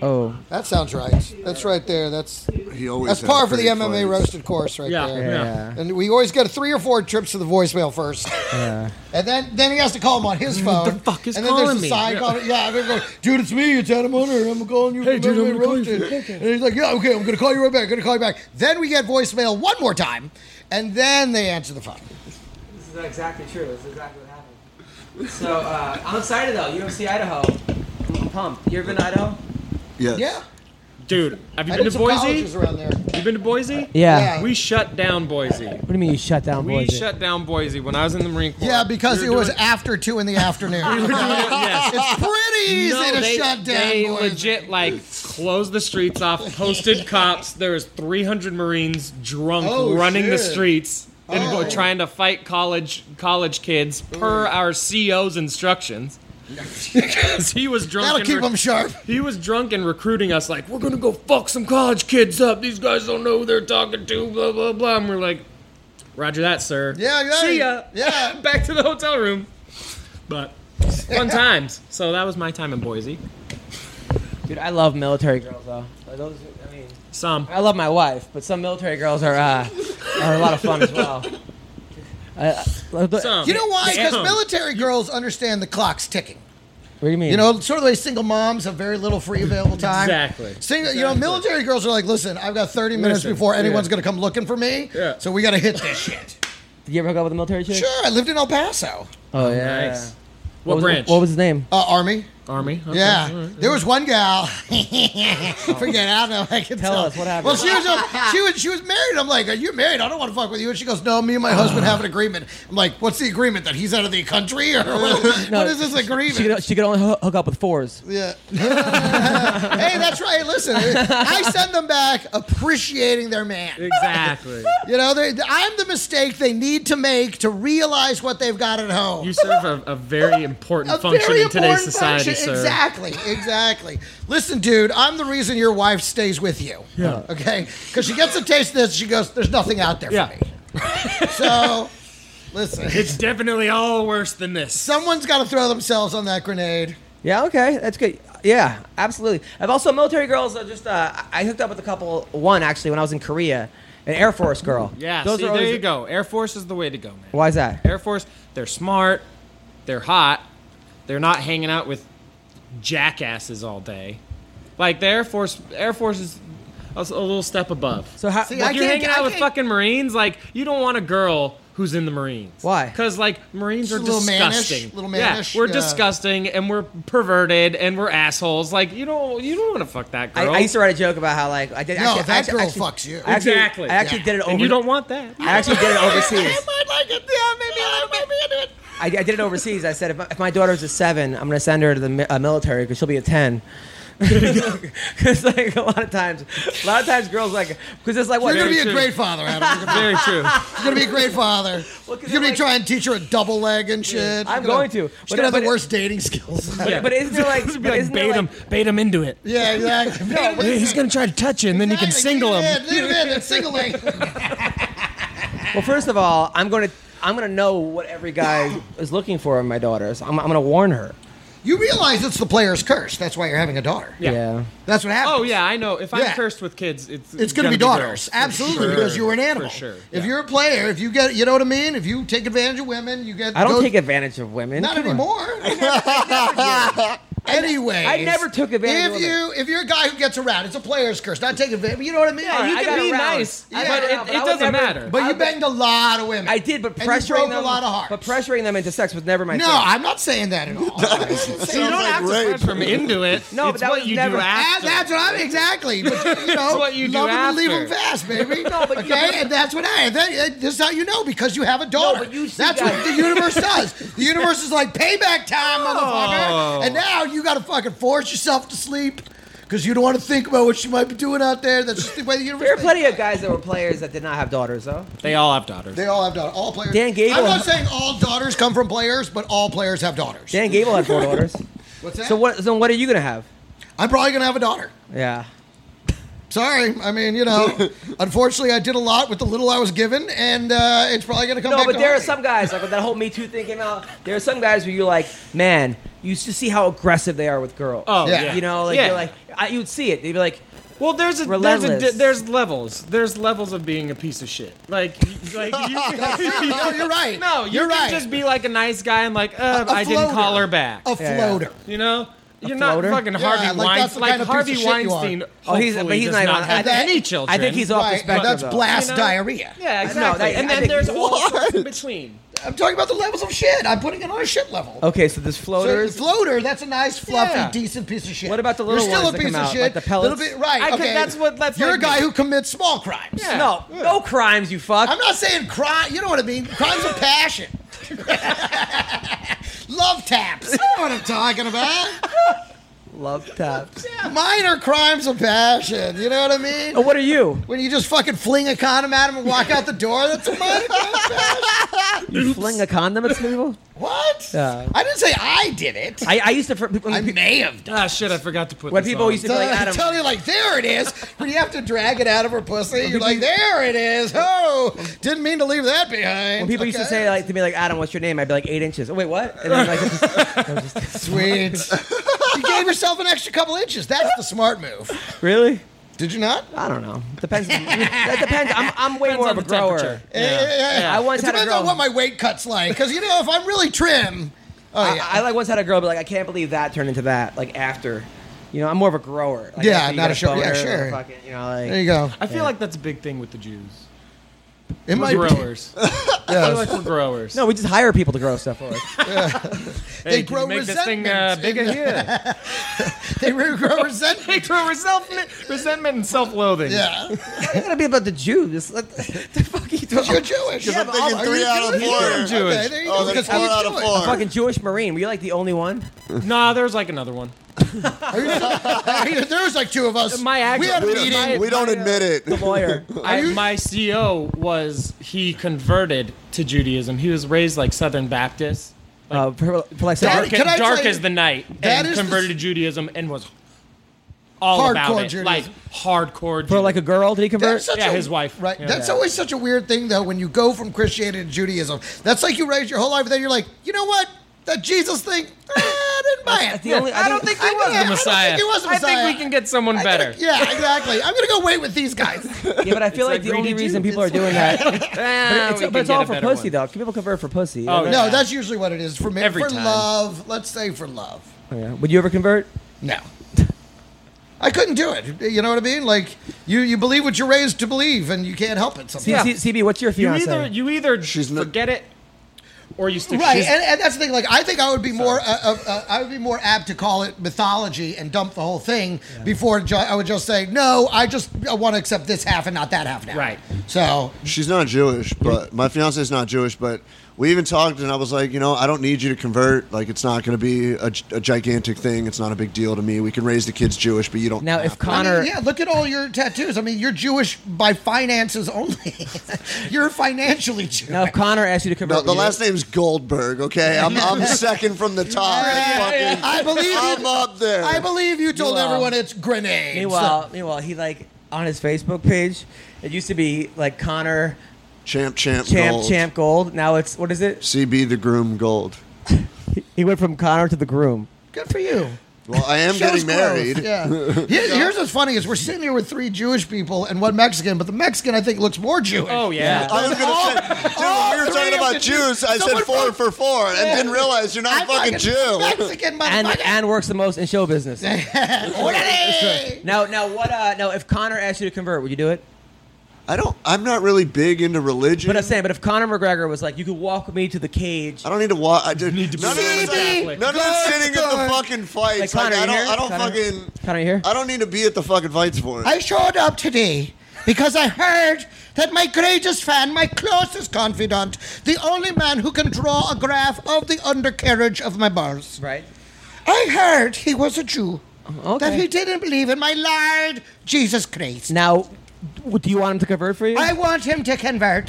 Speaker 1: Oh,
Speaker 5: That sounds right. That's right there. That's
Speaker 2: He always
Speaker 5: that's
Speaker 2: has
Speaker 5: par for the
Speaker 2: pretty
Speaker 5: MMA
Speaker 2: fights.
Speaker 5: roasted course right
Speaker 4: Yeah.
Speaker 5: there.
Speaker 1: yeah.
Speaker 5: And we always get three or four trips to the voicemail first,
Speaker 1: yeah.
Speaker 5: and then then he has to call him on his phone.
Speaker 4: the fuck is
Speaker 5: and then there's
Speaker 4: calling
Speaker 5: a
Speaker 4: me?
Speaker 5: side call. Yeah, they're going, dude, it's me. It's Adam Hunter. I'm calling you. Hey,
Speaker 4: dude, I'm gonna call you.
Speaker 5: And he's like, yeah, okay, I'm gonna call you right back. I'm gonna call you back. Then we get voicemail one more time, and then they answer the phone.
Speaker 1: This is exactly true. This is exactly what happened. So uh, I'm excited though. UFC Idaho. I'm pumped. You ever been to Idaho?
Speaker 2: Yes.
Speaker 5: Yeah,
Speaker 4: Dude, have you
Speaker 5: I
Speaker 4: been
Speaker 5: know
Speaker 4: to
Speaker 5: some colleges
Speaker 4: Boise?
Speaker 5: around there.
Speaker 4: You been to Boise?
Speaker 1: Yeah.
Speaker 4: We shut down Boise.
Speaker 1: What do you mean you shut down,
Speaker 4: We shut down Boise when I was in the Marine Corps.
Speaker 5: Yeah, because
Speaker 4: We
Speaker 5: it
Speaker 4: were
Speaker 5: was
Speaker 4: doing-
Speaker 5: after two in the afternoon.
Speaker 4: yes.
Speaker 5: it's pretty easy
Speaker 4: No,
Speaker 5: to
Speaker 4: they,
Speaker 5: shut down.
Speaker 4: they
Speaker 5: boys.
Speaker 4: legit like closed the streets off, posted cops. There was 300 Marines drunk
Speaker 5: Oh,
Speaker 4: running the
Speaker 5: shit. Oh.
Speaker 4: streets. and we're trying to fight college college kids per our CO's instructions. 'Cause he was drunk.
Speaker 5: That'll
Speaker 4: and
Speaker 5: keep
Speaker 4: re-
Speaker 5: them sharp.
Speaker 4: He was drunk and recruiting us like, "We're gonna go fuck some college kids up. These guys don't know who they're talking to." Blah blah blah. And we're like, "Roger that, sir."
Speaker 5: Yeah, yeah.
Speaker 4: See ya.
Speaker 5: Yeah.
Speaker 4: Back to the hotel room. But fun times. So that was my time in Boise.
Speaker 1: Dude, I love military girls though. Like, Those, I mean,
Speaker 4: Some.
Speaker 1: I love my wife, but some military girls are uh, are a lot of fun as well. I- I- but-
Speaker 4: Some.
Speaker 5: You know why? Because
Speaker 4: Damn.
Speaker 5: military girls understand the clock's ticking.
Speaker 1: What do you mean?
Speaker 5: You know, sort of the way single moms have very little free available time.
Speaker 4: Exactly.
Speaker 5: Single, you know, military girls are like, listen, I've got 30 minutes
Speaker 4: Listen,
Speaker 5: before anyone's
Speaker 4: yeah.
Speaker 5: going to come looking for me.
Speaker 4: Yeah.
Speaker 5: So we got to hit this shit.
Speaker 1: did you ever hook up with a military chick?
Speaker 5: Sure, I lived in El Paso.
Speaker 1: Oh yeah.
Speaker 4: Nice.
Speaker 1: What,
Speaker 4: What,
Speaker 1: was,
Speaker 4: branch?
Speaker 1: What was his name?
Speaker 5: Uh, Army.
Speaker 4: Army. Okay,
Speaker 5: Yeah.
Speaker 4: all right.
Speaker 5: There was one gal. Forget it, I don't know. if I can
Speaker 1: Tell
Speaker 5: tell,
Speaker 1: us, what happened?
Speaker 5: Well, she was uh, she was she was married. I'm like, are you married? I don't want to fuck with you. And she goes, no, me and my husband have an agreement. I'm like, what's the agreement that he's out of the country or what-
Speaker 1: No,
Speaker 5: what is this agreement?
Speaker 1: She could, she could only hoo- hook up with fours.
Speaker 5: Yeah. hey, that's right. Listen, I send them back appreciating their man.
Speaker 4: Exactly.
Speaker 5: You know, they- I'm the mistake they need to make to realize what they've got at home.
Speaker 4: You serve a, a very important
Speaker 5: A
Speaker 4: function
Speaker 5: very
Speaker 4: in today's
Speaker 5: important
Speaker 4: society,
Speaker 5: function.
Speaker 4: sir.
Speaker 5: Exactly, exactly. Listen, dude, I'm the reason your wife stays with you.
Speaker 4: Yeah.
Speaker 5: Okay? Because she gets a taste of this, she goes, there's nothing out there
Speaker 4: Yeah.
Speaker 5: for me. so, listen,
Speaker 4: It's definitely all worse than this.
Speaker 5: someone's got to throw themselves on that grenade.
Speaker 1: Yeah, okay, that's good. Yeah, absolutely. I've also military girls. Are just uh, I I hooked up with a couple. One actually, when I was in Korea, an Air Force girl.
Speaker 4: Yeah,
Speaker 1: Those
Speaker 4: see,
Speaker 1: are
Speaker 4: there
Speaker 1: always-
Speaker 4: you go. Air Force is the way to go, man.
Speaker 1: Why is that?
Speaker 4: Air Force, they're smart, they're hot, they're not hanging out with jackasses all day. Like the Air Force, Air Force is a, s- a little step above.
Speaker 1: So how?
Speaker 5: See,
Speaker 4: Like,
Speaker 5: I
Speaker 4: you're
Speaker 5: can't-
Speaker 4: hanging
Speaker 5: I
Speaker 4: out with
Speaker 5: can't-
Speaker 4: fucking Marines, like you don't want a girl who's in the Marines.
Speaker 1: Why?
Speaker 4: Because like Marines
Speaker 5: Just
Speaker 4: are
Speaker 5: a little mannish,
Speaker 4: disgusting.
Speaker 5: little mannish,
Speaker 4: yeah, we're
Speaker 5: yeah.
Speaker 4: disgusting and we're perverted and we're assholes. Like you don't, you don't want to fuck that
Speaker 1: I,
Speaker 4: girl.
Speaker 1: I used to write a joke about how like I did.
Speaker 5: No,
Speaker 1: actually,
Speaker 5: that
Speaker 1: actually-
Speaker 5: girl
Speaker 1: actually-
Speaker 5: fucks you.
Speaker 1: I actually-
Speaker 4: Exactly.
Speaker 1: I actually
Speaker 5: Yeah.
Speaker 1: did it over.
Speaker 4: and you don't want that.
Speaker 1: I actually did it overseas.
Speaker 5: might like it. Yeah, maybe I might be into it.
Speaker 1: I, I did it overseas. I said, if, if my daughter's a seven, I'm going to send her to the mi- uh, military because she'll be a ten. Because like a lot of times, a lot of times girls like because it's like what?
Speaker 5: You're going to be a
Speaker 4: true.
Speaker 5: great father, Adam. You're gonna be-
Speaker 4: Very true.
Speaker 5: You're gonna be a great father. You're
Speaker 1: 'cause
Speaker 5: gonna be
Speaker 1: I'm like-
Speaker 5: trying to teach her a double leg and shit.
Speaker 1: I'm
Speaker 5: You're gonna-
Speaker 1: going to.
Speaker 5: She's
Speaker 1: But-
Speaker 5: gonna have
Speaker 1: but
Speaker 5: the
Speaker 1: it-
Speaker 5: worst dating skills.
Speaker 1: but, but isn't there like,
Speaker 4: Be
Speaker 1: but
Speaker 4: like,
Speaker 1: isn't there
Speaker 4: bait him,
Speaker 1: like
Speaker 4: bait him into it.
Speaker 5: yeah, exactly. No, wait a
Speaker 4: He's
Speaker 5: second.
Speaker 4: gonna try to touch you, and then you can
Speaker 5: Exactly.
Speaker 4: single
Speaker 5: Leave it
Speaker 4: him.
Speaker 5: in, Leave it in. It's singling.
Speaker 1: well, first of all, I'm going to I'm going to know what every guy is looking for in my daughters. I'm, I'm going to warn her.
Speaker 5: You realize it's the player's curse. That's why you're having a daughter.
Speaker 4: Yeah.
Speaker 5: That's what happens.
Speaker 4: Oh yeah, I know. If I'm
Speaker 5: Yeah.
Speaker 4: cursed with kids, it's
Speaker 5: It's going to be
Speaker 4: girls.
Speaker 5: daughters,
Speaker 4: For
Speaker 5: absolutely,
Speaker 4: sure.
Speaker 5: because you were an animal.
Speaker 4: For sure.
Speaker 5: If
Speaker 4: Yeah.
Speaker 5: you're a player, if you get, you know what I mean. If you take advantage of women, you get.
Speaker 1: I don't
Speaker 5: those-
Speaker 1: take advantage of women.
Speaker 5: Not
Speaker 1: Come on.
Speaker 5: anymore. Anyway,
Speaker 1: I never took advantage
Speaker 5: If
Speaker 1: of
Speaker 5: you if you're a guy who gets around, it's a player's curse. Not taking advantage. You know what I mean?
Speaker 1: Yeah,
Speaker 4: You
Speaker 1: I
Speaker 4: can
Speaker 1: got
Speaker 4: be
Speaker 1: around.
Speaker 4: nice,
Speaker 1: I got
Speaker 4: but
Speaker 1: around,
Speaker 4: it,
Speaker 1: I
Speaker 4: it
Speaker 1: would
Speaker 4: doesn't
Speaker 1: never-
Speaker 4: matter.
Speaker 5: But you banged a lot of women.
Speaker 1: I did, but
Speaker 5: And you broke
Speaker 1: pressuring
Speaker 5: a
Speaker 1: them,
Speaker 5: lot of hearts.
Speaker 1: but pressuring them into sex was never my
Speaker 5: no,
Speaker 1: thing.
Speaker 5: I'm not saying that at all.
Speaker 4: So you don't
Speaker 2: Sounds
Speaker 4: have
Speaker 2: like
Speaker 4: to
Speaker 2: rape.
Speaker 4: pressure him into it.
Speaker 1: No, but
Speaker 4: it's
Speaker 1: that
Speaker 4: what
Speaker 1: was
Speaker 4: you
Speaker 1: never-
Speaker 4: do
Speaker 5: Ah,
Speaker 4: after.
Speaker 5: that's what I'm exactly. But you know,
Speaker 4: what you do
Speaker 5: love 'em and leave
Speaker 4: after.
Speaker 5: them fast, baby.
Speaker 1: No, but you-
Speaker 5: okay, and that's what I. And that, and this is how you know because you have a daughter.
Speaker 1: but you see
Speaker 5: that's what
Speaker 1: guys-
Speaker 5: the universe does. The universe is like payback time,
Speaker 4: Oh.
Speaker 5: motherfucker. And now you got to fucking force yourself to sleep because you don't want to think about what she might be doing out there. That's just the way the universe.
Speaker 1: There are
Speaker 5: thinks.
Speaker 1: plenty of guys that were players that did not have daughters, though.
Speaker 4: They all have daughters.
Speaker 5: They all have daughters. All players.
Speaker 1: Dan Gable-
Speaker 5: I'm not saying all daughters come from players, but all players have daughters.
Speaker 1: Dan Gable had four daughters.
Speaker 5: What's that?
Speaker 1: So what? So what are you gonna have?
Speaker 5: I'm probably gonna have a daughter.
Speaker 1: Yeah.
Speaker 5: Sorry, I mean, you know, unfortunately, I did a lot with the little I was given, and uh, it's probably going to come
Speaker 1: No,
Speaker 5: back.
Speaker 1: but
Speaker 5: to
Speaker 1: there are
Speaker 5: haunt me.
Speaker 1: some guys like when that whole Me Too thing came out. There are some guys where you're like, man, you just see how aggressive they are with girls.
Speaker 4: Oh,
Speaker 5: Yeah.
Speaker 4: yeah.
Speaker 1: you know, like
Speaker 4: Yeah.
Speaker 1: you're like, I, you'd see it. They'd be like,
Speaker 4: Well, there's a, there's a
Speaker 1: Relentless.
Speaker 4: di- there's levels. There's levels of being a piece of shit. Like like you,
Speaker 5: No, you're right.
Speaker 4: no, you
Speaker 5: you're
Speaker 4: can
Speaker 5: right.
Speaker 4: just be like a nice guy and like, uh,
Speaker 5: A
Speaker 4: I didn't
Speaker 5: floater.
Speaker 4: call her back.
Speaker 5: a
Speaker 1: Yeah.
Speaker 5: floater.
Speaker 4: You know, you're
Speaker 1: floater?
Speaker 4: not fucking
Speaker 5: Yeah,
Speaker 4: Harvey
Speaker 5: like, that's the
Speaker 4: Weinstein. Like
Speaker 5: kind of piece
Speaker 4: Harvey
Speaker 5: of shit you are.
Speaker 4: Weinstein.
Speaker 1: Oh, he's-
Speaker 4: hopefully
Speaker 1: but he's
Speaker 4: does
Speaker 1: not
Speaker 4: not,
Speaker 1: even on- I
Speaker 4: have
Speaker 1: think-
Speaker 4: any
Speaker 1: I
Speaker 4: children.
Speaker 1: think he's off the
Speaker 5: Right.
Speaker 1: spectrum.
Speaker 5: That's
Speaker 1: though.
Speaker 5: blast
Speaker 4: You know?
Speaker 5: diarrhea.
Speaker 4: Yeah,
Speaker 1: I-
Speaker 4: exactly.
Speaker 1: I
Speaker 4: and then
Speaker 1: think-
Speaker 4: there's all sorts in
Speaker 2: What?
Speaker 4: between.
Speaker 5: I'm talking about the levels of shit. I'm putting it on a shit level.
Speaker 1: Okay, so this
Speaker 5: So
Speaker 1: floater is.
Speaker 5: floater, that's a nice, fluffy,
Speaker 4: Yeah.
Speaker 5: decent piece of shit.
Speaker 1: What about the little
Speaker 5: You're still
Speaker 1: ones
Speaker 5: a
Speaker 1: that
Speaker 5: piece
Speaker 1: come
Speaker 5: of
Speaker 1: out,
Speaker 5: shit.
Speaker 1: like the pellets?
Speaker 5: Little bit, right?
Speaker 4: I could-
Speaker 5: okay.
Speaker 4: that's what- that's
Speaker 5: You're
Speaker 4: like
Speaker 5: a guy
Speaker 4: me.
Speaker 5: who commits small crimes.
Speaker 4: Yeah.
Speaker 1: No, no crimes, you fuck.
Speaker 5: I'm not saying crime. You know what I mean? Crimes of passion. Love taps. You know what I'm talking about?
Speaker 1: Love taps.
Speaker 5: Minor crimes of passion. You know what I mean?
Speaker 1: Oh, What are you?
Speaker 5: When you just fucking fling a condom at him and walk out the door, that's a minor crime of passion.
Speaker 1: You fling a condom at people?
Speaker 5: What?
Speaker 1: Yeah.
Speaker 5: I didn't say I did it.
Speaker 1: I, I used to. fr- When,
Speaker 5: I
Speaker 1: pe-
Speaker 5: may have done
Speaker 4: Ah, shit, I forgot to put
Speaker 1: when
Speaker 4: this
Speaker 1: people
Speaker 4: on.
Speaker 1: used to be
Speaker 5: it.
Speaker 1: like,
Speaker 5: I
Speaker 1: Adam,
Speaker 5: tell you, like, there it is. When you have to drag it out of her pussy, you're like, there it is. Oh, didn't mean to leave that behind.
Speaker 1: when people used to
Speaker 5: Okay.
Speaker 1: say like to me like Adam, what's your name? I'd be like eight inches. Oh wait, what? And then like
Speaker 5: Sweet. you gave yourself an extra couple inches. That's the smart move.
Speaker 1: really?
Speaker 5: Did you not?
Speaker 1: I don't know. Depends. that depends. I'm, I'm way
Speaker 4: Depends
Speaker 1: more of
Speaker 4: on
Speaker 1: a
Speaker 4: the
Speaker 1: grower.
Speaker 4: temperature.
Speaker 5: yeah,
Speaker 1: I once
Speaker 5: it
Speaker 1: had a
Speaker 5: depends
Speaker 1: girl-
Speaker 5: on what my weight cut's like. Because, you know, if I'm really trim. Oh,
Speaker 1: I,
Speaker 5: yeah.
Speaker 1: I like once had a girl be like, I can't believe that turned into that. Like after, you know, I'm more of a grower. Like,
Speaker 5: Yeah,
Speaker 1: after you
Speaker 5: not
Speaker 1: get
Speaker 5: a show- yeah,
Speaker 1: boner,
Speaker 5: sure.
Speaker 1: Fucking, you know, like
Speaker 5: there you go.
Speaker 4: I feel like that's a big thing with the Jews.
Speaker 5: It
Speaker 4: We're
Speaker 5: might be-
Speaker 4: growers. I feel like we're growers.
Speaker 1: no, we just hire people to grow stuff for us.
Speaker 4: hey,
Speaker 5: they
Speaker 4: can
Speaker 5: grow
Speaker 4: you make this thing uh,
Speaker 5: resentment
Speaker 4: bigger
Speaker 5: in-
Speaker 4: here.
Speaker 5: They grow resentment.
Speaker 4: they grow resentment, resentment and self-loathing.
Speaker 5: Yeah.
Speaker 1: It's gonna be about the Jews. Let- the fuck you talking-
Speaker 5: You're Jewish.
Speaker 1: Yeah,
Speaker 5: Yeah,
Speaker 2: I'm
Speaker 1: but
Speaker 2: thinking
Speaker 1: all- are
Speaker 2: three
Speaker 1: you
Speaker 2: out of
Speaker 1: Jewish?
Speaker 2: four.
Speaker 4: You're Jewish.
Speaker 5: Okay, there you
Speaker 2: Oh,
Speaker 5: go.
Speaker 2: that's
Speaker 5: Because
Speaker 2: four
Speaker 5: he's
Speaker 2: out of
Speaker 5: Jewish.
Speaker 2: four.
Speaker 1: Fucking Jewish Marine. Were you like the only one?
Speaker 4: Nah, there's like another one.
Speaker 5: there was like two of us.
Speaker 4: My accent.
Speaker 5: we had a
Speaker 4: We-
Speaker 5: meeting.
Speaker 4: my-
Speaker 2: We don't
Speaker 4: uh,
Speaker 2: admit it.
Speaker 1: The lawyer.
Speaker 4: I, my CO was he converted to Judaism. He was raised like Southern Baptist,
Speaker 1: Uh, for, for like
Speaker 5: That-
Speaker 4: dark,
Speaker 5: can I
Speaker 4: dark
Speaker 5: tell you-
Speaker 4: as the night,
Speaker 5: that
Speaker 4: and
Speaker 5: is the
Speaker 4: converted
Speaker 5: s-
Speaker 4: to Judaism and was all about
Speaker 5: Hardcore
Speaker 4: it,
Speaker 5: Judaism.
Speaker 4: like hardcore.
Speaker 1: for like a girl. Did he convert?
Speaker 5: That's such
Speaker 4: Yeah,
Speaker 5: a-
Speaker 4: his wife.
Speaker 5: Right.
Speaker 4: Yeah.
Speaker 5: That's
Speaker 4: Yeah.
Speaker 5: always such a weird thing, though, when you go from Christianity to Judaism. That's like you raised your whole life, then you're like, you know what? That Jesus thing, eh, I didn't buy it.
Speaker 1: That's the only- I
Speaker 5: I don't
Speaker 1: think-
Speaker 5: think he
Speaker 1: I
Speaker 5: was
Speaker 1: think
Speaker 5: the
Speaker 4: Messiah.
Speaker 5: I don't think he was the
Speaker 4: I
Speaker 5: Messiah.
Speaker 4: think we can get someone
Speaker 5: I gotta-
Speaker 4: better.
Speaker 5: yeah, exactly. I'm gonna go wait with these guys.
Speaker 1: Yeah, but I feel like,
Speaker 4: It's like
Speaker 1: the only
Speaker 4: greedy
Speaker 1: reason
Speaker 4: Jew.
Speaker 1: people are doing that.
Speaker 4: Ah,
Speaker 1: It's,
Speaker 4: we
Speaker 1: but
Speaker 4: can
Speaker 1: it's
Speaker 4: get
Speaker 1: all
Speaker 4: a
Speaker 1: for
Speaker 4: better
Speaker 1: pussy,
Speaker 4: one.
Speaker 1: though. People convert for pussy.
Speaker 4: Oh,
Speaker 5: No,
Speaker 4: Yeah.
Speaker 5: that's usually what it is for me.
Speaker 4: Every
Speaker 5: for
Speaker 4: time.
Speaker 5: love, let's say for love.
Speaker 1: yeah. Would you ever convert?
Speaker 5: No. I couldn't do it. You know what I mean? Like you, you believe what you're raised to believe, and you can't help it sometimes.
Speaker 1: C-
Speaker 4: Yeah.
Speaker 1: C- CB, what's your
Speaker 4: You
Speaker 1: fiance?
Speaker 4: either you either
Speaker 2: She's not-
Speaker 4: forget it, or you stick.
Speaker 5: Right,
Speaker 4: she's-
Speaker 5: and, and that's the thing. Like, I think I would be more, uh, uh, uh, I would be more apt to call it mythology and dump the whole thing before ju- I would just say, no, I just I want to accept this half and not that half now.
Speaker 4: Right.
Speaker 5: So,
Speaker 2: She's not Jewish, but my fiance is not Jewish. But we even talked, and I was like, you know, I don't need you to convert. Like, it's not going to be a, gi- a gigantic thing. It's not a big deal to me. We can raise the kids Jewish, but you don't.
Speaker 1: now, if
Speaker 2: have to.
Speaker 5: I mean,
Speaker 1: Connor,
Speaker 5: yeah, look at all your tattoos. I mean, you're Jewish by finances only. you're financially Jewish.
Speaker 1: now if Connor asked you to convert,
Speaker 2: No, the
Speaker 1: would you?
Speaker 2: last name's Goldberg. Okay, I'm, I'm second from the top. Fucking-
Speaker 5: I believe
Speaker 2: I'm
Speaker 5: you.
Speaker 2: up there.
Speaker 5: I believe you told
Speaker 1: Meanwhile-
Speaker 5: everyone it's grenades.
Speaker 1: Meanwhile, meanwhile, he like on his Facebook page. It used to be like Connor
Speaker 2: champ, champ,
Speaker 1: Champ
Speaker 2: gold.
Speaker 1: Champ Gold. Now it's what is it?
Speaker 2: CB the groom gold.
Speaker 1: He went from Connor to the groom.
Speaker 5: good for you.
Speaker 2: Well, I am
Speaker 5: Shows
Speaker 2: getting
Speaker 5: growth,
Speaker 2: married.
Speaker 5: Yeah. Here- Here's what's funny is we're sitting here with three Jewish people and one Mexican, but the Mexican I think looks more Jewish.
Speaker 4: oh yeah.
Speaker 2: I was gonna say, dude, when we were
Speaker 5: three
Speaker 2: talking
Speaker 5: of
Speaker 2: about
Speaker 5: the
Speaker 2: Jews.
Speaker 5: Jews-
Speaker 2: I said
Speaker 5: someone
Speaker 2: four
Speaker 5: fuck-
Speaker 2: for four, and didn't realize you're not
Speaker 5: I'm
Speaker 2: a fucking Jew.
Speaker 5: Mexican
Speaker 1: And
Speaker 5: motherfucker.
Speaker 1: and works the most in show business.
Speaker 5: Orale!
Speaker 1: Now now what uh now if Connor asked you to convert, would you do it?
Speaker 2: I don't. I'm not really big into religion.
Speaker 1: But I'm saying, but if Connor McGregor was like, you could walk me to the cage.
Speaker 2: I don't need to watch. I did, need
Speaker 4: to
Speaker 2: none of
Speaker 4: be
Speaker 2: this,
Speaker 4: Catholic.
Speaker 2: none of this
Speaker 5: Good
Speaker 2: sitting at
Speaker 5: God.
Speaker 2: the fucking
Speaker 1: Like,
Speaker 2: fights. Like,
Speaker 1: Connor,
Speaker 2: I
Speaker 1: you
Speaker 2: don't.
Speaker 1: here?
Speaker 2: I don't
Speaker 1: Connor?
Speaker 2: fucking.
Speaker 1: Connor, you here?
Speaker 2: I don't need to be at the fucking fights for it.
Speaker 5: I showed up today because I heard that my greatest fan, my closest confidant, the only man who can draw a graph of the undercarriage of my bars.
Speaker 1: Right. Oh,
Speaker 5: I heard he was a Jew.
Speaker 1: okay.
Speaker 5: That he didn't believe in my Lord Jesus Christ.
Speaker 1: Now, w- do you want him to convert for you?
Speaker 5: I want him to convert.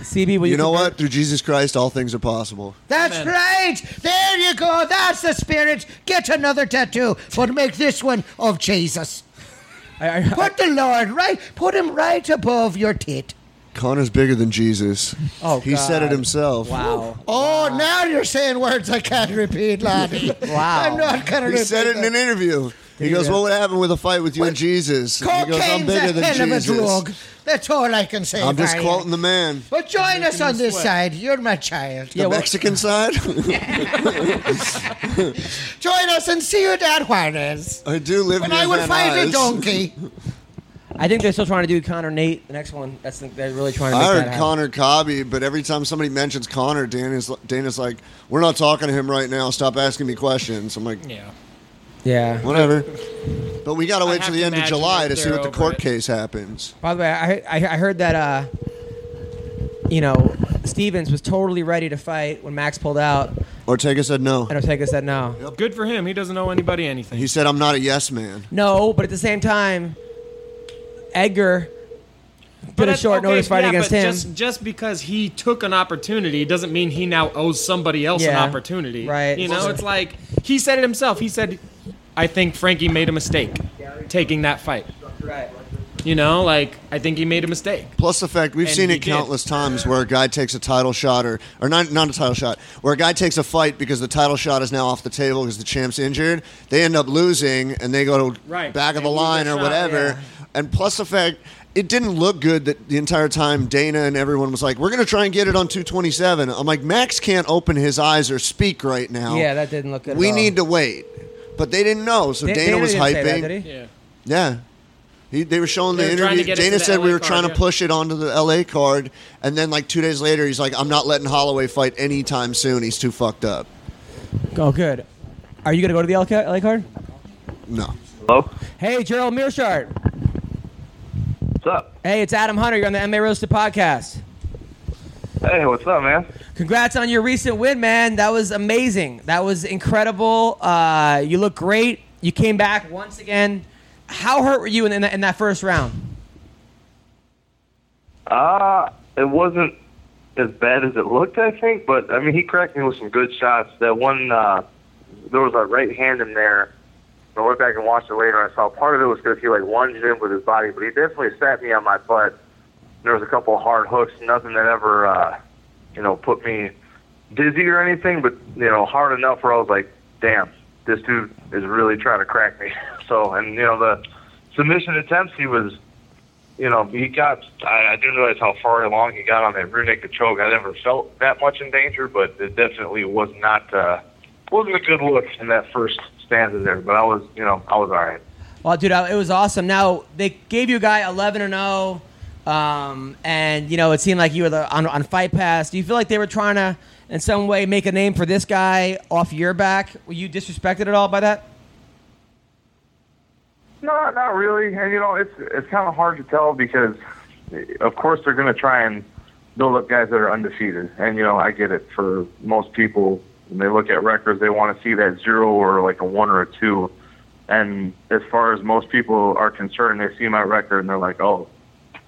Speaker 1: CB, will you?
Speaker 2: you know
Speaker 1: convert?
Speaker 2: what? Through Jesus Christ, all things are possible.
Speaker 5: That's right. There you go. That's the spirit. Get another tattoo, but make this one of Jesus.
Speaker 1: I, I,
Speaker 5: Put the Lord right. Put him right above your tit.
Speaker 2: Connor's bigger than Jesus.
Speaker 1: Oh,
Speaker 2: he said
Speaker 1: God.
Speaker 2: it himself.
Speaker 1: wow.
Speaker 5: Oh, now you're saying words I can't repeat, laddie.
Speaker 1: Wow.
Speaker 5: I'm not gonna
Speaker 2: He
Speaker 5: repeat.
Speaker 2: said it in an interview. He goes, "What would happen with a fight with you and Jesus?" And he
Speaker 5: Cocaine's
Speaker 2: goes, "I'm bigger
Speaker 5: a
Speaker 2: than
Speaker 5: hell
Speaker 2: Jesus."
Speaker 5: of a drug. That's all I can say.
Speaker 2: I'm just
Speaker 5: Barry.
Speaker 2: quoting the man.
Speaker 5: But join us on this side. You're my child.
Speaker 1: Yeah, well,
Speaker 2: Mexican side?
Speaker 5: Join us in Ciudad Juarez.
Speaker 2: I do live
Speaker 5: When
Speaker 2: near
Speaker 5: I would
Speaker 2: Van
Speaker 5: find
Speaker 2: Nuys.
Speaker 5: a donkey.
Speaker 1: I think they're still trying to do Connor Nate. The next one. That's the, they're really trying to. Make
Speaker 2: I
Speaker 1: that
Speaker 2: heard
Speaker 1: happen.
Speaker 2: Connor Cobby, but every time somebody mentions Connor, Dana's, Dana's like, we're not talking to him right now. Stop asking me questions. I'm like,
Speaker 4: yeah.
Speaker 1: Yeah.
Speaker 2: whatever. But we got to wait
Speaker 4: have
Speaker 2: till the
Speaker 4: to
Speaker 2: end of
Speaker 4: imagine
Speaker 2: July
Speaker 4: that
Speaker 2: to see
Speaker 4: they're
Speaker 2: what the
Speaker 4: over
Speaker 2: court
Speaker 4: it.
Speaker 2: case happens.
Speaker 1: By the way, I I, I heard that uh, you know, Stevens was totally ready to fight when Max pulled out,
Speaker 2: Ortega said no.
Speaker 1: And Ortega said no.
Speaker 4: Good for him. He doesn't owe anybody anything.
Speaker 2: He said, "I'm not a yes man."
Speaker 1: No, but at the same time, Edgar put a
Speaker 4: that's-
Speaker 1: short
Speaker 4: okay,
Speaker 1: notice fight
Speaker 4: yeah,
Speaker 1: against
Speaker 4: but
Speaker 1: him.
Speaker 4: Just, just because he took an opportunity doesn't mean he now owes somebody else
Speaker 1: Yeah.
Speaker 4: an opportunity.
Speaker 1: Right.
Speaker 4: You know, it's like he said it himself. He said, I think Frankie made a mistake taking that fight.
Speaker 1: right.
Speaker 4: You know, like, I think he made a mistake.
Speaker 2: Plus the fact we've
Speaker 4: And
Speaker 2: seen
Speaker 4: he
Speaker 2: it
Speaker 4: did.
Speaker 2: countless times where a guy takes a title shot or or not not a title shot where a guy takes a fight because the title shot is now off the table because the champ's injured. They end up losing and they go to
Speaker 4: Right.
Speaker 2: back of
Speaker 4: They
Speaker 2: the
Speaker 4: lose
Speaker 2: line
Speaker 4: their
Speaker 2: or
Speaker 4: shot,
Speaker 2: whatever. And plus the fact it didn't look good that the entire time Dana and everyone was like, "We're going to try and get it on 227." I'm like, Max can't open his eyes or speak right now.
Speaker 1: Yeah, that didn't look good. at
Speaker 2: we
Speaker 1: all.
Speaker 2: need to wait. But they didn't know, so
Speaker 1: Da-
Speaker 2: Dana, was
Speaker 1: didn't say
Speaker 2: hyping.
Speaker 1: that, did he?
Speaker 4: Yeah.
Speaker 2: Yeah. He, they were showing
Speaker 4: They
Speaker 2: the
Speaker 4: were trying to
Speaker 2: interview.
Speaker 4: get us to
Speaker 2: Dana
Speaker 4: the
Speaker 2: said we
Speaker 4: LA
Speaker 2: were
Speaker 4: card,
Speaker 2: trying to
Speaker 4: yeah.
Speaker 2: push it onto the LA card. And then, like, two days later, he's like, I'm not letting Holloway fight anytime soon. He's too fucked up.
Speaker 1: Oh, good. Are you gonna go to the LK LA card?
Speaker 2: No.
Speaker 7: Hello?
Speaker 1: Hey, Gerald Mearshart.
Speaker 7: What's up?
Speaker 1: Hey, it's Adam Hunter. You're on the MMA Roasted podcast.
Speaker 7: Hey, what's up, man?
Speaker 1: Congrats on your recent win, man. That was amazing. That was incredible. Uh, you look great. You came back once again. How hurt were you in, in, that, in that first round?
Speaker 7: Uh, it wasn't as bad as it looked, I think, but I mean, he cracked me with some good shots. That one, uh, there was a right hand in there. I went back and watched it later. I saw part of it was because he like lunged in with his body, but he definitely sat me on my butt. There was a couple of hard hooks, nothing that ever, uh, you know, put me dizzy or anything, but you know, hard enough where I was like, damn, this dude is really trying to crack me. So, and you know, the submission attempts, he was you know, he got. I, I didn't realize how far along he got on that rear naked choke. I never felt that much in danger, but it definitely was not uh, wasn't a good look in that first stanza there. But I was, you know, I was all right.
Speaker 1: Well, dude, I- it was awesome. Now they gave you a guy 11 and 0, um, and you know it seemed like you were the, on on Fight Pass. Do you feel like they were trying to, in some way, make a name for this guy off your back? Were you disrespected at all by that?
Speaker 7: No, not really. And you know, it's it's kind of hard to tell because, eh, of course, they're going to try and build up guys that are undefeated. And you know, I get it. For most people, when they look at records, they want to see that zero or like a one or a two. And as far as most people are concerned, they see my record and they're like, "Oh,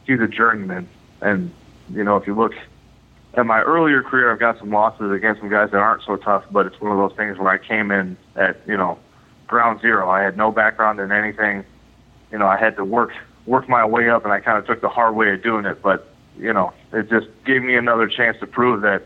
Speaker 7: he's a journeyman." And you know, if you look in my earlier career, I've got some losses against some guys that aren't so tough, but it's one of those things where I came in at you know ground zero. I had no background in anything. You know, I had to work work my way up, and I kind of took the hard way of doing it. But you know, it just gave me another chance to prove that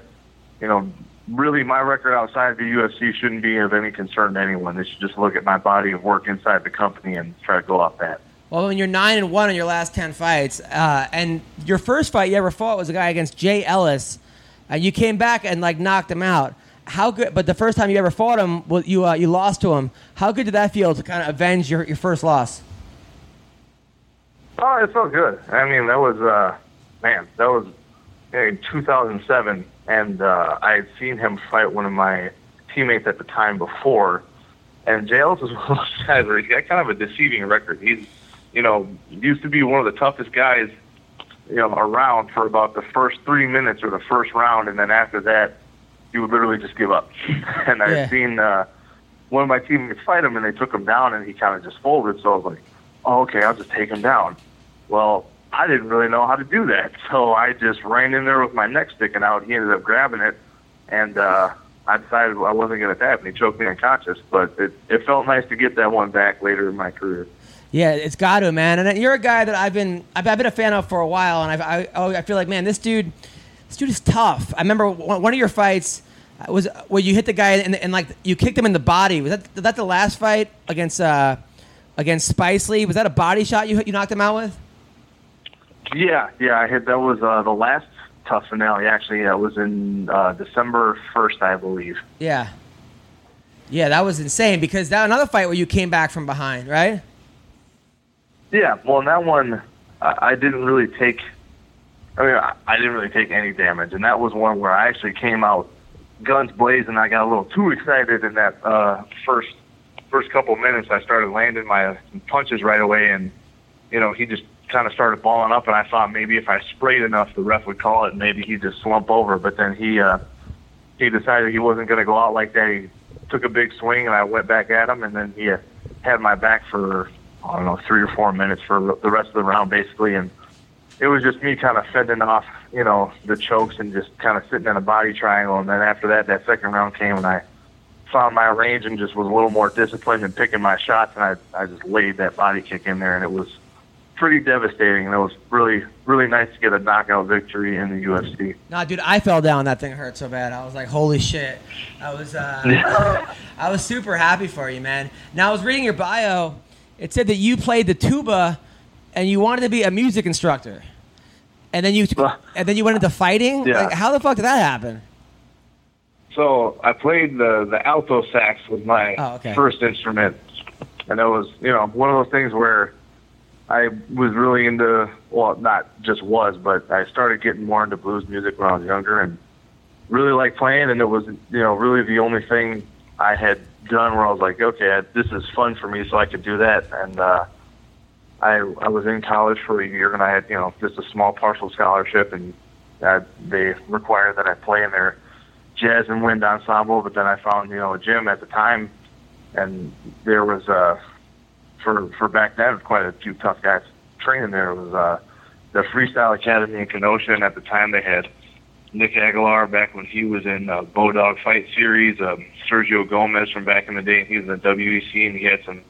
Speaker 7: you know really my record outside the UFC shouldn't be of any concern to anyone. They should just look at my body of work inside the company and try to go off that.
Speaker 1: Well, when you're nine and one in your last ten fights, uh, and your first fight you ever fought was a guy against Jay Ellis, and you came back and like knocked him out. How good? But the first time you ever fought him, well, you uh, you lost to him. How good did that feel to kind of avenge your, your first loss?
Speaker 7: Oh, it felt good. I mean, that was uh, man, that was in 2007, and uh, I had seen him fight one of my teammates at the time before. And Jails is one of those guys where he's got kind of a deceiving record. He's, you know, used to be one of the toughest guys, you know, around for about the first three minutes or the first round, and then after that, he would literally just give up. and I
Speaker 1: Yeah.
Speaker 7: had seen uh, one of my teammates fight him, and they took him down, and he kind of just folded. So I was like, oh, okay, I'll just take him down. Well, I didn't really know how to do that, so I just ran in there with my neck sticking out. He ended up grabbing it, and uh, I decided I wasn't going to tap, and he choked me unconscious. But it, it felt nice to get that one back later in my career.
Speaker 1: Yeah, it's got to man. And you're a guy that I've been I've, I've been a fan of for a while, and I've, I oh, I feel like man, this dude, this dude is tough. I remember one, one of your fights uh, was where you hit the guy and, and like you kicked him in the body. Was that that the last fight against uh against Spice Lee? Was that a body shot you you knocked him out with?
Speaker 7: Yeah, yeah, I hit. That was uh, the last tough finale. Actually, yeah, it was in uh, December first, I believe.
Speaker 1: Yeah, yeah, that was insane because that another fight where you came back from behind, right?
Speaker 7: Yeah, well, in that one, I, I didn't really take. I mean, I, I didn't really take any damage, and that was one where I actually came out guns blazing. I got a little too excited in that uh, first first couple minutes. I started landing my punches right away, and you know, he just kind of started balling up, and I thought maybe if I sprayed enough, the ref would call it, and maybe he'd just slump over. But then he uh, he decided he wasn't going to go out like that. He took a big swing, and I went back at him, and then he had- had my back for I don't know three or four minutes for the rest of the round, basically, and it was just me kind of fending off, you know, the chokes and just kind of sitting in a body triangle. And then after that, that second round came, and I found my range and just was a little more disciplined in picking my shots, and I I just laid that body kick in there, and it was pretty devastating. And it was really really nice to get a knockout victory in the UFC.
Speaker 1: Nah, dude, I fell down. That thing hurt so bad. I was like, holy shit. I was, uh, I was super happy for you, man. Now, I was reading your bio. It said that you played the tuba, and you wanted to be a music instructor, and then you,
Speaker 7: Well,
Speaker 1: and then you went into fighting.
Speaker 7: yeah.
Speaker 1: Like, how the fuck did that happen?
Speaker 7: So I played the the alto sax was my
Speaker 1: Oh, okay.
Speaker 7: first instrument, and it was you know one of those things where I was really into well not just was but I started getting more into blues music when I was younger and really liked playing and it was you know really the only thing I had done where I was like okay I, this is fun for me so I could do that and uh, I I was in college for a year and I had you know just a small partial scholarship and I, they required that I play in their jazz and wind ensemble, but then I found you know a gym at the time, and there was uh, for for back then quite a few tough guys training there. It was uh, the Freestyle Academy in Kenosha, and at the time they had Nick Aguilar back when he was in uh, Bodog Fight Series, um, Sergio Gomez from back in the day, and he was in WEC, and he had some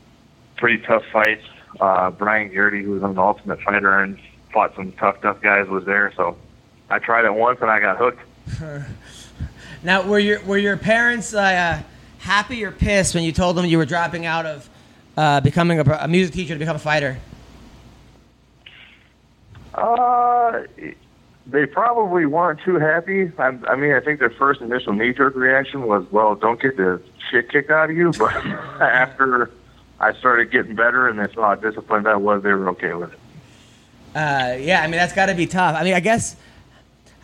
Speaker 7: pretty tough fights. Uh, Brian Garrity, who was on the Ultimate Fighter and fought some tough tough guys, was there. So I tried it once and I got hooked.
Speaker 1: Now, were your were your parents uh, uh, happy or pissed when you told them you were dropping out of uh, becoming a, pro- a music teacher to become a fighter?
Speaker 7: Uh, they probably weren't too happy. I, I mean, I think their first initial knee-jerk reaction was, "Well, don't get the shit kicked out of you." But after I started getting better and they saw how disciplined I was, they were okay with it.
Speaker 1: Uh, yeah, I mean that's got to be tough. I mean, I guess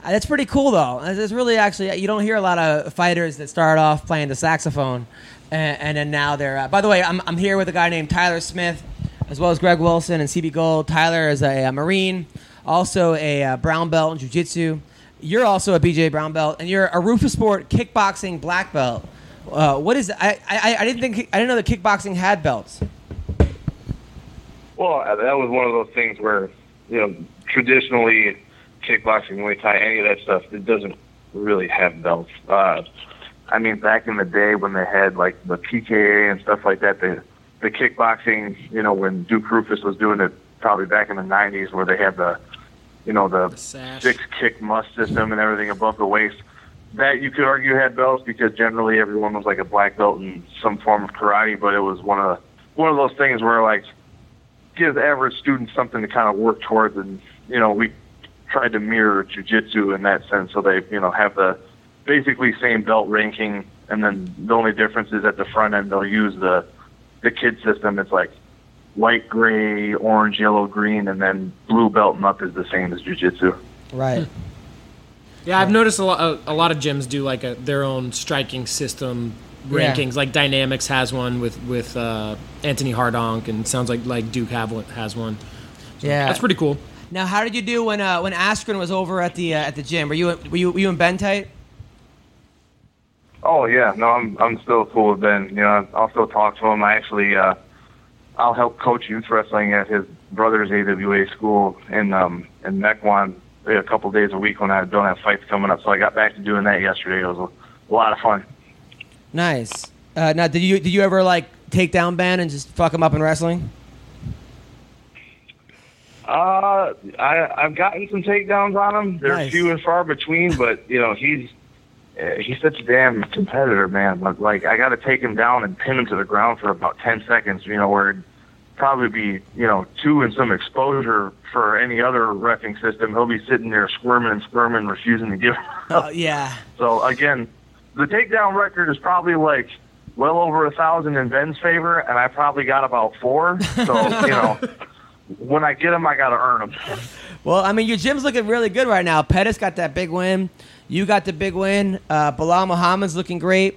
Speaker 1: uh, that's pretty cool though. It's it's really actually you don't hear a lot of fighters that start off playing the saxophone, and, and then now they're. Uh, by the way, I'm I'm here with a guy named Tyler Smith, as well as Greg Wilson and CB Gold. Tyler is a, uh Marine, also a uh, brown belt in jiu-jitsu. You're also a BJ brown belt, and you're a Rufus Sport kickboxing black belt. Uh, what is I, I I didn't think I didn't know that kickboxing had belts.
Speaker 7: Well, that was one of those things where, you know, traditionally, kickboxing, Muay Thai, any of that stuff, it doesn't really have belts. Uh, I mean, back in the day when they had like the PKA and stuff like that, the the kickboxing, you know, when Duke Rufus was doing it, probably back in the '90s, where they had the, you know, the,
Speaker 4: sash.
Speaker 7: six kick must system and everything above the waist. That you could argue had belts because generally everyone was like a black belt in some form of karate, but it was one of one of those things where like give the average student something to kind of work towards and you know we tried to mirror jujitsu in that sense so they you know have the basically same belt ranking and then the only difference is at the front end they'll use the the kid system it's like white gray orange yellow green and then blue belt and up is the same as jujitsu
Speaker 1: Right.
Speaker 4: Yeah, I've noticed a lot. A, a lot of gyms do like a, their own striking system
Speaker 1: Yeah.
Speaker 4: rankings. Like Dynamics has one with with uh, Anthony Hardonk, and it sounds like like Duke have one, has one.
Speaker 1: Yeah.
Speaker 4: That's pretty cool.
Speaker 1: Now, how did you do when uh, when Askren was over at the uh, at the gym? Were you were you, were you in Ben tight?
Speaker 7: Oh yeah, no, I'm I'm still cool with Ben. You know, I'll still talk to him. I actually, uh, I'll help coach youth wrestling at his brother's AWA school in um in Mequon a couple days a week when I don't have fights coming up. So I got back to doing that yesterday. It was a, a lot of fun.
Speaker 1: Nice. Uh, now, did you did you ever like take down Ben and just fuck him up in wrestling?
Speaker 7: Uh, I I've gotten some takedowns on him. They're
Speaker 1: Nice.
Speaker 7: few and far between, but you know he's uh, he's such a damn competitor, man. But like I got to take him down and pin him to the ground for about ten seconds. You know where it'd probably be you know two and some exposure for any other refing system. He'll be sitting there squirming and squirming, refusing to give. up.
Speaker 1: Oh yeah.
Speaker 7: So again, the takedown record is probably like well over a thousand in Ben's favor, and I probably got about four. So you know. When I get him, I gotta earn him.
Speaker 1: Well, I mean, your gym's looking really good right now. Pettis got that big win. You got the big win. Uh, Bilal Muhammad's looking great.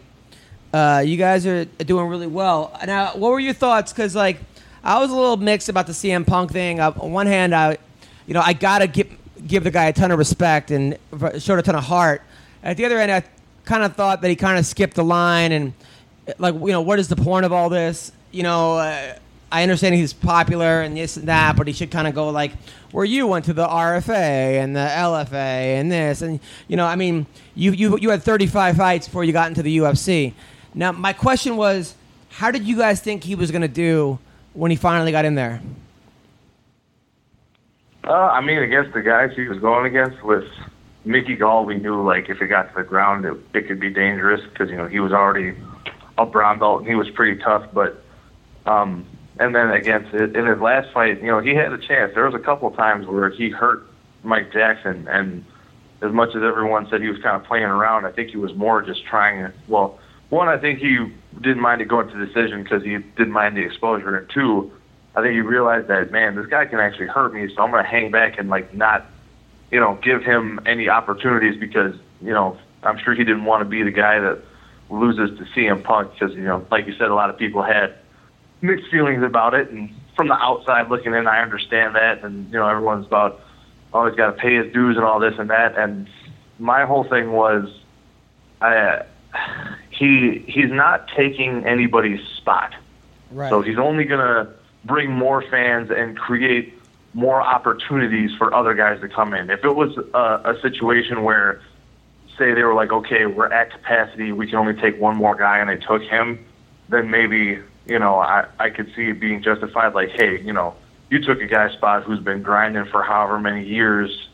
Speaker 1: Uh, you guys are doing really well. Now, what were your thoughts? Because like, I was a little mixed about the CM Punk thing. Uh, on one hand, I, you know, I gotta give give the guy a ton of respect and v- showed a ton of heart. At the other end, I kind of thought that he kind of skipped the line and like you know what is the point of all this? You know, uh, I understand he's popular and this and that, but he should kind of go like where you went to the RFA and the LFA and this and you know I mean you you you had 35 fights before you got into the UFC. Now my question was, how did you guys think he was going to do when he finally got in there?
Speaker 7: Uh, I mean, against the guys he was going against was Mickey Gall. We knew like if it got to the ground, it, it could be dangerous because you know he was already a brown belt and he was pretty tough. But um, and then against it, in his last fight, you know he had a chance. There was a couple of times where he hurt Mike Jackson, and as much as everyone said he was kind of playing around, I think he was more just trying to. Well, one, I think he didn't mind it going to decision because he didn't mind the exposure, and two. I think he realized that man, this guy can actually hurt me, so I'm gonna hang back and like not, you know, give him any opportunities because you know I'm sure he didn't want to be the guy that loses to CM Punk because you know, like you said, a lot of people had mixed feelings about it, and from the outside looking in, I understand that, and you know, everyone's about always got to pay his dues and all this and that, and my whole thing was, I he he's not taking anybody's spot,
Speaker 1: Right.
Speaker 7: so he's only gonna bring more fans and create more opportunities for other guys to come in. If it was a, a situation where, say, they were like, okay, we're at capacity, we can only take one more guy, and they took him, then maybe you know I I could see it being justified. Like, hey, you know, you took a guy's spot who's been grinding for however many years,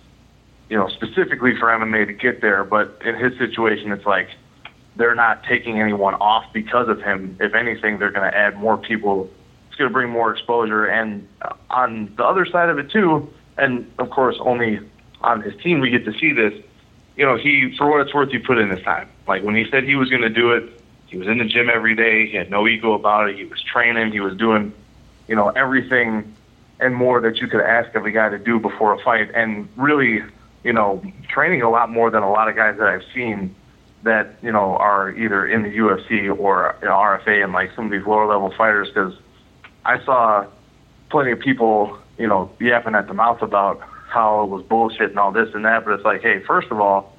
Speaker 7: you know, specifically for MMA to get there. But in his situation, it's like. They're not taking anyone off because of him. If anything, they're going to add more people it's going to bring more exposure. And uh, on the other side of it too, and of course only on his team we get to see this. You know, he for what it's worth, he put in his time. Like when he said he was going to do it, he was in the gym every day. He had no ego about it. He was training. He was doing, you know, everything and more that you could ask of a guy to do before a fight. And really, you know, training a lot more than a lot of guys that I've seen that you know are either in the UFC or you know, RFA and like some of these lower level fighters because I saw plenty of people, you know, yapping at the mouth about how it was bullshit and all this and that. But it's like, hey, first of all,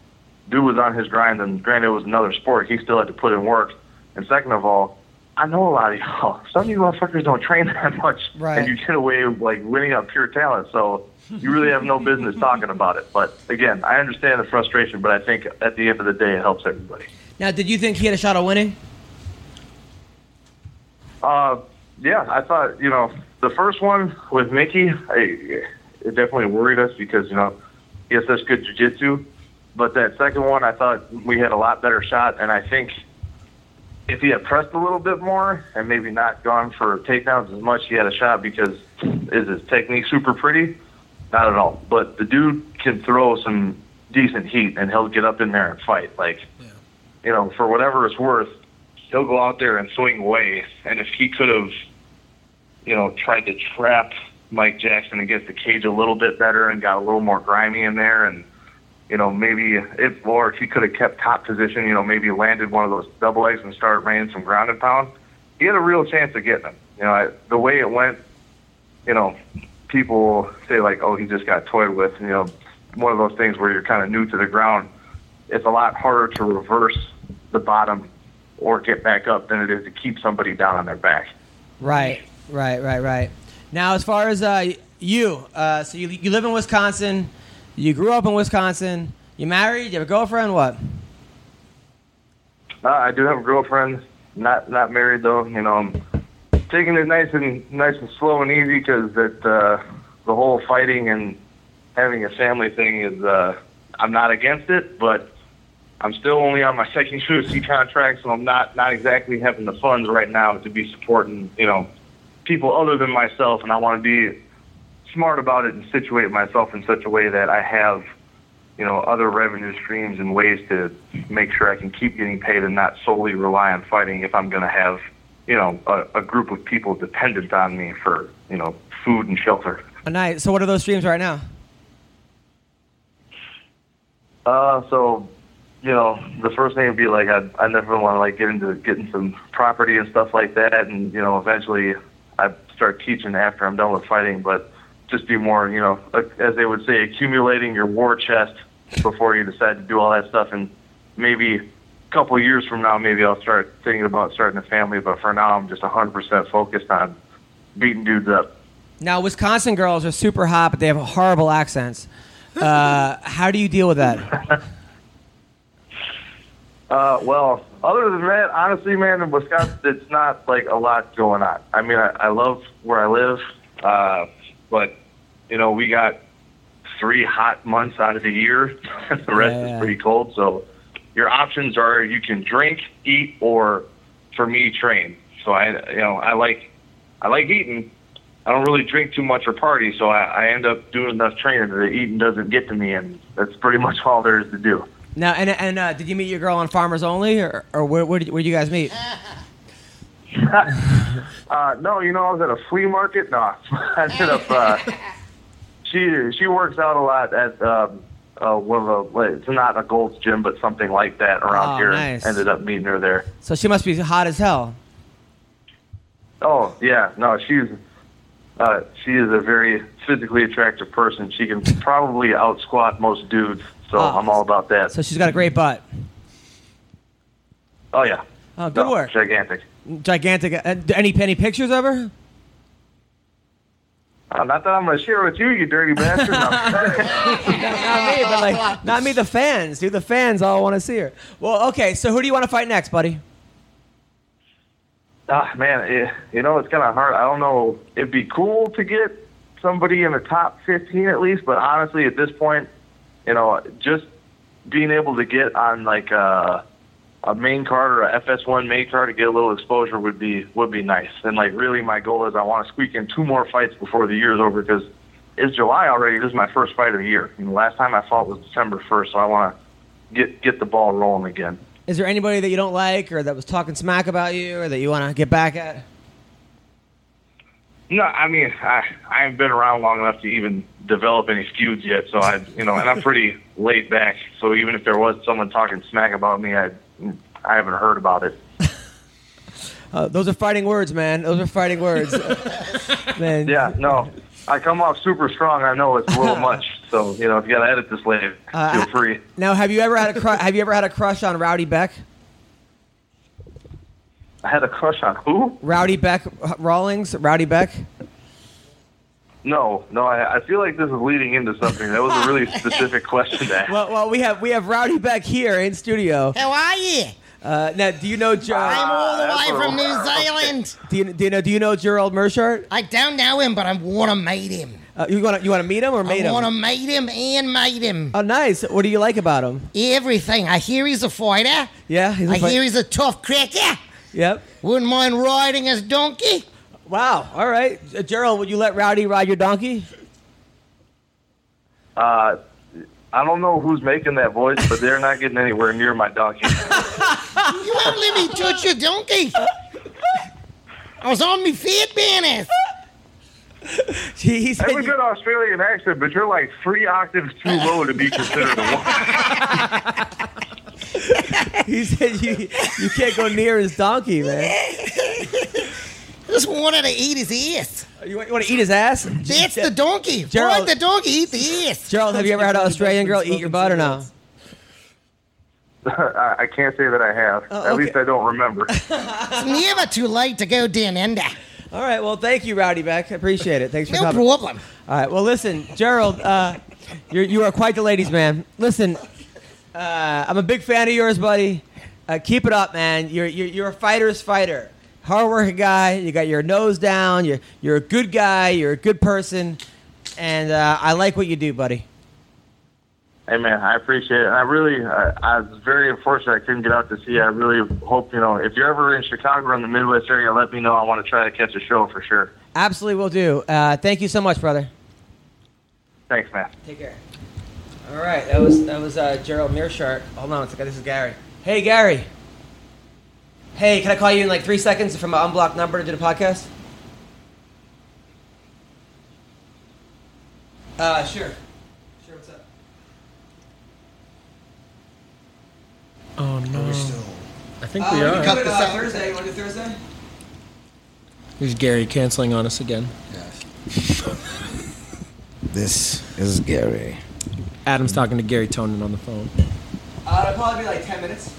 Speaker 7: dude was on his grind, and granted, it was another sport. He still had to put in work. And second of all, I know a lot of y'all. Some of you motherfuckers don't train that much,
Speaker 1: Right.
Speaker 7: and you get away with, like winning on pure talent. So you really have no business talking about it. But again, I understand the frustration, but I think at the end of the day, it helps everybody.
Speaker 1: Now, did you think he had a shot at winning?
Speaker 7: Uh, yeah, I thought you know the first one with Mickey, I, it definitely worried us because you know he has such good jujitsu. But that second one, I thought we had a lot better shot, and I think if he had pressed a little bit more and maybe not gone for takedowns as much, he had a shot because is his technique super pretty? Not at all. But the dude can throw some decent heat, and he'll get up in there and fight. Like you know, for whatever it's worth, he'll go out there and swing away. And if he could have, you know, tried to trap Mike Jackson against the cage a little bit better and got a little more grimy in there, and you know, maybe if or if he could have kept top position, you know, maybe landed one of those double legs and started landing some ground and pound, he had a real chance of getting him. You know, I, the way it went, you know, people say like, oh, he just got toyed with. You know, one of those things where you're kind of new to the ground it's a lot harder to reverse the bottom or get back up than it is to keep somebody down on their back.
Speaker 1: Right, right, right, right. Now, as far as uh, you, uh, so you, you live in Wisconsin, you grew up in Wisconsin, you married, you have a girlfriend, what?
Speaker 7: Uh, I do have a girlfriend, not not married though. You know, I'm taking it nice and nice and slow and easy because that uh, the whole fighting and having a family thing is uh, I'm not against it, but I'm still only on my second UFC contract, so I'm not not exactly having the funds right now to be supporting you know people other than myself, and I want to be smart about it and situate myself in such a way that I have you know, other revenue streams and ways to make sure I can keep getting paid and not solely rely on fighting if I'm going to have, you know, a, a group of people dependent on me for, you know, food and shelter.
Speaker 1: Oh, nice. So, what are those streams right now?
Speaker 7: Uh, so, you know, the first thing would be like I I never want to like get into getting some property and stuff like that, and you know, eventually I start teaching after I'm done with fighting, but just be more, you know, like, as they would say, accumulating your war chest before you decide to do all that stuff, and maybe couple years from now, maybe I'll start thinking about starting a family. But for now, I'm just 100% focused on beating dudes up.
Speaker 1: Now, Wisconsin girls are super hot, but they have horrible accents. Uh, how do you deal with that?
Speaker 7: Uh, well, other than that, honestly, man, in Wisconsin, it's not like a lot going on. I mean, I, I love where I live, uh, but you know, we got three hot months out of the year. the rest
Speaker 1: Yeah.
Speaker 7: is pretty cold. So your options are you can drink, eat, or for me, train. So I, you know, I like, I like eating. I don't really drink too much or party, so I, I end up doing enough training that the eating doesn't get to me, and that's pretty much all there is to do.
Speaker 1: Now, and, and uh, did you meet your girl on Farmers Only, or, or where, where, did, where did you guys meet?
Speaker 7: Uh, no, you know, I was at a flea market. No, I ended up. Uh, she she works out a lot at um, uh, one of the. It's not a Gold's Gym, but something like that around
Speaker 1: Oh,
Speaker 7: here.
Speaker 1: nice.
Speaker 7: Ended up meeting her there.
Speaker 1: So she must be hot as hell.
Speaker 7: Oh yeah, no, she's uh, she is a very physically attractive person. She can probably out squat most dudes. So
Speaker 1: Ah.
Speaker 7: I'm all about that.
Speaker 1: So she's got a great butt.
Speaker 7: oh yeah.
Speaker 1: Oh, good
Speaker 7: No,
Speaker 1: work.
Speaker 7: Gigantic.
Speaker 1: Gigantic. Uh, any any pictures of her?
Speaker 7: Uh, not that I'm going to share with you, you dirty bastard. No.
Speaker 1: Not me, but like not me. The fans, dude. The fans all want to see her. Well, okay. So who do you want to fight next, buddy?
Speaker 7: Ah, man, it, you know, it's kind of hard. I don't know. It'd be cool to get somebody in the top 15 at least, but honestly, at this point, you know, just being able to get on like a, a main card or a FS1 main card to get a little exposure would be would be nice. And like, really, my goal is I want to squeak in two more fights before the year's over because it's July already. This is my first fight of the year. And the last time I fought was December 1st, so I want to get get the ball rolling again.
Speaker 1: Is there anybody that you don't like, or that was talking smack about you, or that you want to get back at?
Speaker 7: No, I mean, I, I haven't been around long enough to even develop any feuds yet. So I, you know, and I'm pretty laid back. So even if there was someone talking smack about me, I, I haven't heard about it.
Speaker 1: Uh, those are fighting words, man. Those are fighting words. man,
Speaker 7: Yeah, no, I come off super strong. I know it's a little much. So you know, if you gotta edit this later,
Speaker 1: Uh,
Speaker 7: feel free.
Speaker 1: Now, have you ever had a cru- have you ever had a crush on Rowdy Beck?
Speaker 7: I had a crush on who?
Speaker 1: Rowdy Beck uh, Rawlings, Rowdy Beck.
Speaker 7: No, no, I, I feel like this is leading into something. That was a really specific question to ask.
Speaker 1: Well, well, we have we have Rowdy Beck here in studio.
Speaker 5: How are you?
Speaker 1: Uh, now, do you know
Speaker 5: I'm
Speaker 1: Joe?
Speaker 5: all the
Speaker 7: that's
Speaker 5: way
Speaker 7: what
Speaker 5: from
Speaker 7: I'm-
Speaker 5: New
Speaker 7: okay.
Speaker 5: Zealand.
Speaker 1: Do you, do you know do you know Gerald Mershart?
Speaker 5: I don't know him, but I want to meet him.
Speaker 1: Uh, you want to you want to meet him or meet
Speaker 5: I
Speaker 1: him?
Speaker 5: want to meet him and meet him.
Speaker 1: Oh, nice. What do you like about him?
Speaker 5: Everything. I hear he's a fighter.
Speaker 1: Yeah, he's a
Speaker 5: I
Speaker 1: fight-
Speaker 5: hear he's a tough cracker.
Speaker 1: Yep.
Speaker 5: Wouldn't mind riding his donkey.
Speaker 1: Wow. All right, Uh, Gerald, would you let Rowdy ride your donkey?
Speaker 7: Uh, I don't know who's making that voice, but they're not getting anywhere near my donkey.
Speaker 5: You won't let me touch your donkey. I was on me feet banners.
Speaker 1: He, he said
Speaker 7: I have a
Speaker 1: you-
Speaker 7: good Australian accent, but you're like three octaves too low to be considered a woman.
Speaker 1: he said you you can't go near his donkey, man.
Speaker 5: I just wanted to eat his ass.
Speaker 1: You want, you want to eat his ass?
Speaker 5: That's the donkey.
Speaker 1: Gerald-
Speaker 5: Ride the donkey, eat the ass.
Speaker 1: Gerald, have you ever had an Australian girl eat your butt or no?
Speaker 7: I, I can't say that I have.
Speaker 1: Oh,
Speaker 7: At
Speaker 1: okay.
Speaker 7: least I don't remember.
Speaker 5: It's never too late to go down under.
Speaker 1: All right. Well, thank you, Rowdy Beck. I appreciate it. Thanks for
Speaker 5: No
Speaker 1: coming.
Speaker 5: problem.
Speaker 1: All right. Well, listen, Gerald, uh, you're, you are quite the ladies' man. Listen, uh, I'm a big fan of yours, buddy. Uh, keep it up, man. You're, you're, you're a fighter's fighter. Hardworking guy. You got your nose down. You're, you're a good guy. You're a good person. And uh, I like what you do, buddy.
Speaker 7: hey, man, I appreciate it. And I really, I, I was very unfortunate I couldn't get out to see you. I really hope, you know, if you're ever in Chicago or in the Midwest area, let me know. I want to try to catch a show for sure.
Speaker 1: Absolutely will do. Uh, thank you so much, brother.
Speaker 7: Thanks, man.
Speaker 1: Take care. All right. That was, that was uh, Gerald Mearshart. Hold on. It's, this is Gary. Hey, Gary. Hey, can I call you in like three seconds from an unblocked number to do the podcast? Uh, sure. Sure, what's up?
Speaker 4: Oh no. I think
Speaker 1: Uh,
Speaker 4: we
Speaker 1: we can
Speaker 4: are.
Speaker 1: do it, uh, Thursday. You want to do Thursday?
Speaker 4: Here's Gary canceling on us again.
Speaker 3: This is Gary.
Speaker 4: Adam's talking to Gary Tonin on the phone.
Speaker 1: Uh, it'll probably be like 10 minutes.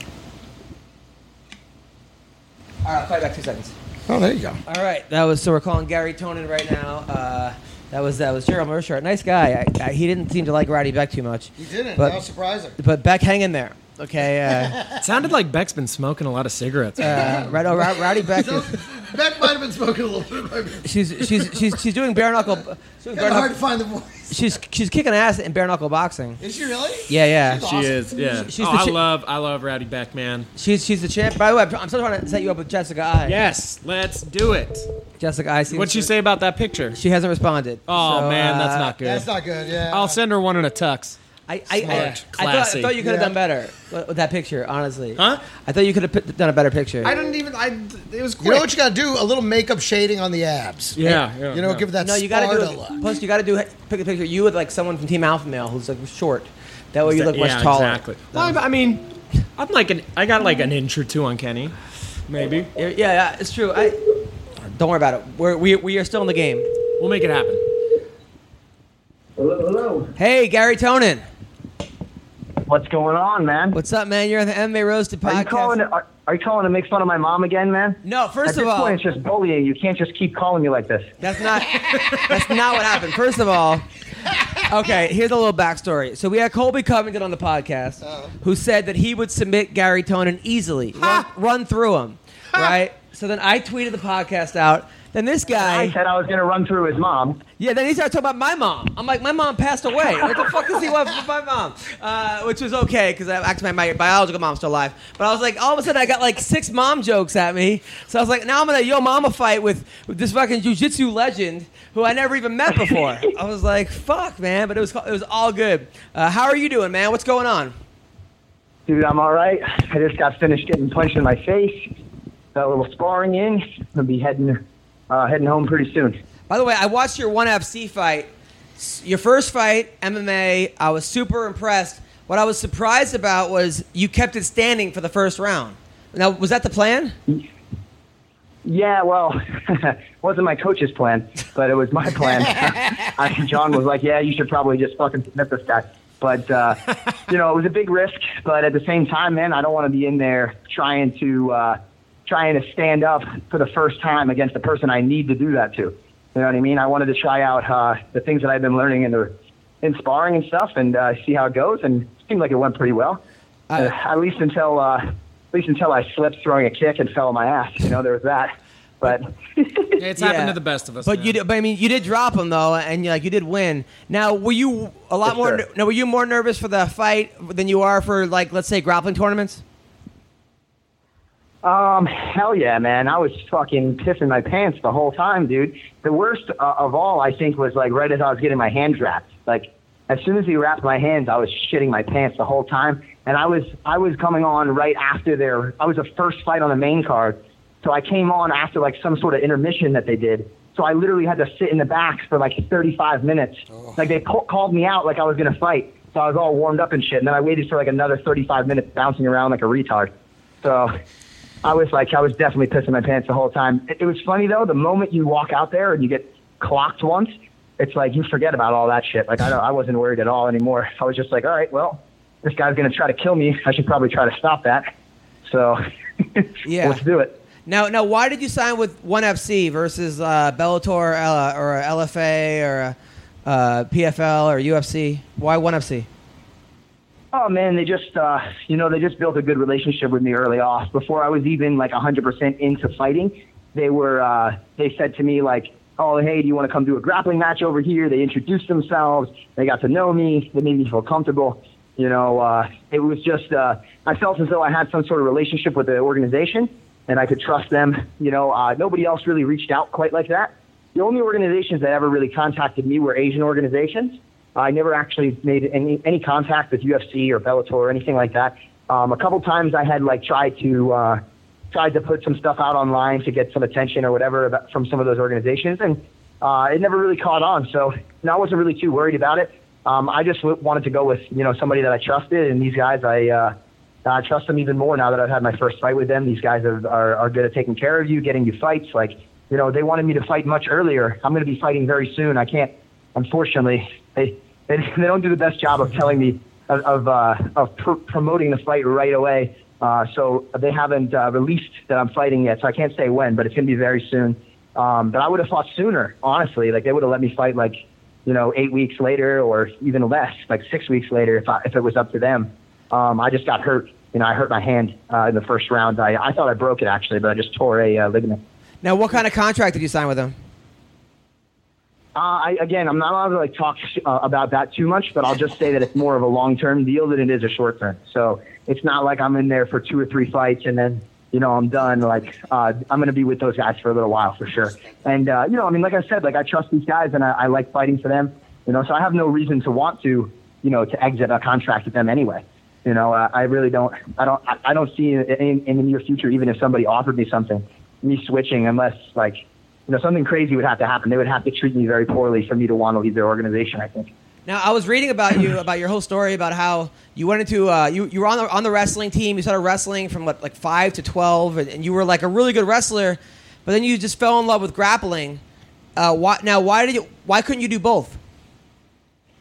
Speaker 1: All right, I'll play back two seconds.
Speaker 3: Oh, there you go.
Speaker 1: All right, that was so we're calling Gary Tonin right now. Uh, that was that was Gerald Mershart. Nice guy. I, I, he didn't seem to like Roddy Beck too much.
Speaker 3: He didn't.
Speaker 1: But-
Speaker 3: that was surprising.
Speaker 1: But Beck, hang in there. Okay. Uh,
Speaker 4: It sounded like Beck's been smoking a lot of cigarettes.
Speaker 1: uh, right, oh, Ro- Roddy Beck is
Speaker 3: Beck might have been smoking a little bit. Maybe.
Speaker 1: she's she's she's, she's doing bare knuckle. she's doing bare
Speaker 3: Kind
Speaker 1: knuckle
Speaker 3: of hard to find the voice.
Speaker 1: she's she's kicking ass in bare knuckle boxing.
Speaker 3: Is she really?
Speaker 1: Yeah, yeah.
Speaker 4: She is, yeah.
Speaker 1: She's
Speaker 4: oh,
Speaker 1: the
Speaker 4: I
Speaker 1: chi-
Speaker 4: love, I love Rowdy Beck, man.
Speaker 1: She's she's the champ. By the way, I'm still trying to set you up with Jessica I.
Speaker 4: Yes, let's do it.
Speaker 1: Jessica I.
Speaker 4: What'd she say about that picture?
Speaker 1: She hasn't responded.
Speaker 4: Oh
Speaker 1: So,
Speaker 4: man, that's
Speaker 1: uh,
Speaker 4: not good.
Speaker 3: That's not good. Yeah.
Speaker 4: I'll send her one in a tux.
Speaker 1: I I, I, I,
Speaker 4: Smart.
Speaker 1: thought, I
Speaker 4: Classy.
Speaker 1: thought you could have
Speaker 3: Yeah.
Speaker 1: done better with, with that picture. Honestly,
Speaker 4: Huh?
Speaker 1: I thought you could have put, done a better picture.
Speaker 4: I didn't even. I. It was
Speaker 3: you
Speaker 4: quick.
Speaker 3: know what you got to do? A little makeup shading on the abs.
Speaker 4: Yeah, yeah,
Speaker 3: You know,
Speaker 4: yeah.
Speaker 3: give it that.
Speaker 1: no, you gotta do.
Speaker 3: Sparta
Speaker 1: it-
Speaker 3: look.
Speaker 1: Plus, you gotta do pick a picture. You with like someone from Team Alpha Male who's like short. That way you look much
Speaker 4: Yeah,
Speaker 1: taller.
Speaker 4: Exactly. Well, I I mean, I'm like an. I got like an inch or two on Kenny. Maybe
Speaker 1: Yeah, yeah, it's true. I don't worry about it. We're, we we are still in the game.
Speaker 4: we'll make it happen.
Speaker 8: Hello, hello.
Speaker 1: Hey, Gary Tonin,
Speaker 8: What's going on, man?
Speaker 1: what's up, man? You're on the MMA Roasted podcast.
Speaker 8: are you calling? To, are, are you calling to make fun of my mom again, man?
Speaker 1: no,
Speaker 8: At
Speaker 1: first
Speaker 8: this
Speaker 1: of all,
Speaker 8: point, it's just bullying. You can't just keep calling me like this.
Speaker 1: That's not. that's not what happened. First of all, okay. Here's a little backstory. So we had Colby Covington on the podcast, who said that he would submit Gary Tonin easily, run, run through him, right? So then I tweeted the podcast out. Then this
Speaker 8: I
Speaker 1: guy,
Speaker 8: said I was going to run through his mom.
Speaker 1: yeah. Then he started talking about my mom. I'm like, my mom passed away. What the fuck does he want from my mom? Uh, which was okay because actually my, my biological mom's still alive. But I was like, all of a sudden I got like six mom jokes at me. So I was like, now I'm in a yo mama fight with, with this fucking jujitsu legend who I never even met before. I was like, fuck, man. But it was it was all good. Uh, how are you doing, man? What's going on?
Speaker 8: Dude, I'm all right. I just got finished getting punched in my face. Got a little sparring in. I'll be heading uh, heading home pretty soon.
Speaker 1: By the way, I watched your ONE FC fight. S- Your first fight, MMA, I was super impressed. What I was surprised about was you kept it standing for the first round. Now, was that the plan?
Speaker 8: Yeah, well, wasn't my coach's plan, but it was my plan. I, John was like, "Yeah, you should probably just fucking submit this guy." But uh, you know, it was a big risk. But at the same time, man, I don't want to be in there trying to uh, trying to stand up for the first time against the person I need to do that to. You know what I mean? I wanted to try out uh, the things that I've been learning in the in sparring and stuff, and uh, see how it goes. And it seemed like it went pretty well.
Speaker 1: I-
Speaker 8: Uh, at least until uh, at least until I slipped throwing a kick and fell on my ass. You know, there was that. But
Speaker 4: It's happened to the best of us.
Speaker 1: But
Speaker 4: man.
Speaker 1: you, did, but I mean, you did drop him though, and you like you did win. Now, were you a lot
Speaker 8: For
Speaker 1: more?
Speaker 8: sure.
Speaker 1: ner- Now, were you more nervous for the fight than you are for like let's say grappling tournaments?
Speaker 8: Um, hell yeah, man. I was fucking pissing my pants the whole time, dude. The worst uh, of all, I think, was like right as I was getting my hands wrapped. Like, as soon as he wrapped my hands, I was shitting my pants the whole time. And I was, I was coming on right after their, I was the first fight on the main card. So I came on after like some sort of intermission that they did. So I literally had to sit in the back for like 35 minutes. Like they ca- called me out like I was going to fight. So I was all warmed up and shit. And then I waited for like another 35 minutes bouncing around like a retard. So I was like, I was definitely pissing my pants the whole time. It, it was funny though. The moment you walk out there and you get clocked once, it's like you forget about all that shit. Like I, don't, I wasn't worried at all anymore. I was just like, all right, well, this guy's gonna try to kill me. I should probably try to stop that. So
Speaker 1: Yeah.
Speaker 8: let's do it.
Speaker 1: Now, now, why did you sign with ONE FC versus uh, Bellator or, L- or LFA or uh, PFL or UFC? Why ONE FC?
Speaker 8: Oh man, they just uh, you know they just built a good relationship with me early off. Before I was even like 100% into fighting, they were uh, they said to me like, "Oh hey, do you want to come do a grappling match over here?" They introduced themselves. They got to know me. They made me feel comfortable. You know, uh, it was just uh, I felt as though I had some sort of relationship with the organization and I could trust them. You know, uh, nobody else really reached out quite like that. The only organizations that ever really contacted me were Asian organizations. I never actually made any any contact with UFC or Bellator or anything like that. Um, a couple times I had like tried to uh, tried to put some stuff out online to get some attention or whatever about, from some of those organizations, and uh, it never really caught on. So no, I wasn't really too worried about it. Um, I just w- wanted to go with you know somebody that I trusted, and these guys I uh, I trust them even more now that I've had my first fight with them. These guys are, are, are good at taking care of you, getting you fights. Like you know they wanted me to fight much earlier. I'm going to be fighting very soon. I can't unfortunately, they, they they don't do the best job of telling me of of, uh, of pr- promoting the fight right away. Uh, so they haven't uh, released that I'm fighting yet, so I can't say when, but it's going to be very soon. Um, but I would have fought sooner, honestly. Like they would have let me fight like, you know, eight weeks later or even less, like six weeks later if I, if it was up to them. Um, I just got hurt. You know, I hurt my hand uh, in the first round. I, I thought I broke it actually, but I just tore a uh, ligament.
Speaker 1: Now, what kind of contract did you sign with him?
Speaker 8: Uh, I, again, I'm not allowed to like talk uh, about that too much, but I'll just say that it's more of a long-term deal than it is a short-term. So it's not like I'm in there for two or three fights and then you know I'm done. Like uh, I'm going to be with those guys for a little while for sure. And uh, you know, I mean, like I said, like I trust these guys and I, I like fighting for them. You know, so I have no reason to want to you know to exit a contract with them anyway. You know, uh, I really don't. I don't. I, I don't see in, in, in the near future, even if somebody offered me something, me switching unless like you know, something crazy would have to happen. They would have to treat me very poorly for me to want to leave their organization. I think.
Speaker 1: Now, I was reading about you, about your whole story, about how you went into uh, you you were on the on the wrestling team. You started wrestling from what like five to twelve, and, and you were like a really good wrestler, but then you just fell in love with grappling. Uh, why, now, why did you? Why couldn't you do both?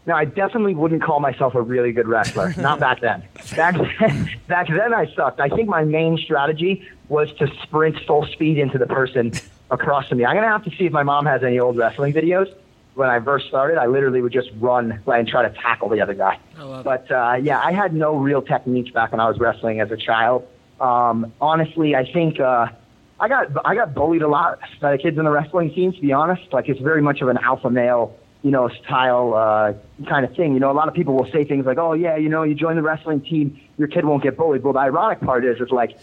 Speaker 8: Now, I definitely wouldn't call myself a really good wrestler. Not back then. Back then, back then, I sucked. I think my main strategy was to sprint full speed into the person across from me. I'm gonna have to see if my mom has any old wrestling videos. When I first started, I literally would just run and try to tackle the other guy. But uh, yeah, I had no real technique back when I was wrestling as a child. Um, honestly, I think uh, I got I got bullied a lot by the kids in the wrestling team. To be honest, like it's very much of an alpha male, you know, style uh, kind of thing. You know, a lot of people will say things like, "Oh yeah, you know, you join the wrestling team, your kid won't get bullied." Well, the ironic part is, it's like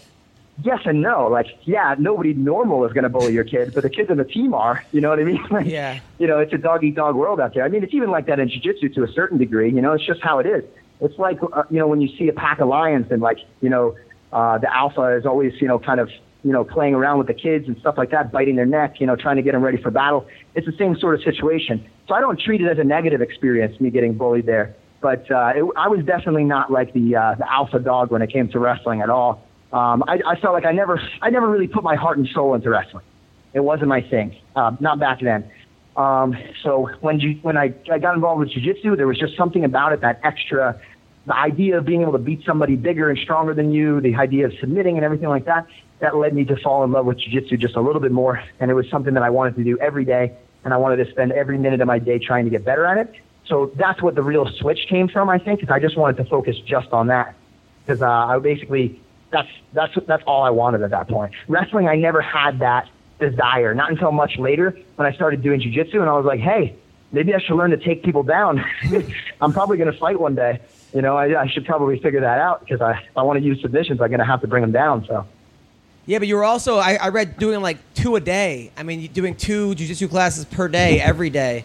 Speaker 8: yes and no. Like, yeah, nobody normal is going to bully your kid, but the kids on the team are. You know what I mean? Like,
Speaker 1: Yeah.
Speaker 8: You know, it's a dog eat dog world out there. I mean, it's even like that in jiu-jitsu to a certain degree. You know, it's just how it is. It's like uh, you know when you see a pack of lions and like you know uh, the alpha is always you know kind of you know playing around with the kids and stuff like that, biting their neck, you know, trying to get them ready for battle. It's the same sort of situation. So I don't treat it as a negative experience me getting bullied there. But uh, it, I was definitely not like the uh, the alpha dog when it came to wrestling at all um, I, I felt like I never, I never really put my heart and soul into wrestling. It wasn't my thing, uh, not back then. Um, so when ju- when I, I got involved with jujitsu, there was just something about it that extra, the idea of being able to beat somebody bigger and stronger than you, the idea of submitting and everything like that, that led me to fall in love with jujitsu just a little bit more. And it was something that I wanted to do every day, and I wanted to spend every minute of my day trying to get better at it. So that's what the real switch came from, I think, is I just wanted to focus just on that because uh, I basically that's that's that's all I wanted at that point. Wrestling, I never had that desire. Not until much later when I started doing jujitsu, and I was like, hey, maybe I should learn to take people down. I'm probably going to fight one day. You know, I, I should probably figure that out because I if I want to use submissions. I'm going to have to bring them down. So.
Speaker 1: Yeah, but you were also I, I read doing like two a day. I mean, you doing two jujitsu classes per day every day.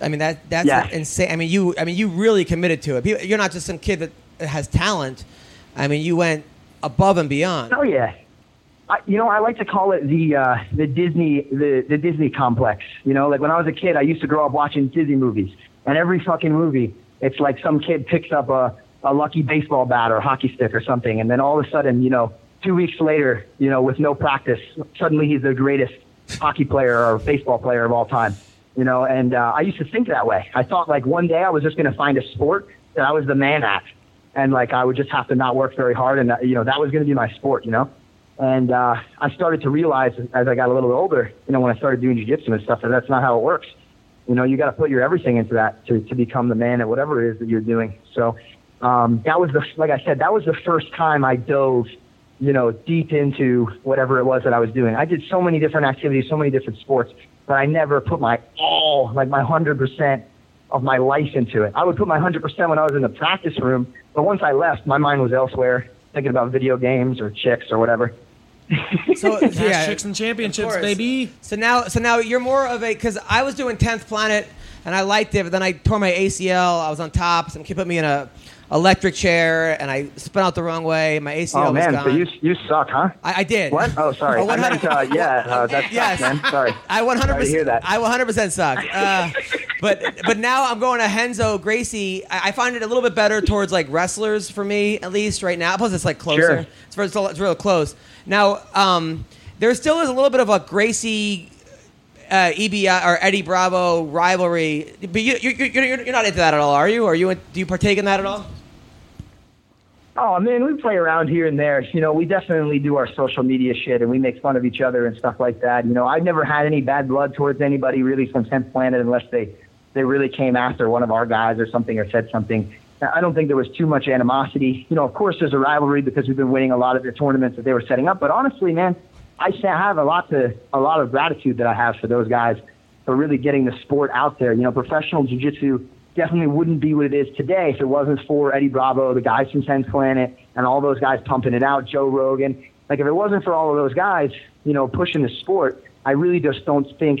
Speaker 1: I mean that that's
Speaker 8: Yeah.
Speaker 1: insane. I mean you I mean you really committed to it. People- You're not just some kid that has talent. I mean you went above and beyond.
Speaker 8: Oh yeah. I, you know, I like to call it the uh, the Disney the, the Disney complex. You know, like when I was a kid, I used to grow up watching Disney movies, and every fucking movie, it's like some kid picks up a a lucky baseball bat or hockey stick or something, and then all of a sudden, you know, two weeks later, you know, with no practice, suddenly he's the greatest hockey player or baseball player of all time. You know, and uh, I used to think that way. I thought like one day I was just going to find a sport that I was the man at and like I would just have to not work very hard, and uh, you know that was going to be my sport, you know. And uh, I started to realize as I got a little bit older, you know, when I started doing jiu-jitsu and stuff, that that's not how it works. You know, you got to put your everything into that to to become the man at whatever it is that you're doing. So um, that was the like I said, that was the first time I dove, you know, deep into whatever it was that I was doing. I did so many different activities, so many different sports, but I never put my all, like my hundred percent of my life into it. I would put my 100% when I was in the practice room, but once I left, my mind was elsewhere, thinking about video games or chicks or whatever.
Speaker 1: So yeah,
Speaker 4: chicks and
Speaker 1: of
Speaker 4: championships,
Speaker 1: course.
Speaker 4: baby.
Speaker 1: So now, so now you're more of a because I was doing Tenth Planet and I liked it, but then I tore my ACL. I was on top. Some kid put me in a electric chair and I spun out the wrong way. My ACL
Speaker 8: oh
Speaker 1: was
Speaker 8: man,
Speaker 1: gone.
Speaker 8: so you you suck, huh?
Speaker 1: I, I did.
Speaker 8: what? Oh, sorry.
Speaker 1: I
Speaker 8: I meant,
Speaker 1: 100
Speaker 8: uh, yeah, uh, that's
Speaker 1: Yes.
Speaker 8: man. Sorry.
Speaker 1: I 100.
Speaker 8: Sorry to hear
Speaker 1: percent
Speaker 8: that.
Speaker 1: I 100 percent suck. Uh, but but now I'm going to Henzo Gracie. I, I find it a little bit better towards like wrestlers for me at least right now. Plus it's like closer.
Speaker 8: Sure.
Speaker 1: It's, real- it's, real- it's real close. Now um, there still is a little bit of a Gracie. Uh, EBI or Eddie Bravo rivalry, but you, you, you, you're, you're not into that at all, are you? Are you? in- Do you partake in that at all?
Speaker 8: Oh man, we play around here and there. You know, we definitely do our social media shit and we make fun of each other and stuff like that. You know, I've never had any bad blood towards anybody really from 10th Planet unless they they really came after one of our guys or something or said something. Now, I don't think there was too much animosity. You know, of course there's a rivalry because we've been winning a lot of the tournaments that they were setting up, but honestly, man, I sa- have a lot to a lot of gratitude that I have for those guys for really getting the sport out there. You know, professional jiu-jitsu definitely wouldn't be what it is today if it wasn't for Eddie Bravo, the guys from 10th Planet, and all those guys pumping it out, Joe Rogan. Like, if it wasn't for all of those guys, you know, pushing the sport, I really just don't think,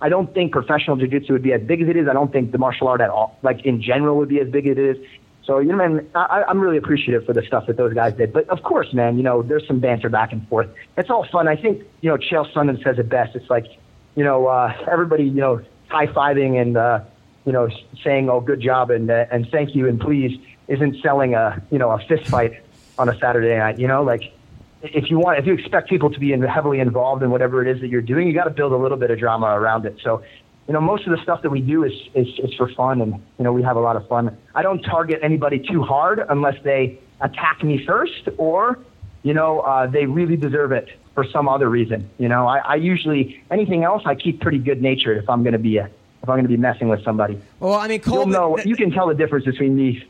Speaker 8: I don't think professional jiu-jitsu would be as big as it is. I don't think the martial art at all, like, in general would be as big as it is. So, you know, man, I, I'm really appreciative for the stuff that those guys did. But, of course, man, you know, there's some banter back and forth. It's all fun. I think, you know, Chael Sonnen says it best. It's like, you know, uh, everybody, you know, high-fiving and, uh, you know, saying "oh, good job" and uh, and "thank you" and "please" isn't selling a you know a fist fight on a Saturday night. You know, like if you want, if you expect people to be in, heavily involved in whatever it is that you're doing, you got to build a little bit of drama around it. So, you know, most of the stuff that we do is is, is for fun, and you know, we have a lot of fun. I don't target anybody too hard unless they attack me first, or you know, uh, they really deserve it for some other reason. You know, I, I usually anything else I keep pretty good natured if I'm going to be a if I'm going to be messing with somebody.
Speaker 1: Well, I mean,
Speaker 8: You'll
Speaker 1: Colby.
Speaker 8: know. you can tell the difference between me,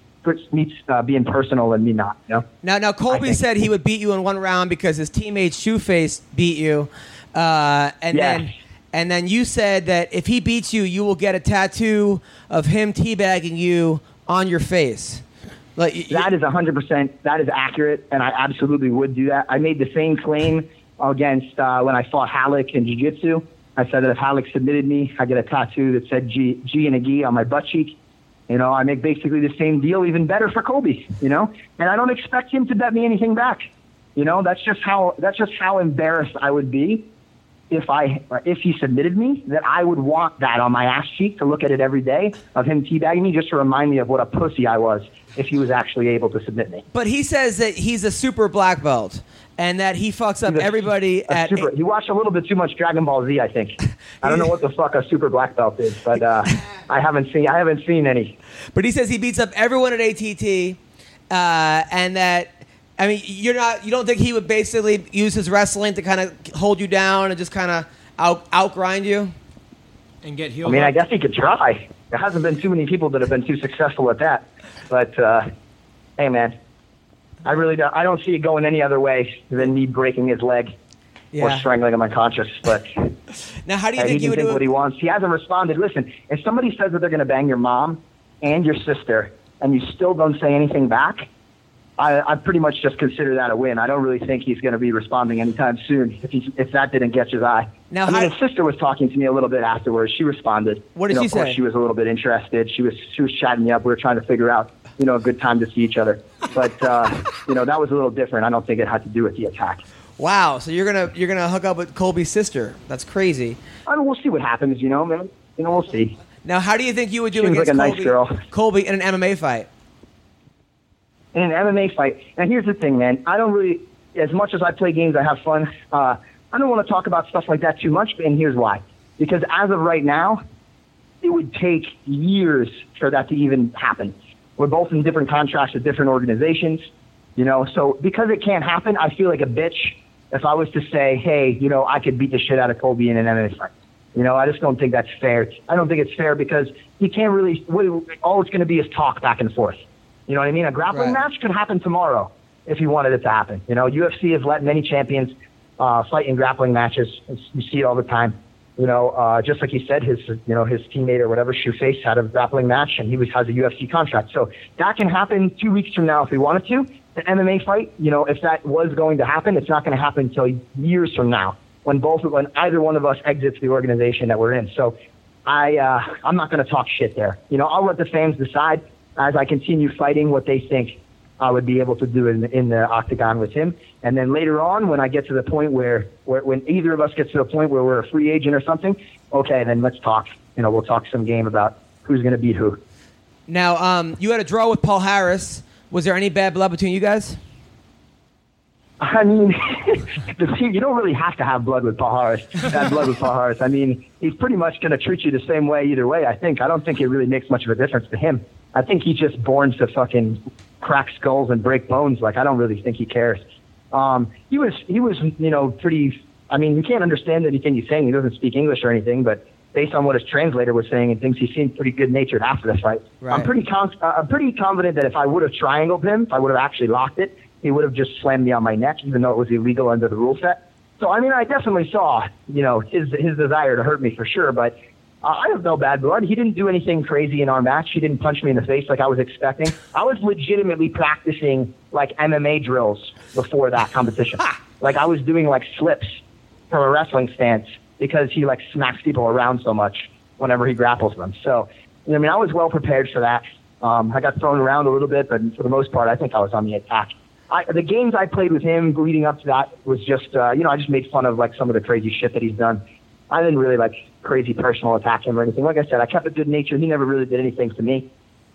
Speaker 8: me uh, being personal and me not. You know?
Speaker 1: Now, now Colby
Speaker 8: think-
Speaker 1: said he would beat you in one round because his teammate Shoeface beat you, uh, and
Speaker 8: Yes.
Speaker 1: then and then you said that if he beats you, you will get a tattoo of him teabagging you on your face. Like y-
Speaker 8: That is 100%. That is accurate, and I absolutely would do that. I made the same claim against uh, when I fought Halleck in jiu-jitsu. I said that if Halleck submitted me, I get a tattoo that said G, G and a G on my butt cheek. You know, I make basically the same deal, even better for Kobe. You know, and I don't expect him to bet me anything back. You know, that's just how that's just how embarrassed I would be if I if he submitted me, that I would want that on my ass cheek to look at it every day of him teabagging me just to remind me of what a pussy I was if he was actually able to submit me.
Speaker 1: but he says that he's a super black belt and that he fucks up everybody
Speaker 8: A
Speaker 1: at
Speaker 8: super, you watch a little bit too much Dragon Ball Z, I think. I don't know what the fuck a super black belt is, but uh, I haven't seen I haven't seen any.
Speaker 1: But he says he beats up everyone at ATT, uh, and that I mean, you're not you don't think he would basically use his wrestling to kind of hold you down and just kind of out outgrind you.
Speaker 4: and get
Speaker 8: I
Speaker 4: healed.
Speaker 8: mean, I
Speaker 4: up.
Speaker 8: guess he could try. There hasn't been too many people that have been too successful at that. But uh, hey, man, I really don't, I don't see it going any other way than me breaking his leg
Speaker 1: Yeah.
Speaker 8: or strangling him unconscious. But
Speaker 1: Now, how do you
Speaker 8: Hey,
Speaker 1: think
Speaker 8: he
Speaker 1: you
Speaker 8: can
Speaker 1: would
Speaker 8: think
Speaker 1: do
Speaker 8: what he
Speaker 1: it?
Speaker 8: wants. He hasn't responded. Listen, if somebody says that they're going to bang your mom and your sister, and you still don't say anything back, I, I pretty much just consider that a win. I don't really think he's going to be responding anytime soon. If he, if that didn't catch his eye.
Speaker 1: Now,
Speaker 8: I
Speaker 1: how-
Speaker 8: mean, his sister was talking to me a little bit afterwards. She responded.
Speaker 1: What did
Speaker 8: you know,
Speaker 1: she
Speaker 8: of course,
Speaker 1: say?
Speaker 8: She was a little bit interested. She was she was chatting me up. We were trying to figure out you know a good time to see each other. But uh, you know that was a little different. I don't think it had to do with the attack.
Speaker 1: Wow, so you're gonna you're gonna hook up with Colby's sister? That's crazy.
Speaker 8: I mean, we'll see what happens. You know, man. You know, we'll see.
Speaker 1: Now, how do you think you would do
Speaker 8: Seems
Speaker 1: against
Speaker 8: like a
Speaker 1: Colby,
Speaker 8: nice girl.
Speaker 1: Colby in an MMA fight?
Speaker 8: in an MMA fight. And here's the thing, man. I don't really, as much as I play games, I have fun. Uh, I don't want to talk about stuff like that too much. And here's why: because as of right now, it would take years for that to even happen. We're both in different contracts with different organizations, you know. So because it can't happen, I feel like a bitch if I was to say, hey, you know, I could beat the shit out of Kobe in an MMA fight. You know, I just don't think that's fair. I don't think it's fair because you can't really. What, all it's going to be is talk back and forth. You know what I mean? A grappling
Speaker 1: Right.
Speaker 8: match could happen tomorrow if you wanted it to happen. You know, UFC has let many champions uh, fight in grappling matches. It's- You see it all the time. You know, uh, just like he said, his you know his teammate or whatever, Shoeface, had a grappling match, and he was has a UFC contract. So that can happen two weeks from now if we wanted to. The MMA fight, you know, if that was going to happen, it's not going to happen until years from now when both when either one of us exits the organization that we're in. So I uh, I'm not going to talk shit there. You know, I'll let the fans decide as I continue fighting what they think I would be able to do in, in the octagon with him. And then later on, when I get to the point where, where when either of us gets to the point where we're a free agent or something, okay, then let's talk. You know, we'll talk some game about who's going to beat who.
Speaker 1: Now, um, you had a draw with Paul Harris. Was there any bad blood between you guys?
Speaker 8: I mean, the team, you don't really have to have blood with Paul Harris. That blood with Paul Harris. I mean, he's pretty much going to treat you the same way either way. I think. I don't think it really makes much of a difference to him. I think he's just born to fucking crack skulls and break bones. Like I don't really think he cares. Um, he was he was you know pretty. I mean, you can't understand anything he's saying. He doesn't speak English or anything, but based on what his translator was saying and things, he seemed pretty good natured after the fight.
Speaker 1: Right.
Speaker 8: I'm pretty con- uh, I'm pretty confident that if I would have triangled him, if I would have actually locked it, he would have just slammed me on my neck, even though it was illegal under the rule set. So I mean, I definitely saw you know his his desire to hurt me for sure, but. Uh, I have no bad blood. He didn't do anything crazy in our match. He didn't punch me in the face like I was expecting. I was legitimately practicing like MMA drills before that competition. like I was doing like slips from a wrestling stance because he like smacks people around so much whenever he grapples them. So, I mean, I was well prepared for that. Um, I got thrown around a little bit, but for the most part, I think I was on the attack. I, the games I played with him leading up to that was just, uh, you know, I just made fun of like some of the crazy shit that he's done. I didn't really like crazy personal attack him or anything. Like I said, I kept a good nature. He never really did anything to me.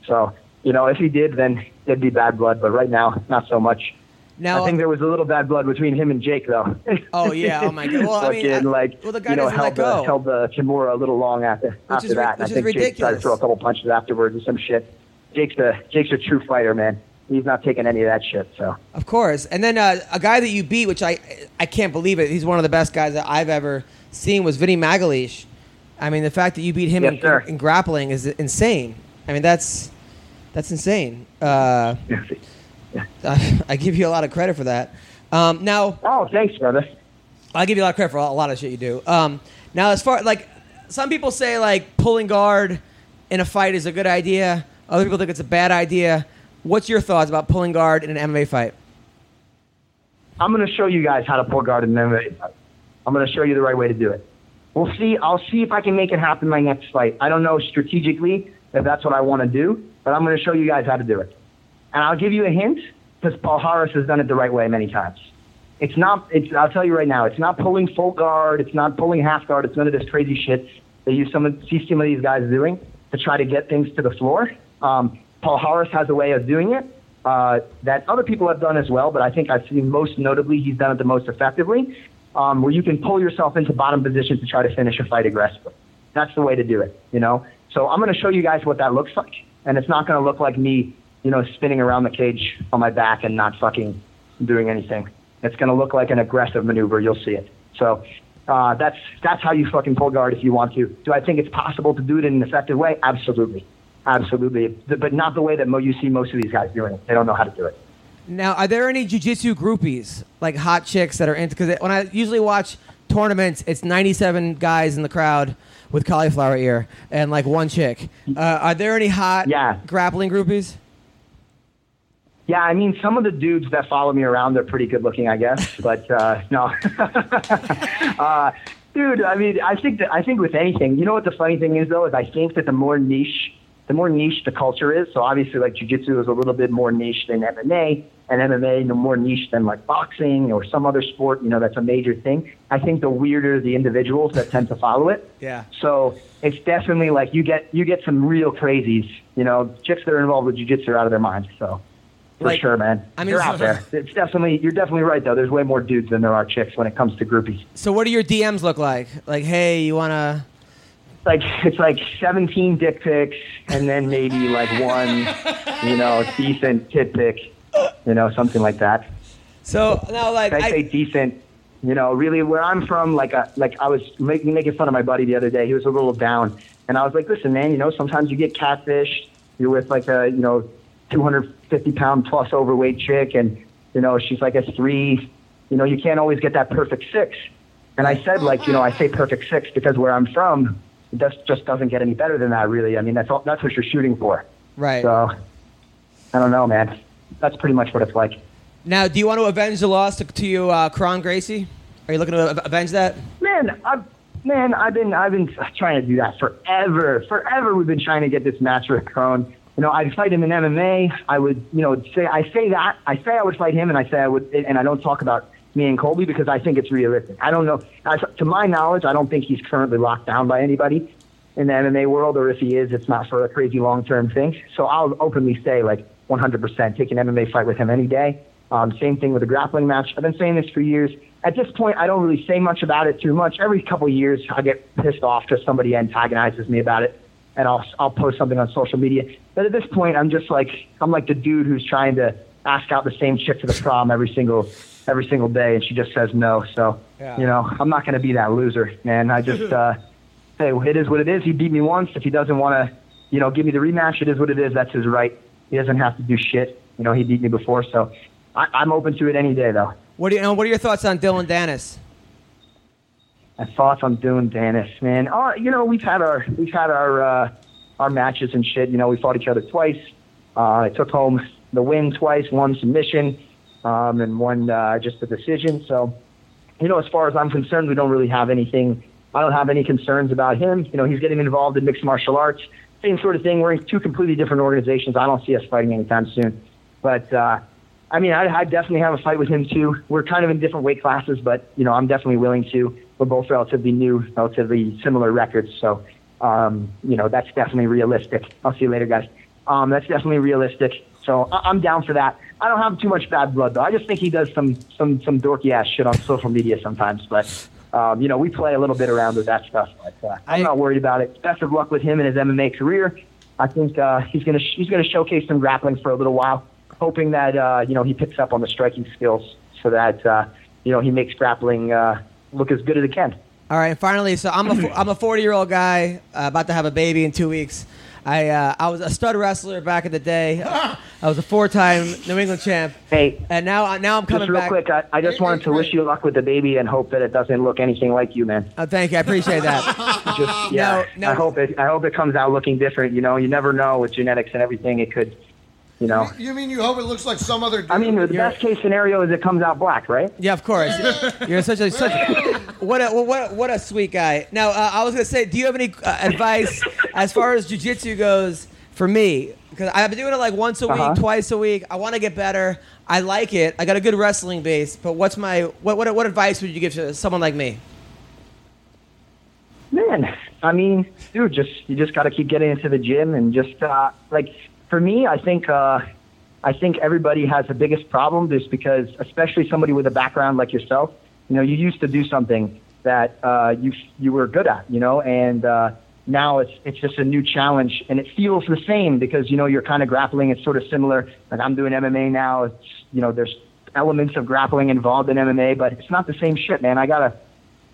Speaker 8: So, you know, if he did, then there'd be bad blood. But right now, not so much.
Speaker 1: Now,
Speaker 8: I think there was a little bad blood between him and Jake, though.
Speaker 1: Oh, yeah. Oh, my God. Well, I mean,
Speaker 8: Fucking,
Speaker 1: I-
Speaker 8: like,
Speaker 1: well, the guy
Speaker 8: you know,
Speaker 1: doesn't let
Speaker 8: held
Speaker 1: go.
Speaker 8: the, held the Kimura a little long after, after
Speaker 1: is ri-
Speaker 8: that.
Speaker 1: which is
Speaker 8: I think Jake tried
Speaker 1: ridiculous.
Speaker 8: to throw a couple punches afterwards or some shit. Jake's a Jake's a true fighter, man. He's not taking any of that shit. So
Speaker 1: Of course. And then uh, a guy that you beat, which I I can't believe it. He's one of the best guys that I've ever seen was Vinny Magalish. I mean, the fact that you beat him
Speaker 8: Yes,
Speaker 1: in,
Speaker 8: sir.
Speaker 1: in grappling is insane. I mean, that's that's insane. Uh, I give you a lot of credit for that. Um, now,
Speaker 8: oh, thanks, brother.
Speaker 1: I give you a lot of credit for a lot of shit you do. Um, now, as far like some people say, like pulling guard in a fight is a good idea. Other people think it's a bad idea. What's your thoughts about pulling guard in an MMA fight?
Speaker 8: I'm going to show you guys how to pull guard in an MMA fight. I'm going to show you the right way to do it. We'll see. I'll see if I can make it happen my next fight. I don't know strategically if that's what I want to do, but I'm going to show you guys how to do it. And I'll give you a hint because Paul Harris has done it the right way many times. It's not, it's, I'll tell you right now, it's not pulling full guard. It's not pulling half guard. It's none of this crazy shit that you some, of- see some of these guys doing to try to get things to the floor. Um, Paul Harris has a way of doing it uh, that other people have done as well, but I think I've seen most notably he's done it the most effectively, um, where you can pull yourself into bottom position to try to finish a fight aggressively. That's the way to do it, you know. So I'm going to show you guys what that looks like, and it's not going to look like me, you know, spinning around the cage on my back and not fucking doing anything. It's going to look like an aggressive maneuver. You'll see it. So uh, that's that's how you fucking pull guard if you want to. Do I think it's possible to do it in an effective way? Absolutely. Absolutely, Th- but not the way that mo- you see most of these guys doing it. They don't know how to do it.
Speaker 1: Now, are there any jujitsu groupies like hot chicks that are into? Because when I usually watch tournaments, it's ninety-seven guys in the crowd with cauliflower ear and like one chick. Uh, are there any hot
Speaker 8: Yeah.
Speaker 1: grappling groupies?
Speaker 8: Yeah, I mean, some of the dudes that follow me around are pretty good looking, I guess. But uh, no, uh, dude, I mean, I think that, I think with anything, you know what the funny thing is though is I think that the more niche, the more niche the culture is. So obviously, like jujitsu is a little bit more niche than MMA, and MMA no more niche than like boxing or some other sport. You know, that's a major thing. I think the weirder the individuals that tend to follow it.
Speaker 1: Yeah.
Speaker 8: So it's definitely like you get you get some real crazies. You know, chicks that are involved with jujitsu are out of their minds. So for
Speaker 1: Like-
Speaker 8: sure, man,
Speaker 1: I mean,
Speaker 8: you're
Speaker 1: so-
Speaker 8: out there. It's definitely you're definitely right though. There's way more dudes than there are chicks when it comes to groupies.
Speaker 1: So, what do your DMs look like? Like, hey, you wanna?
Speaker 8: It's like it's like 17 dick pics and then maybe like one, you know, decent tit pic, you know, something like that.
Speaker 1: So now, like,
Speaker 8: I say
Speaker 1: I,
Speaker 8: decent. You know, really, where I'm from, like, a, like I was making making fun of my buddy the other day. He was a little down, and I was like, "Listen, man, you know, sometimes you get catfished. You're with like a, you know, 250 pound plus overweight chick, and you know, she's like a three. You know, you can't always get that perfect six. And I said, like, you know, I say perfect six because where I'm from, that just doesn't get any better than that, really. I mean, that's all, that's what you're shooting for.
Speaker 1: right
Speaker 8: So, I don't know, man. That's pretty much what it's like.
Speaker 1: now, do you want to avenge the loss to, to you, uh, Kron Gracie? Are you looking to av- avenge that?
Speaker 8: man, I've man, I've been I've been trying to do that forever. Forever, we've been trying to get this match with Crone. You know, I'd fight him in MMA. I would, you know, say I say that I say I would fight him, and I say I would, and I don't talk about me and Colby because I think it's realistic. I don't know, I, to my knowledge, I don't think he's currently locked down by anybody in the MMA world, or if he is, it's not for a crazy long term thing. So I'll openly say, like, 100% take an MMA fight with him any day. Um, same thing with a grappling match. I've been saying this for years. At this point, I don't really say much about it too much. Every couple of years, I get pissed off because somebody antagonizes me about it. and I'll I'll post something on social media. But at this point, I'm just like I'm like the dude who's trying to ask out the same chick to the prom every single every single day, and she just says no. So
Speaker 1: Yeah.
Speaker 8: you know, I'm not gonna be that loser, man. I just uh, hey, it is what it is. He beat me once. If he doesn't want to, you know, give me the rematch, it is what it is. That's his right. He doesn't have to do shit. You know, he beat me before, so I, I'm open to it any day, though.
Speaker 1: What do you? And what are your thoughts on Dylan Dennis?
Speaker 8: My thoughts on doing Danis, man. Uh, you know, we've had our we've had our uh, our matches and shit. You know, we fought each other twice. Uh, I took home the win twice, one submission, um, and one uh, just a decision. So, you know, as far as I'm concerned, we don't really have anything. I don't have any concerns about him. You know, he's getting involved in mixed martial arts, same sort of thing. We're in two completely different organizations. I don't see us fighting anytime soon. But uh, I mean, I, I definitely have a fight with him too. We're kind of in different weight classes, but you know, I'm definitely willing to. We're both relatively new, relatively similar records, so um, you know, that's definitely realistic. I'll see you later, guys. Um, that's definitely realistic. So I- I'm down for that. I don't have too much bad blood though. I just think he does some some some dorky ass shit on social media sometimes, but. Um, you know, we play a little bit around with that stuff, but uh, I'm
Speaker 1: I-
Speaker 8: not worried about it. Best of luck with him in his MMA career. I think uh, he's gonna sh- he's gonna showcase some grappling for a little while, hoping that uh, you know he picks up on the striking skills so that uh, you know he makes grappling uh, look as good as it can.
Speaker 1: All right, and finally, so I'm a I'm a 40 year old guy uh, about to have a baby in two weeks. I uh, I was a stud wrestler back in the day. I was a four time New England champ,
Speaker 8: Hey,
Speaker 1: and now uh, now I'm coming
Speaker 8: just real
Speaker 1: back.
Speaker 8: quick, I, I just wanted to wish you luck with the baby and hope that it doesn't look anything like you, man.
Speaker 1: Oh, thank you, I appreciate that.
Speaker 8: Just yeah,
Speaker 1: Oh, no.
Speaker 8: I hope it I hope it comes out looking different. You know, you never know with genetics and everything. It could, you know.
Speaker 5: You mean you hope it looks like some other dude?
Speaker 8: I mean, the best case scenario is it comes out black, right?
Speaker 1: Yeah, of course. You're such a such what a what a, what a sweet guy. Now uh, I was gonna say, do you have any uh, advice as far as jujitsu goes for me? Because I've been doing it like once a week,
Speaker 8: Uh-huh.
Speaker 1: twice a week. I want to get better. I like it. I got a good wrestling base. But what's my what what, what advice would you give to someone like me?
Speaker 8: man i mean dude just you just got to keep getting into the gym and just uh like for me i think uh i think everybody has the biggest problem just because especially somebody with a background like yourself you know you used to do something that uh you you were good at you know and uh now it's it's just a new challenge and it feels the same because you know you're kind of grappling it's sort of similar like i'm doing mma now it's you know there's elements of grappling involved in mma but it's not the same shit man i gotta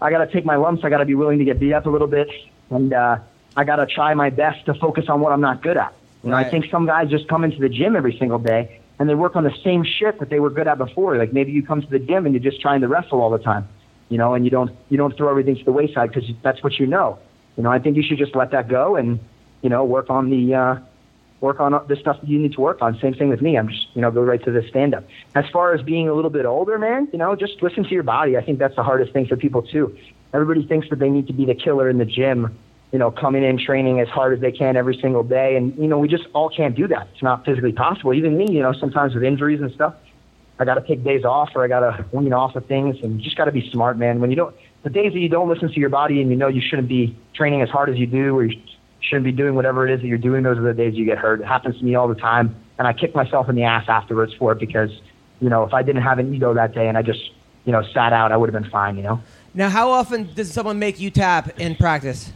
Speaker 8: I got to take my lumps. I got to be willing to get beat up a little bit, and uh, I got to try my best to focus on what I'm not good at. You know, I
Speaker 1: Right.
Speaker 8: think some guys just come into the gym every single day and they work on the same shit that they were good at before. Like maybe you come to the gym and you're just trying to wrestle all the time, you know, and you don't you don't throw everything to the wayside because that's what you know. You know, I think you should just let that go and you know work on the uh, work on the stuff that you need to work on. Same thing with me. I'm just, you know, go right to the stand up. As far as being a little bit older, man, you know, just listen to your body. I think that's the hardest thing for people too. Everybody thinks that they need to be the killer in the gym, you know, coming in training as hard as they can every single day. And, you know, we just all can't do that. It's not physically possible. Even me, you know, sometimes with injuries and stuff, I got to take days off or I got to wean off of things and you just got to be smart, man. When you don't, the days that you don't listen to your body and you know you shouldn't be training as hard as you do or you shouldn't be doing whatever it is that you're doing, those are the days you get hurt. It happens to me all the time. And I kick myself in the ass afterwards for it because, you know, if I didn't have an ego that day and I just, you know, sat out, I would have been fine, you know?
Speaker 1: Now, how often does someone make you tap in practice?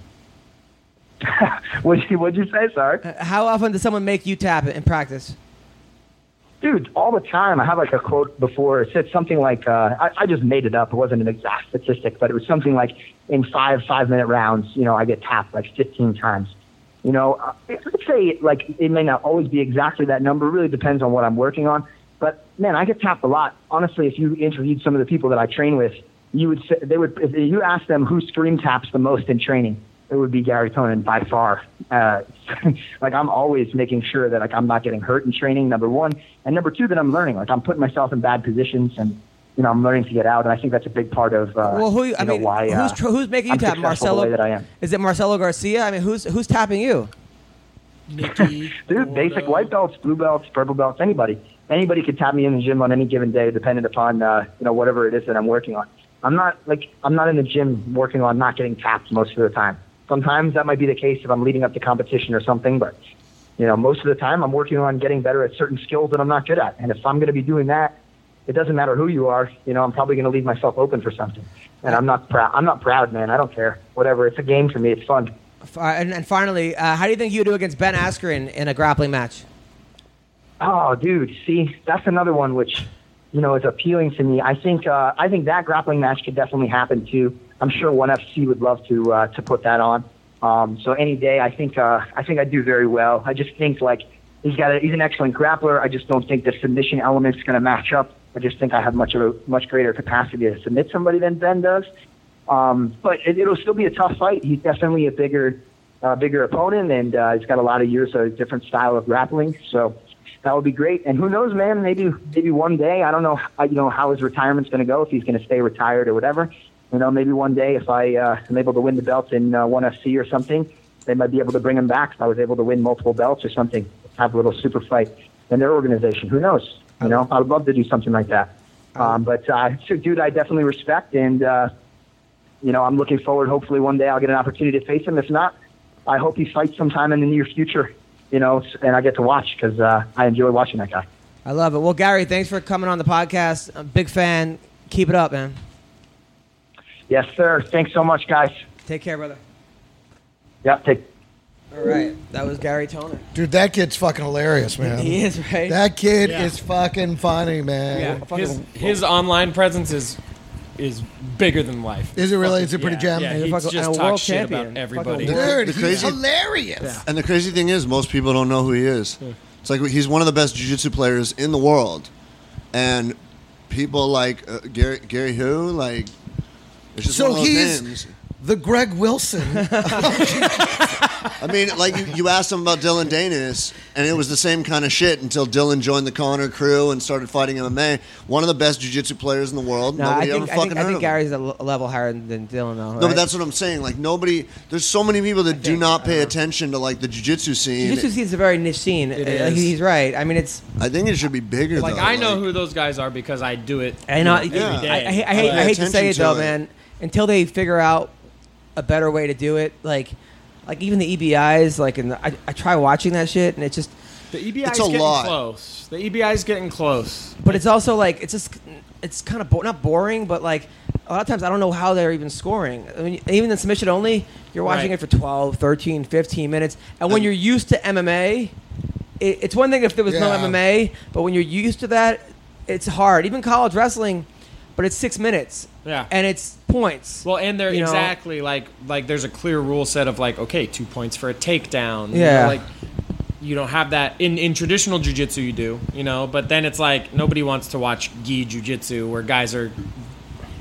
Speaker 8: What'd you, what'd you say? Sorry.
Speaker 1: How often does someone make you tap in practice?
Speaker 8: dude, all the time. I have like a quote before. It said something like, uh, I, I just made it up. It wasn't an exact statistic, but it was something like in five five minute rounds, you know, I get tapped like 15 times. You know, uh, I'd say like it may not always be exactly that number. It really depends on what I'm working on. But man, I get tapped a lot. Honestly, if you interviewed some of the people that I train with, you would say, they would if you ask them who scream taps the most in training, it would be Gary Tonin by far. Uh, like I'm always making sure that like I'm not getting hurt in training. Number one, and number two, that I'm learning. Like I'm putting myself in bad positions, and you know I'm learning to get out. And I think that's a big part of uh,
Speaker 1: Well, who
Speaker 8: you
Speaker 1: I
Speaker 8: know,
Speaker 1: mean,
Speaker 8: why uh,
Speaker 1: who's tr- who's making you
Speaker 8: I'm
Speaker 1: tap?
Speaker 8: successful
Speaker 1: Marcelo?
Speaker 8: the way that I am.
Speaker 1: Is it Marcelo Garcia? I mean, who's who's tapping you?
Speaker 4: Nikki,
Speaker 8: Dude, basic white belts, blue belts, purple belts, anybody. Anybody could tap me in the gym on any given day, dependent upon uh, you know whatever it is that I'm working on. I'm not like I'm not in the gym working on not getting tapped most of the time. Sometimes that might be the case if I'm leading up to competition or something, but you know most of the time I'm working on getting better at certain skills that I'm not good at. And if I'm going to be doing that, it doesn't matter who you are. You know I'm probably going to leave myself open for something. And I'm not proud. I'm not proud, man. I don't care. Whatever. It's a game for me. It's fun.
Speaker 1: F- uh, and, and finally, uh, how do you think you do against Ben Askren in a grappling match?
Speaker 8: Oh, dude, see, that's another one which, you know, is appealing to me. I think uh, I think that grappling match could definitely happen too. I'm sure ONE FC would love to uh, to put that on. Um, so any day, I think uh, I think I do very well. I just think like he's got a, he's an excellent grappler. I just don't think the submission element's going to match up. I just think I have much of a much greater capacity to submit somebody than Ben does. Um, but it, it'll still be a tough fight. He's definitely a bigger uh, bigger opponent, and uh, he's got a lot of years of different style of grappling. So that would be great. And who knows, man? Maybe maybe one day. I don't know. I- You know how his retirement's going to go. If he's going to stay retired or whatever. You know, maybe one day if I uh, am able to win the belt in uh, one FC or something, they might be able to bring him back. If I was able to win multiple belts or something, have a little super fight in their organization. Who knows? You know, I would love to do something like that. Um, but uh, it's a dude I definitely respect, and uh, you know, I'm looking forward. Hopefully, one day I'll get an opportunity to face him. If not, I hope he fights sometime in the near future. You know, and I get to watch because uh, I enjoy watching that guy.
Speaker 1: I love it. Well, Gary, thanks for coming on the podcast. I'm a big fan. Keep it up, man.
Speaker 8: Yes, sir. Thanks so much, guys.
Speaker 1: Take care, brother.
Speaker 8: Yeah, take.
Speaker 1: All right. That was Gary Toner.
Speaker 3: Dude, that kid's fucking hilarious, man.
Speaker 1: He is, right?
Speaker 3: That kid
Speaker 4: Yeah.
Speaker 3: is fucking funny, man.
Speaker 4: Yeah, his, his online presence is is bigger than life.
Speaker 3: Is it really? Is it pretty
Speaker 4: yeah,
Speaker 3: jam?
Speaker 4: yeah,
Speaker 1: He's
Speaker 4: he
Speaker 1: fucking- and
Speaker 4: just
Speaker 1: a world
Speaker 4: talks shit
Speaker 1: champion.
Speaker 4: about
Speaker 1: Fucking
Speaker 4: everybody.
Speaker 3: Dude,
Speaker 2: The
Speaker 3: he's
Speaker 2: crazy-
Speaker 3: hilarious.
Speaker 2: And the crazy thing is, most people don't know who he is. It's like he's one of the best jiu-jitsu players in the world, and people like uh, Gary, Gary who like. It's just
Speaker 3: So
Speaker 2: one of those
Speaker 3: he's-
Speaker 2: names.
Speaker 3: The Greg Wilson.
Speaker 2: I mean, like you, you asked him about Dylan Danis, and it was the same kind of shit until Dylan joined the Connor crew and started fighting MMA. One of the best jiu-jitsu players in the world.
Speaker 1: No, I
Speaker 2: Nobody
Speaker 1: think,
Speaker 2: ever
Speaker 1: I
Speaker 2: fucking
Speaker 1: think, I
Speaker 2: heard
Speaker 1: think
Speaker 2: of him.
Speaker 1: Gary's a l- level higher than Dylan, though.
Speaker 2: No, but that's what I'm saying. Like nobody, there's so many people that do
Speaker 1: think-
Speaker 2: not pay attention to like the jiu-jitsu scene.
Speaker 1: Jiu-Jitsu scene's a very niche scene. Uh,
Speaker 4: is.
Speaker 1: He's right. I mean, it's
Speaker 2: I think it should be bigger.
Speaker 4: Like
Speaker 2: though.
Speaker 4: I know who those guys are because I do it.
Speaker 1: I know.
Speaker 4: you
Speaker 2: Yeah.
Speaker 4: every
Speaker 1: I, I,
Speaker 4: day.
Speaker 1: I, hate, I
Speaker 2: Pay
Speaker 1: hate to say
Speaker 2: attention
Speaker 1: it
Speaker 2: to
Speaker 1: though,
Speaker 2: it.
Speaker 1: man. Until they figure out a better way to do it, like, like even the EBIs, like, and I, I try watching that shit, and it just,
Speaker 4: The EBI
Speaker 2: It's
Speaker 4: is
Speaker 2: a
Speaker 4: getting
Speaker 2: lot.
Speaker 4: close. The EBI is getting close.
Speaker 1: but it's also like it's just, it's kind of bo- not boring, but like a lot of times I don't know how they're even scoring. I mean, even in submission only, you're watching
Speaker 4: Right.
Speaker 1: it for 12, 13, 15 minutes, and when you're used to MMA, it, it's one thing if there was no
Speaker 3: Yeah.
Speaker 1: MMA, but when you're used to that, it's hard. Even college wrestling, but it's six minutes.
Speaker 4: Yeah.
Speaker 1: And it's points.
Speaker 4: Well, and they're
Speaker 1: You know?
Speaker 4: exactly like like there's a clear rule set of like okay, two points for a takedown. You
Speaker 1: Yeah.
Speaker 4: know, like you don't have that in in traditional jujitsu. You do, you know, but then it's like nobody wants to watch gi jujitsu where guys are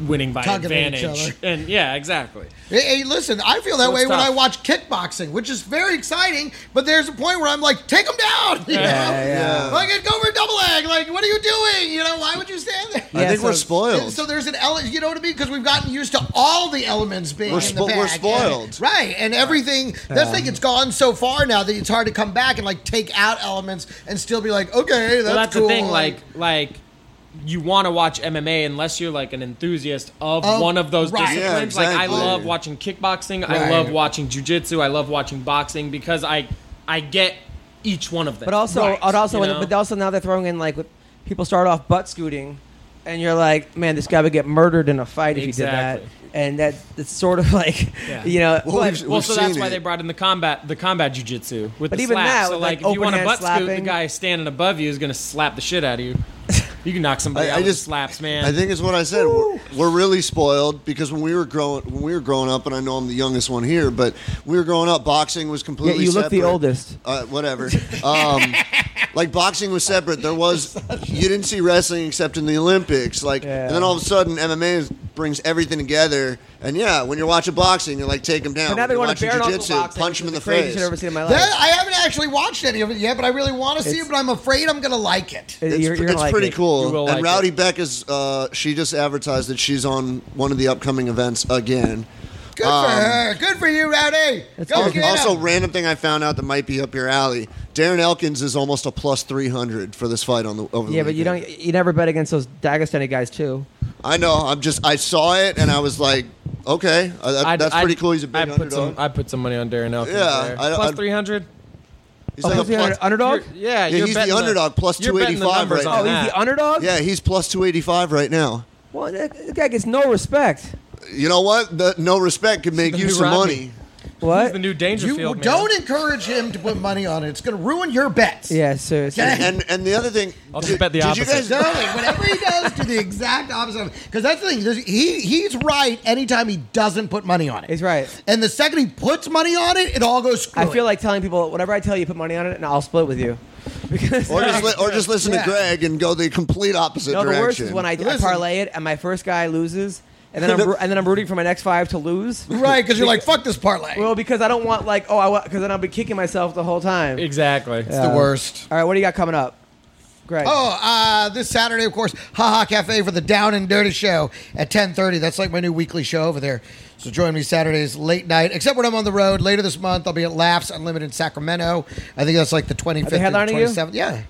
Speaker 4: winning by
Speaker 3: Tugging at each
Speaker 4: advantage. And yeah, exactly.
Speaker 3: Hey, hey, listen, I feel that
Speaker 4: So
Speaker 3: way
Speaker 4: it's
Speaker 3: when
Speaker 4: tough.
Speaker 3: I watch kickboxing, which is very exciting, but there's a point where I'm like, take him down! You
Speaker 1: Yeah,
Speaker 3: know?
Speaker 1: yeah.
Speaker 3: Fucking go for a double leg! Like, what are you doing? You know, why would you stand there?
Speaker 2: I think
Speaker 1: Yeah, so-
Speaker 2: we're spoiled.
Speaker 3: So there's an ele- you know what I mean? Because we've gotten used to all the elements being
Speaker 2: We're
Speaker 3: in the
Speaker 2: spo-
Speaker 3: bag.
Speaker 2: we're spoiled.
Speaker 3: And- right? And everything. That's the thing. It's gone so far now that it's hard to come back and like take out elements and still be like, okay, that's,
Speaker 4: well, that's
Speaker 3: cool.
Speaker 4: the thing. Like, like you want to watch MMA unless you're like an enthusiast of
Speaker 3: Of-
Speaker 4: one of those
Speaker 3: right.
Speaker 4: disciplines.
Speaker 2: Yeah,
Speaker 4: Like, I
Speaker 2: exactly.
Speaker 4: love watching kickboxing. I
Speaker 3: Right.
Speaker 4: love watching jujitsu. I love watching boxing because I, I get each one of them.
Speaker 1: But also, but also,
Speaker 4: you know?
Speaker 1: but also now they're throwing in like with- people start off butt scooting, and you're like, man, this guy would get murdered in a fight if
Speaker 4: Exactly.
Speaker 1: he did that, and that it's sort of like,
Speaker 4: Yeah.
Speaker 1: you know,
Speaker 2: Well,
Speaker 1: but,
Speaker 2: we've-
Speaker 4: well, so that's
Speaker 2: seen
Speaker 4: why
Speaker 2: it.
Speaker 4: they brought in the combat, the combat jujitsu with
Speaker 1: But
Speaker 4: the
Speaker 1: even
Speaker 4: slap.
Speaker 1: that,
Speaker 4: so
Speaker 1: with,
Speaker 4: like,
Speaker 1: like,
Speaker 4: if you want to
Speaker 1: open-hand
Speaker 4: butt scoot, the
Speaker 1: slapping.
Speaker 4: guy standing above you is gonna slap the shit out of you. You can knock somebody
Speaker 2: I-
Speaker 4: out
Speaker 2: I
Speaker 4: with
Speaker 2: just-
Speaker 4: slaps, man.
Speaker 2: I think it's what I said. We're, we're really spoiled because when we were growing, when we were growing up, and I know I'm the youngest one here, but we were growing up. Boxing was completely.
Speaker 1: you look the
Speaker 2: separate.
Speaker 1: oldest.
Speaker 2: Uh, whatever. Um, like boxing was separate. There was you didn't see wrestling except in the Olympics. Like,
Speaker 1: Yeah.
Speaker 2: and then all of a sudden, MMA is- brings everything together. And yeah, when you're watching boxing, you're like, take him down.
Speaker 1: but now they
Speaker 2: When you're
Speaker 1: want to bare
Speaker 2: watching
Speaker 1: knuckle
Speaker 2: jiu-jitsu,
Speaker 1: boxing,
Speaker 2: punch him
Speaker 1: which
Speaker 2: in the
Speaker 1: is craziest
Speaker 2: face.
Speaker 1: shit I've ever seen in my
Speaker 3: That-
Speaker 1: life.
Speaker 3: I haven't actually watched any of it yet, but I really want to see
Speaker 1: It's-
Speaker 3: it. But I'm afraid I'm gonna like it.
Speaker 1: It's,
Speaker 2: It's,
Speaker 1: you're, you're gonna
Speaker 2: it's
Speaker 1: like
Speaker 2: pretty
Speaker 1: it.
Speaker 2: cool.
Speaker 4: You will
Speaker 2: and
Speaker 4: like
Speaker 2: Rowdy
Speaker 4: it.
Speaker 2: Beck is uh, she just advertised that she's on one of the upcoming events again.
Speaker 3: Good for her. Uh, Good for you, Rowdy. Go
Speaker 2: Al-
Speaker 3: get
Speaker 2: also,
Speaker 3: him.
Speaker 2: random thing I found out that might be up your alley. Darren Elkins is almost a plus three hundred for this fight on the over. the
Speaker 1: Yeah, but you
Speaker 2: weekend.
Speaker 1: don't, you never bet against those Dagestani guys too.
Speaker 2: I know. I'm just. I saw it and I was like, okay, uh, that-
Speaker 4: I'd-
Speaker 2: that's
Speaker 4: I'd-
Speaker 2: pretty cool. He's a big
Speaker 4: I'd put some.
Speaker 2: underdog.
Speaker 4: I put some money on Darren Elkins.
Speaker 2: Yeah,
Speaker 4: there.
Speaker 2: I-
Speaker 4: plus
Speaker 2: I'd-
Speaker 4: three hundred.
Speaker 2: he's
Speaker 1: Oh,
Speaker 2: like a
Speaker 1: he's the under-
Speaker 2: plus-
Speaker 1: underdog.
Speaker 4: Yeah,
Speaker 2: Yeah,
Speaker 4: you're
Speaker 2: he's the
Speaker 4: betting
Speaker 2: underdog, plus
Speaker 4: you're betting the
Speaker 2: 285
Speaker 4: numbers
Speaker 2: right
Speaker 4: on
Speaker 2: now.
Speaker 1: Oh, he's
Speaker 4: that.
Speaker 1: the underdog.
Speaker 2: yeah, he's plus two eighty five right now.
Speaker 1: Well, that, that guy gets no respect.
Speaker 2: You know what? The, no respect could make
Speaker 4: The
Speaker 2: you
Speaker 4: new
Speaker 2: some
Speaker 4: Rodney.
Speaker 2: money.
Speaker 1: What?
Speaker 4: the new
Speaker 5: You
Speaker 4: Dangerfield. man.
Speaker 5: don't encourage him to put money on it. It's going to ruin your bets.
Speaker 1: Yeah, seriously.
Speaker 2: And and the other thing,
Speaker 4: I'll just
Speaker 2: did,
Speaker 4: bet the
Speaker 2: did
Speaker 4: opposite.
Speaker 2: you guys?
Speaker 5: Sterling, whatever he does, do the exact opposite. Because that's the thing. There's, he he's right anytime he doesn't put money on it.
Speaker 1: He's right.
Speaker 5: And the second he puts money on it, it all goes.
Speaker 1: I
Speaker 5: Screwy.
Speaker 1: feel like telling people whenever I tell you, put money on it, and I'll split with you. Because
Speaker 2: Or just, li- or just listen
Speaker 5: Yeah.
Speaker 2: to Greg and go the complete opposite
Speaker 1: no, the
Speaker 2: direction.
Speaker 1: worst is when I, I
Speaker 5: Listen.
Speaker 1: parlay it and my first guy loses, and then I'm, ru- and then I'm rooting for my next five to lose.
Speaker 5: right because you're like fuck this parlay.
Speaker 1: Well, because I don't want like oh I because then I'll be kicking myself the whole time.
Speaker 4: Exactly.
Speaker 5: it's
Speaker 1: uh,
Speaker 5: the worst.
Speaker 1: All right, what do you got coming up, Greg?
Speaker 5: Oh, uh, this Saturday, of course, Haha Cafe for the Down and Dirty show at 10.30. That's like my new weekly show over there. So join me Saturdays late night, except when I'm on the road. Later this month, I'll be at Laughs Unlimited in Sacramento. I think that's like the 25th
Speaker 1: they
Speaker 5: or
Speaker 1: headlining you?
Speaker 5: 27th. Yeah.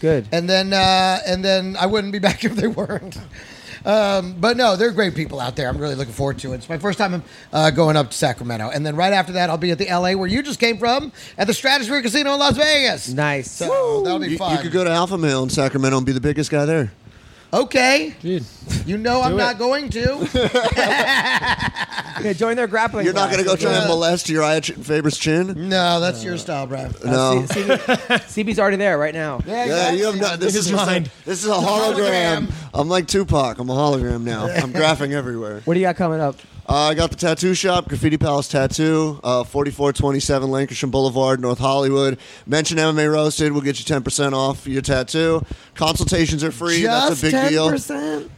Speaker 1: good.
Speaker 5: And then, uh, and then I wouldn't be back if they weren't. Um, but no, they're great people out there. I'm really looking forward to it. It's my first time uh, going up to Sacramento. And then right after that, I'll be at the LA where you just came from at the Stratosphere Casino in Las Vegas.
Speaker 1: nice.
Speaker 5: So that'll be
Speaker 2: you,
Speaker 5: fun.
Speaker 2: you could go to Alpha Male in Sacramento and be the biggest guy there.
Speaker 5: Okay. You know I'm
Speaker 4: it.
Speaker 5: not going to.
Speaker 1: Okay, join their grappling.
Speaker 2: You're not
Speaker 1: class.
Speaker 2: going to go try
Speaker 5: Yeah.
Speaker 2: and molest Uriah Ch- Faber's chin.
Speaker 5: No, that's your style, Brad.
Speaker 2: No.
Speaker 1: Uh, C- CB CB's already there right now.
Speaker 2: Yeah, you have no, this is just a,
Speaker 4: mind.
Speaker 2: this is a hologram.
Speaker 5: hologram.
Speaker 2: I'm like Tupac. I'm a hologram now. I'm graphing everywhere.
Speaker 1: What do you got coming up?
Speaker 2: Uh, I got the tattoo shop, Graffiti Palace Tattoo, uh, 4427 Lancashire Boulevard, North Hollywood. Mention MMA Roasted. We'll get you 10% off your tattoo. Consultations are free. That's
Speaker 5: Just
Speaker 2: a big deal.
Speaker 5: 10%?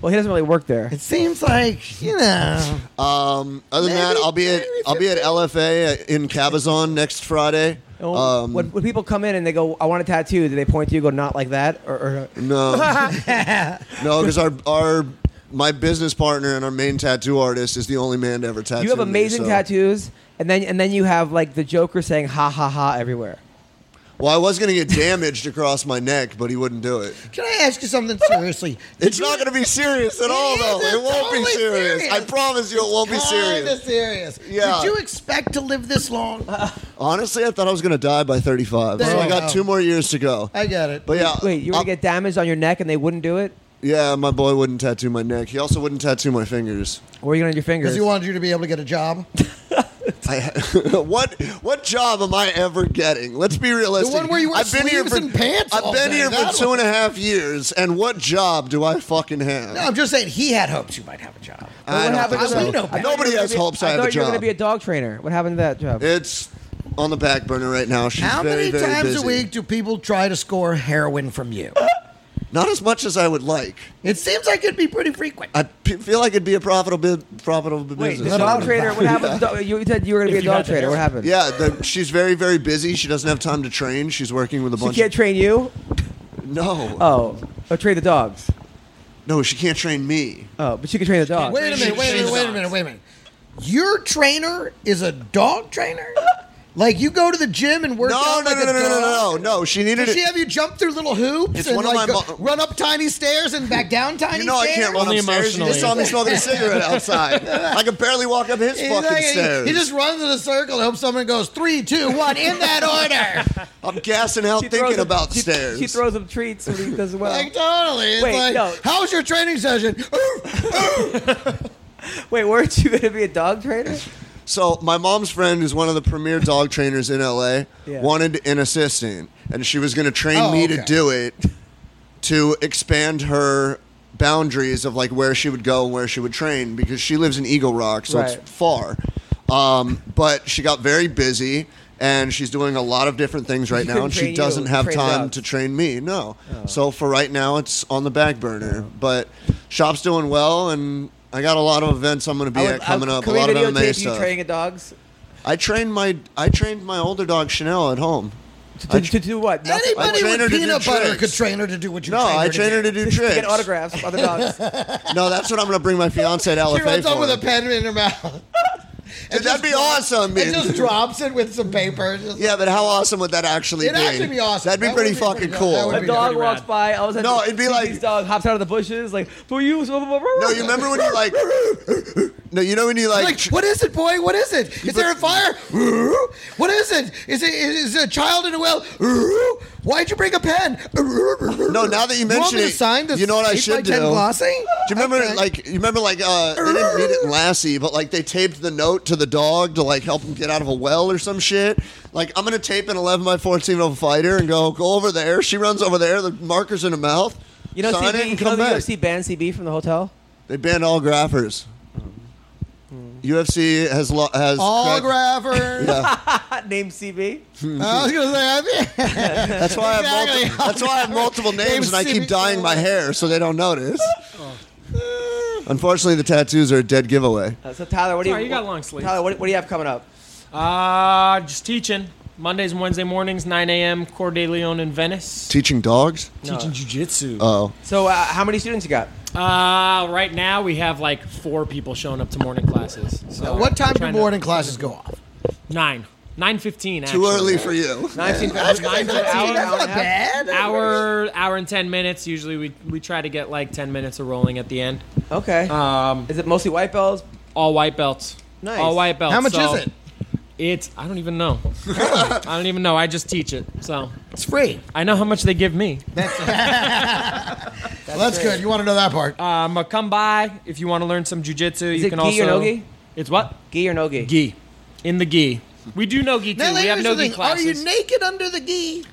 Speaker 1: Well, he doesn't really work there.
Speaker 5: It seems like, you know.
Speaker 2: Um, other than that,
Speaker 5: Maybe-
Speaker 2: I'll be at
Speaker 5: maybe
Speaker 2: I'll be at LFA uh, in Cabazon next Friday. Um,
Speaker 1: when, when people come in and they go, "I want a tattoo," do they point to you, and go, "Not like that," or, or
Speaker 2: No, no, because our our my business partner and our main tattoo artist is the only man to ever tattoo.
Speaker 1: you have
Speaker 2: me,
Speaker 1: amazing
Speaker 2: so-
Speaker 1: tattoos, and then and then you have like the Joker saying "ha ha ha" everywhere.
Speaker 2: Well, I was gonna get damaged across my neck, but he wouldn't do it.
Speaker 5: Can I ask you something seriously?
Speaker 2: It's not gonna be serious at all,
Speaker 5: It
Speaker 2: though.
Speaker 5: is,
Speaker 2: It
Speaker 5: it's
Speaker 2: won't be
Speaker 5: totally
Speaker 2: serious. I
Speaker 5: serious.
Speaker 2: promise you, it won't be
Speaker 5: Kinda
Speaker 2: serious.
Speaker 5: serious.
Speaker 2: Yeah.
Speaker 5: Did you expect to live this long?
Speaker 2: Honestly, I thought I was gonna die by 35,
Speaker 5: There
Speaker 2: so I
Speaker 5: you
Speaker 2: got
Speaker 5: go.
Speaker 2: two more years to go.
Speaker 5: I got it.
Speaker 2: But yeah,
Speaker 1: Wait, you were
Speaker 2: I'll-
Speaker 1: gonna get damaged on your neck, and they wouldn't do it.
Speaker 2: yeah, my boy wouldn't tattoo my neck. He also wouldn't tattoo my fingers.
Speaker 1: What are you gonna do with your fingers?
Speaker 5: Because he wanted you to be able to get a job.
Speaker 2: I, what what job am I ever getting? Let's be realistic.
Speaker 5: The one where you wear
Speaker 2: I've been here
Speaker 5: sleeves
Speaker 2: for,
Speaker 5: and pants
Speaker 2: I've
Speaker 5: all
Speaker 2: been
Speaker 5: day.
Speaker 2: here
Speaker 5: That
Speaker 2: for two and a half years, and what job do I fucking have?
Speaker 5: No, I'm just saying he had hopes you might have a job.
Speaker 2: I
Speaker 1: what
Speaker 2: don't
Speaker 1: happened
Speaker 2: think
Speaker 5: to
Speaker 2: so.
Speaker 5: the- We know better.
Speaker 2: Nobody has hopes I,
Speaker 1: I
Speaker 2: have a
Speaker 1: thought you were gonna
Speaker 2: job.
Speaker 1: be a dog trainer. What happened to that job?
Speaker 2: it's on the back burner right now. She's
Speaker 5: How
Speaker 2: very,
Speaker 5: many
Speaker 2: very
Speaker 5: times
Speaker 2: busy.
Speaker 5: a week do people try to score heroin from you?
Speaker 2: Not as much as I would like.
Speaker 5: it seems like it'd be pretty frequent.
Speaker 2: I p- feel like it'd be a profitable profitable
Speaker 1: Wait,
Speaker 2: business.
Speaker 1: the dog trainer. What happened? to the dog- you said you were gonna be a
Speaker 4: If you
Speaker 1: dog
Speaker 4: had the
Speaker 1: trainer. What
Speaker 4: hair.
Speaker 1: happened?
Speaker 2: Yeah, the, she's very very busy. She doesn't have time to train. She's working with a
Speaker 1: She
Speaker 2: bunch.
Speaker 1: can't train you.
Speaker 2: of, no,
Speaker 5: uh,
Speaker 1: Oh, oh, train the dogs.
Speaker 2: no, she can't train me.
Speaker 1: Oh, but she can train the dogs.
Speaker 5: Wait a minute, wait a minute, wait a minute, wait a minute. Your trainer is a dog trainer? Like you go to the gym and work
Speaker 2: No,
Speaker 5: out
Speaker 2: no,
Speaker 5: like
Speaker 2: no,
Speaker 5: a
Speaker 2: no, no,
Speaker 5: dog?
Speaker 2: no, no, no. She needed
Speaker 5: Does she
Speaker 2: it.
Speaker 5: have you jump through little hoops
Speaker 2: It's
Speaker 5: and
Speaker 2: one of
Speaker 5: like
Speaker 2: my
Speaker 5: go-
Speaker 2: mo-
Speaker 5: run up tiny stairs and back down tiny
Speaker 2: You know I
Speaker 5: stairs?
Speaker 2: can't run
Speaker 4: Only
Speaker 2: upstairs. You just saw me smoking a cigarette outside. I could barely walk up his
Speaker 5: He's
Speaker 2: fucking
Speaker 5: like- he-
Speaker 2: stairs.
Speaker 5: He just runs in a circle and hopes someone goes three, two, one in that order.
Speaker 2: I'm gassing out
Speaker 1: She throws
Speaker 2: thinking
Speaker 1: him-
Speaker 2: about
Speaker 1: she-
Speaker 2: stairs.
Speaker 1: She throws him treats when he does well.
Speaker 5: like totally. It's
Speaker 1: Wait,
Speaker 5: like,
Speaker 1: no.
Speaker 5: how was your training session?
Speaker 1: Wait, weren't you gonna be a dog trainer?
Speaker 2: so my mom's friend, who's one of the premier dog trainers in LA,
Speaker 1: Yeah.
Speaker 2: wanted an assistant, and she was going to train
Speaker 5: Oh,
Speaker 2: me to
Speaker 5: okay.
Speaker 2: do it to expand her boundaries of like where she would go and where she would train because she lives in Eagle Rock, so
Speaker 1: Right.
Speaker 2: it's far. Um, but she got very busy. And she's doing a lot of different things right now,
Speaker 1: couldn't
Speaker 2: and
Speaker 1: train
Speaker 2: she
Speaker 1: you,
Speaker 2: doesn't have
Speaker 1: train
Speaker 2: time
Speaker 1: dogs. Oh.
Speaker 2: to train me. No. So for right now, it's on the back burner. But shop's doing well, and I got a lot of events I'm going to be
Speaker 1: I would-
Speaker 2: at
Speaker 1: I-
Speaker 2: coming up. A
Speaker 1: Can we
Speaker 2: lot of
Speaker 1: videotape
Speaker 2: MMA
Speaker 1: you
Speaker 2: stuff.
Speaker 1: training a dogs?
Speaker 2: I trained my I trained my older dog Chanel at home.
Speaker 1: To,
Speaker 2: I
Speaker 1: to,
Speaker 2: tr-
Speaker 1: to do what? Nothing?
Speaker 5: Anybody
Speaker 2: trained her
Speaker 5: with
Speaker 2: to do
Speaker 5: peanut butter
Speaker 2: tricks.
Speaker 5: could train her to do what you
Speaker 2: No,
Speaker 5: trained her
Speaker 2: I
Speaker 5: to
Speaker 2: trained
Speaker 5: do.
Speaker 2: her to do
Speaker 1: To get
Speaker 2: tricks.
Speaker 1: autographs from other dogs.
Speaker 2: No, that's what I'm gonna bring my fiance to LFA
Speaker 5: She runs
Speaker 2: for.
Speaker 5: up with a pen in her mouth.
Speaker 2: Dude, that'd be awesome. man.
Speaker 5: and just drops it with some paper. Just-
Speaker 2: yeah, but how awesome would that actually
Speaker 5: It'd
Speaker 2: be?
Speaker 5: actually be awesome.
Speaker 2: That'd be
Speaker 5: That
Speaker 2: pretty
Speaker 5: would be
Speaker 2: fucking
Speaker 5: pretty dope. That
Speaker 2: cool.
Speaker 5: would
Speaker 1: a
Speaker 5: be
Speaker 1: dog
Speaker 5: pretty
Speaker 1: walks
Speaker 4: rad.
Speaker 1: by. All of a sudden,
Speaker 2: No, it'd be like-
Speaker 1: this dog hops out of the bushes. Like, for you.
Speaker 2: No, you remember when you like No, you know when you like,
Speaker 3: Like, what is it, boy? What is it? Is there a fire? What is it? Is it is it a child in a well? Why'd you bring a pen?
Speaker 2: No,
Speaker 3: No,
Speaker 2: now that you mention it, you know what I should do?
Speaker 3: Glossy?
Speaker 2: Do you remember, like, you remember, like, uh, they didn't read it in Lassie, but like, they taped the note to the dog to like help him get out of a well or some shit. Like, I'm gonna tape an 11 by 14 of a fighter and go, go over there. She runs over there. The marker's in her mouth.
Speaker 1: You know, CB,
Speaker 2: sign it and
Speaker 1: you
Speaker 2: come
Speaker 1: know the
Speaker 2: back.
Speaker 1: UFC banned CB from the hotel.
Speaker 2: They banned all graphers.
Speaker 1: Hmm.
Speaker 2: UFC has lo- has
Speaker 3: all
Speaker 2: cracked-
Speaker 3: graphers.
Speaker 1: Not named CB.
Speaker 3: I was gonna say, I mean,
Speaker 2: That's why I have
Speaker 3: Exactly.
Speaker 2: multiple, that's why I have multiple names and I keep dyeing my hair so they don't notice. Unfortunately, the tattoos are a dead giveaway.
Speaker 1: Uh, so Tyler, what do you?
Speaker 4: Sorry, you got long sleeves.
Speaker 1: Tyler, what, what do you have coming up?
Speaker 4: Uh, just teaching. Mondays and Wednesday mornings, 9 a.m. Cor de Leon in Venice.
Speaker 2: Teaching dogs?
Speaker 4: Teaching jujitsu.
Speaker 2: Oh,
Speaker 1: So, uh, how many students you got?
Speaker 4: Uh, right now we have like four people showing up to morning classes. So
Speaker 3: what time do
Speaker 4: trying to-
Speaker 3: morning classes go off?
Speaker 4: Nine. Nine fifteen.
Speaker 2: too early for you.
Speaker 1: Nineteen. That's
Speaker 4: Nine to an hour,
Speaker 3: That's
Speaker 4: hour,
Speaker 3: not
Speaker 4: and a half.
Speaker 3: bad.
Speaker 4: hour, hour and ten minutes. Usually we we try to get like ten minutes of rolling at the end.
Speaker 1: Okay.
Speaker 4: Um,
Speaker 1: Is it mostly white belts?
Speaker 4: all white belts.
Speaker 1: Nice.
Speaker 4: All white belts.
Speaker 3: How much
Speaker 4: So
Speaker 3: is it?
Speaker 4: It's I don't even know. I don't even know. I just teach it. So
Speaker 3: It's free.
Speaker 4: I know how much they give me.
Speaker 3: Well, that's good. You want to know that part?
Speaker 4: Um, uh, come by if you want to learn some jujitsu.
Speaker 1: Is
Speaker 4: you
Speaker 1: it
Speaker 4: can
Speaker 1: gi
Speaker 4: also.
Speaker 1: or no gi?
Speaker 4: It's what
Speaker 1: Gi or no gi?
Speaker 4: gi in the gi. We do no gi too.
Speaker 3: now,
Speaker 4: we have
Speaker 3: here's
Speaker 4: no
Speaker 3: the
Speaker 4: gi
Speaker 3: thing. Are you
Speaker 4: classes.
Speaker 3: naked under the gi?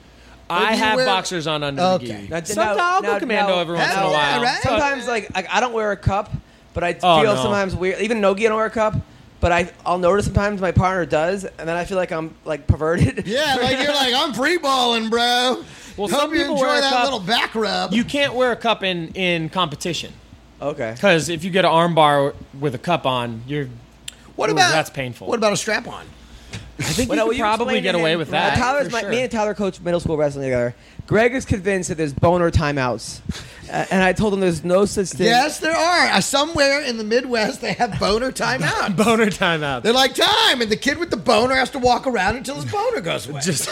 Speaker 3: Or
Speaker 4: I
Speaker 3: do you
Speaker 4: have
Speaker 3: wear-
Speaker 4: boxers on under
Speaker 3: Okay.
Speaker 4: the
Speaker 1: Now-
Speaker 4: gi. Sometimes I'll
Speaker 1: now-
Speaker 4: go commando
Speaker 1: now-
Speaker 4: every once in a
Speaker 3: Hell yeah,
Speaker 4: while.
Speaker 3: right?
Speaker 4: So-
Speaker 1: Sometimes, like, like I don't wear a cup, but I
Speaker 4: Oh,
Speaker 1: feel
Speaker 4: no.
Speaker 1: sometimes weird. Even nogi, I don't wear a cup, but I I'll notice sometimes my partner does, and then I feel like I'm like perverted.
Speaker 3: Yeah, like you're like I'm free balling, bro.
Speaker 4: Well,
Speaker 3: Hope
Speaker 4: some
Speaker 3: you
Speaker 4: people
Speaker 3: enjoy
Speaker 4: wear a
Speaker 3: that
Speaker 4: cup-
Speaker 3: little back rub.
Speaker 4: you can't wear a cup in in competition
Speaker 1: Okay.
Speaker 4: because if you get an armbar with a cup on, you're.
Speaker 3: what
Speaker 4: Ooh,
Speaker 3: about
Speaker 4: that's painful.
Speaker 3: What about a strap on?
Speaker 4: I think
Speaker 1: Well, no,
Speaker 4: you
Speaker 1: well,
Speaker 4: could
Speaker 1: you
Speaker 4: probably
Speaker 1: explained
Speaker 4: get
Speaker 1: it
Speaker 4: away
Speaker 1: in-
Speaker 4: with
Speaker 1: Uh,
Speaker 4: that.
Speaker 1: Tyler's
Speaker 4: for
Speaker 1: my,
Speaker 4: sure.
Speaker 1: me and Tyler coach middle school wrestling together. Greg is convinced that there's boner timeouts, uh, and I told him there's no such thing.
Speaker 3: Yes, there are. Uh, Somewhere in the Midwest, they have boner timeout.
Speaker 4: boner timeout.
Speaker 3: They're like time, and the kid with the boner has to walk around until his boner goes away.
Speaker 4: Just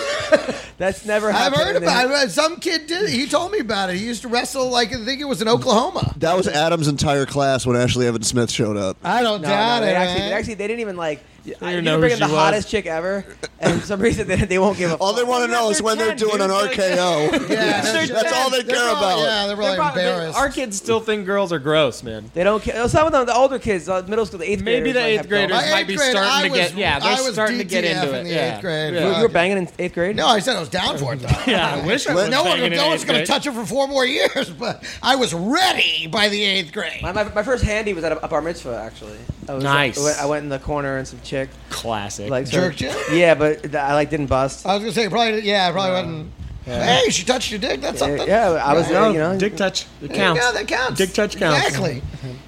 Speaker 1: that's never
Speaker 3: I've
Speaker 1: happened.
Speaker 3: heard
Speaker 1: And then-
Speaker 3: about it. Some kid did. it. He told me about it. He used to wrestle like I think it was in Oklahoma.
Speaker 2: That was Adam's entire class when Ashley Evan Smith showed up.
Speaker 3: I don't
Speaker 1: No,
Speaker 3: doubt
Speaker 1: no,
Speaker 3: it.
Speaker 1: they actually,
Speaker 3: man.
Speaker 1: they actually, they didn't even like. I,
Speaker 4: didn't
Speaker 1: you
Speaker 4: know
Speaker 1: know,
Speaker 4: who
Speaker 1: bring in the
Speaker 4: she was.
Speaker 1: hottest chick ever, and for some reason they, they won't give a.
Speaker 2: All they
Speaker 1: fuck.
Speaker 2: want to know is when they're doing an RKO.
Speaker 3: yeah,
Speaker 2: that's,
Speaker 3: they're-
Speaker 2: all they
Speaker 3: they're
Speaker 2: care
Speaker 3: probably- Yeah,
Speaker 2: about.
Speaker 3: they're
Speaker 4: They're
Speaker 3: really
Speaker 4: probably-
Speaker 3: embarrassed.
Speaker 4: Our kids still think girls are gross, man.
Speaker 1: They don't care. Oh, Some of them, the older kids, uh, middle school, the eighth
Speaker 4: Maybe
Speaker 1: graders,
Speaker 4: the
Speaker 1: might
Speaker 4: eighth
Speaker 1: have boner.
Speaker 4: graders
Speaker 3: My
Speaker 4: might
Speaker 3: eighth
Speaker 4: be
Speaker 3: grade,
Speaker 4: starting
Speaker 3: I
Speaker 4: to get
Speaker 3: was-
Speaker 4: yeah, they're
Speaker 3: I was
Speaker 4: starting to get
Speaker 3: DTF
Speaker 4: into
Speaker 3: in
Speaker 4: it.
Speaker 3: the
Speaker 4: yeah.
Speaker 3: eighth grade.
Speaker 4: Yeah.
Speaker 1: You were banging in eighth grade.
Speaker 3: no, I said I was down for it though.
Speaker 4: Yeah, I wish I was
Speaker 3: no one,
Speaker 4: banging in
Speaker 3: no one's
Speaker 4: eighth
Speaker 3: going to
Speaker 4: grade.
Speaker 3: touch it for four more years, but I was ready by the eighth grade.
Speaker 1: My, my, my first handy was at a, a bar mitzvah actually. I was,
Speaker 4: Nice.
Speaker 1: I went, I went in the corner and some chick
Speaker 4: Classic.
Speaker 1: like
Speaker 3: Jerked
Speaker 1: sort of-
Speaker 3: you?
Speaker 1: Yeah, but th- I like didn't bust.
Speaker 2: Uh,
Speaker 3: I was going to say probably, yeah, I probably wasn't. Hey, she touched your dick. That's something.
Speaker 1: yeah, I was
Speaker 4: no,
Speaker 1: you know.
Speaker 4: dick touch. It
Speaker 3: There you
Speaker 4: counts.
Speaker 3: go, that counts.
Speaker 4: Dick touch counts.
Speaker 3: Exactly.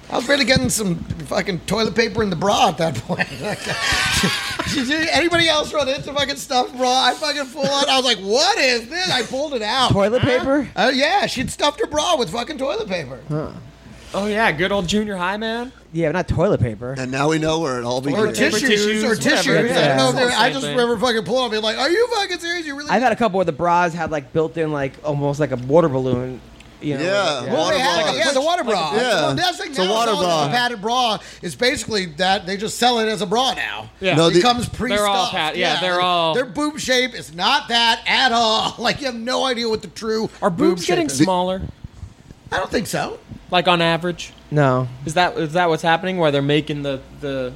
Speaker 3: I was ready getting some fucking toilet paper in the bra at that point. Did you- Anybody else run into fucking stuffed bra? I fucking full on. I was like, what is this? I pulled it out.
Speaker 1: Toilet paper?
Speaker 3: Uh, yeah, she'd stuffed her bra with fucking toilet paper.
Speaker 4: Oh yeah, good old junior high man.
Speaker 1: Yeah, but not toilet paper.
Speaker 2: And now we know where it all
Speaker 3: Or
Speaker 2: begins.
Speaker 3: tissues,
Speaker 4: tissues,
Speaker 3: or
Speaker 4: whatever,
Speaker 3: tissues. I
Speaker 1: yeah.
Speaker 3: don't know if they're- I
Speaker 4: Same
Speaker 3: just
Speaker 4: thing.
Speaker 3: remember fucking pulling. Being like, "Are you fucking serious? You really?"
Speaker 1: I've had a couple where the bras had like built in like almost like a water balloon. You know,
Speaker 2: Yeah.
Speaker 1: like-
Speaker 3: Well,
Speaker 2: Water
Speaker 3: they had-
Speaker 2: bras.
Speaker 3: yeah, the water bra.
Speaker 2: Yeah.
Speaker 3: Well, that's like
Speaker 2: It's a
Speaker 3: now
Speaker 2: water
Speaker 3: all the
Speaker 2: bra.
Speaker 3: Padded bra is basically that they just sell it as a bra now.
Speaker 4: Yeah.
Speaker 2: No,
Speaker 3: it
Speaker 2: the-
Speaker 3: comes pre-stuffed.
Speaker 4: They're all pat- yeah, they're all-
Speaker 3: Their boob shape is not that at all. Like you have no idea what the true
Speaker 4: Are
Speaker 3: boob
Speaker 4: boobs
Speaker 3: shape
Speaker 4: getting
Speaker 3: is.
Speaker 4: smaller?
Speaker 3: I don't think so.
Speaker 4: Like on average?
Speaker 1: No.
Speaker 4: Is that is that what's happening where they're making the the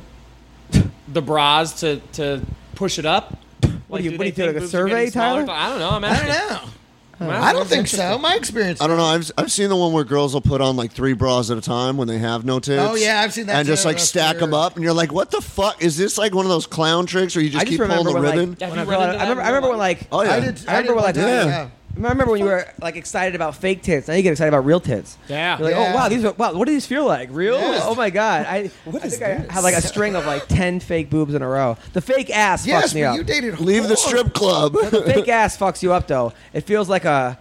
Speaker 4: the bras to to push it up?
Speaker 1: What do you-
Speaker 4: do
Speaker 1: what do
Speaker 4: they
Speaker 1: you do,
Speaker 4: think
Speaker 1: like a
Speaker 4: boobs are
Speaker 1: survey,
Speaker 4: getting smaller?
Speaker 1: Tyler?
Speaker 4: I don't know. I'm
Speaker 3: I don't
Speaker 4: asking.
Speaker 3: know.
Speaker 4: I'm asking.
Speaker 3: I don't think so. My experience.
Speaker 2: I don't know. I've, I've seen the one where girls will put on like three bras at a time when they have no tits.
Speaker 3: Oh, yeah, I've seen that
Speaker 2: And just
Speaker 3: too.
Speaker 2: like
Speaker 3: That's
Speaker 2: stack them
Speaker 3: weird.
Speaker 2: up, and you're like, "What the fuck is this? Like one of those clown tricks where you
Speaker 1: I
Speaker 2: just
Speaker 1: just
Speaker 2: keep pulling
Speaker 1: remember when
Speaker 2: the ribbon?"
Speaker 1: like.
Speaker 4: Have
Speaker 1: when
Speaker 4: you
Speaker 1: a
Speaker 4: run
Speaker 1: girl-
Speaker 4: into that
Speaker 1: I
Speaker 4: in
Speaker 1: remember. I
Speaker 4: real
Speaker 1: remember when
Speaker 4: life?
Speaker 1: like.
Speaker 2: oh yeah,
Speaker 3: I did.
Speaker 1: I remember
Speaker 3: did
Speaker 1: when I
Speaker 3: one
Speaker 1: did
Speaker 3: time,
Speaker 2: it.
Speaker 3: yeah.
Speaker 1: I remember when you were like excited about fake tits. Now you get excited about real tits.
Speaker 4: Yeah.
Speaker 1: You're like,
Speaker 3: Yeah.
Speaker 1: oh wow, these are wow. What do these feel like? Real?
Speaker 3: Yes.
Speaker 1: Oh my god. I I think I had like a string of like ten fake boobs in a row. The fake ass
Speaker 3: Yes,
Speaker 1: fucks me
Speaker 3: but
Speaker 1: up.
Speaker 3: you dated.
Speaker 2: Leave the
Speaker 3: whores.
Speaker 2: strip club.
Speaker 1: the fake ass fucks you up though. It feels like a,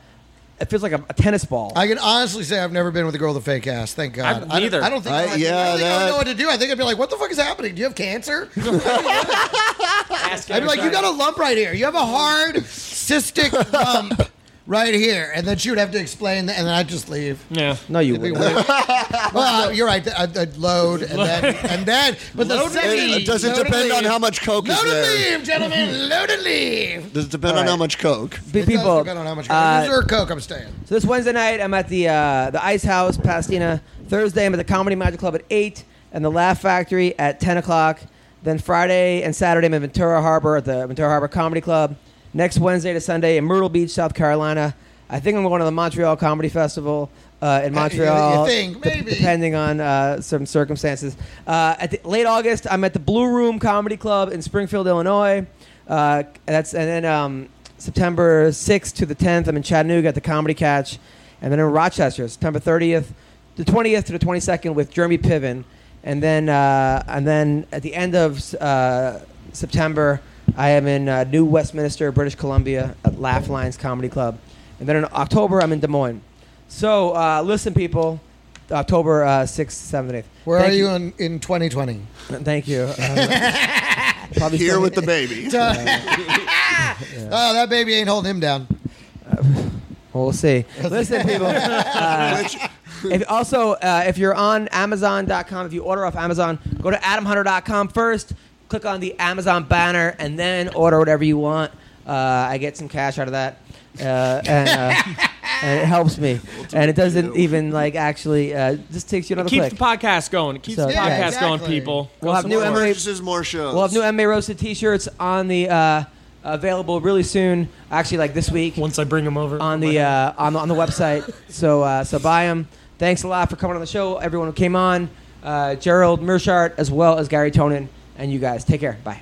Speaker 1: it feels like a, a tennis ball.
Speaker 3: I can honestly say I've never been with a girl with a fake ass. Thank God.
Speaker 4: I've
Speaker 3: I don't-
Speaker 4: neither.
Speaker 3: I don't think.
Speaker 2: I-
Speaker 3: I,
Speaker 2: yeah,
Speaker 3: I, don't think I
Speaker 2: that-
Speaker 3: would know what to do. I think I'd be like, "What the fuck is happening? Do you have cancer?"
Speaker 4: Ask
Speaker 3: I'd be like,
Speaker 4: yourself.
Speaker 3: you got a lump right here. You have a hard cystic lump right here, and then she would have to explain, and then I'd just leave.
Speaker 4: Yeah.
Speaker 1: No, you wouldn't.
Speaker 3: Well, uh, you're right. I'd, I'd load, and then and then, but the second
Speaker 2: It- does it
Speaker 3: load and
Speaker 2: depend on
Speaker 3: leave.
Speaker 2: how much coke is
Speaker 3: Load and
Speaker 2: there?
Speaker 3: leave, gentlemen. Load and leave.
Speaker 2: Does it depend on how much coke?
Speaker 1: Pe-
Speaker 3: It does
Speaker 1: people.
Speaker 3: depend on how much
Speaker 1: uh,
Speaker 3: User Coke I'm staying.
Speaker 1: so this Wednesday night, I'm at the uh, the Ice House, Pasadena. Thursday, I'm at the Comedy Magic Club at eight, and the Laugh Factory at ten o'clock. Then Friday and Saturday, I'm at Ventura Harbor at the Ventura Harbor Comedy Club. Next Wednesday to Sunday in Myrtle Beach, South Carolina. I think I'm going to the Montreal Comedy Festival uh, in Montreal. dep-
Speaker 3: think, maybe.
Speaker 1: depending on uh, some circumstances. Uh, at the, late August, I'm at the Blue Room Comedy Club in Springfield, Illinois. Uh, that's and then um, September 6th to the 10th, I'm in Chattanooga at the Comedy Catch, and then in Rochester, September 30th, the 20th to the 22nd with Jeremy Piven, and then uh, and then at the end of uh, September, I am in uh, New Westminster, British Columbia, at Laugh Lines Comedy Club, and then in October, I'm in Des Moines. So uh, listen, people, October uh, 6th, 7th, and 8th.
Speaker 3: Where
Speaker 1: Thank
Speaker 3: are you in, in 2020?
Speaker 1: Thank you. Um, probably
Speaker 2: Here
Speaker 1: still-
Speaker 2: with the baby.
Speaker 3: Oh, that baby ain't holding him down.
Speaker 1: Well, we'll see. Listen, people. uh, if, also, uh, if you're on Amazon.com, if you order off Amazon, go to AdamHunter.com first. Click on the Amazon banner and then order whatever you want. Uh, I get some cash out of that, uh, and, uh, and it helps me. And it doesn't even like actually uh, just takes you another
Speaker 4: Keeps
Speaker 1: click.
Speaker 4: the podcast going. It keeps
Speaker 1: So-
Speaker 4: the podcast
Speaker 1: Yeah,
Speaker 4: going,
Speaker 3: exactly.
Speaker 4: people.
Speaker 1: We'll have new
Speaker 2: More
Speaker 1: Emily-
Speaker 2: purchases, more shows.
Speaker 1: We'll have new MMA roasted T-shirts on the uh, available really soon. Actually, like this week
Speaker 4: Once I bring them over
Speaker 1: on the uh, on the on the website. So uh, so buy them. Thanks a lot for coming on the show, everyone who came on, uh, Gerald Mershart as well as Gary Tonin, and you guys. Take care. Bye.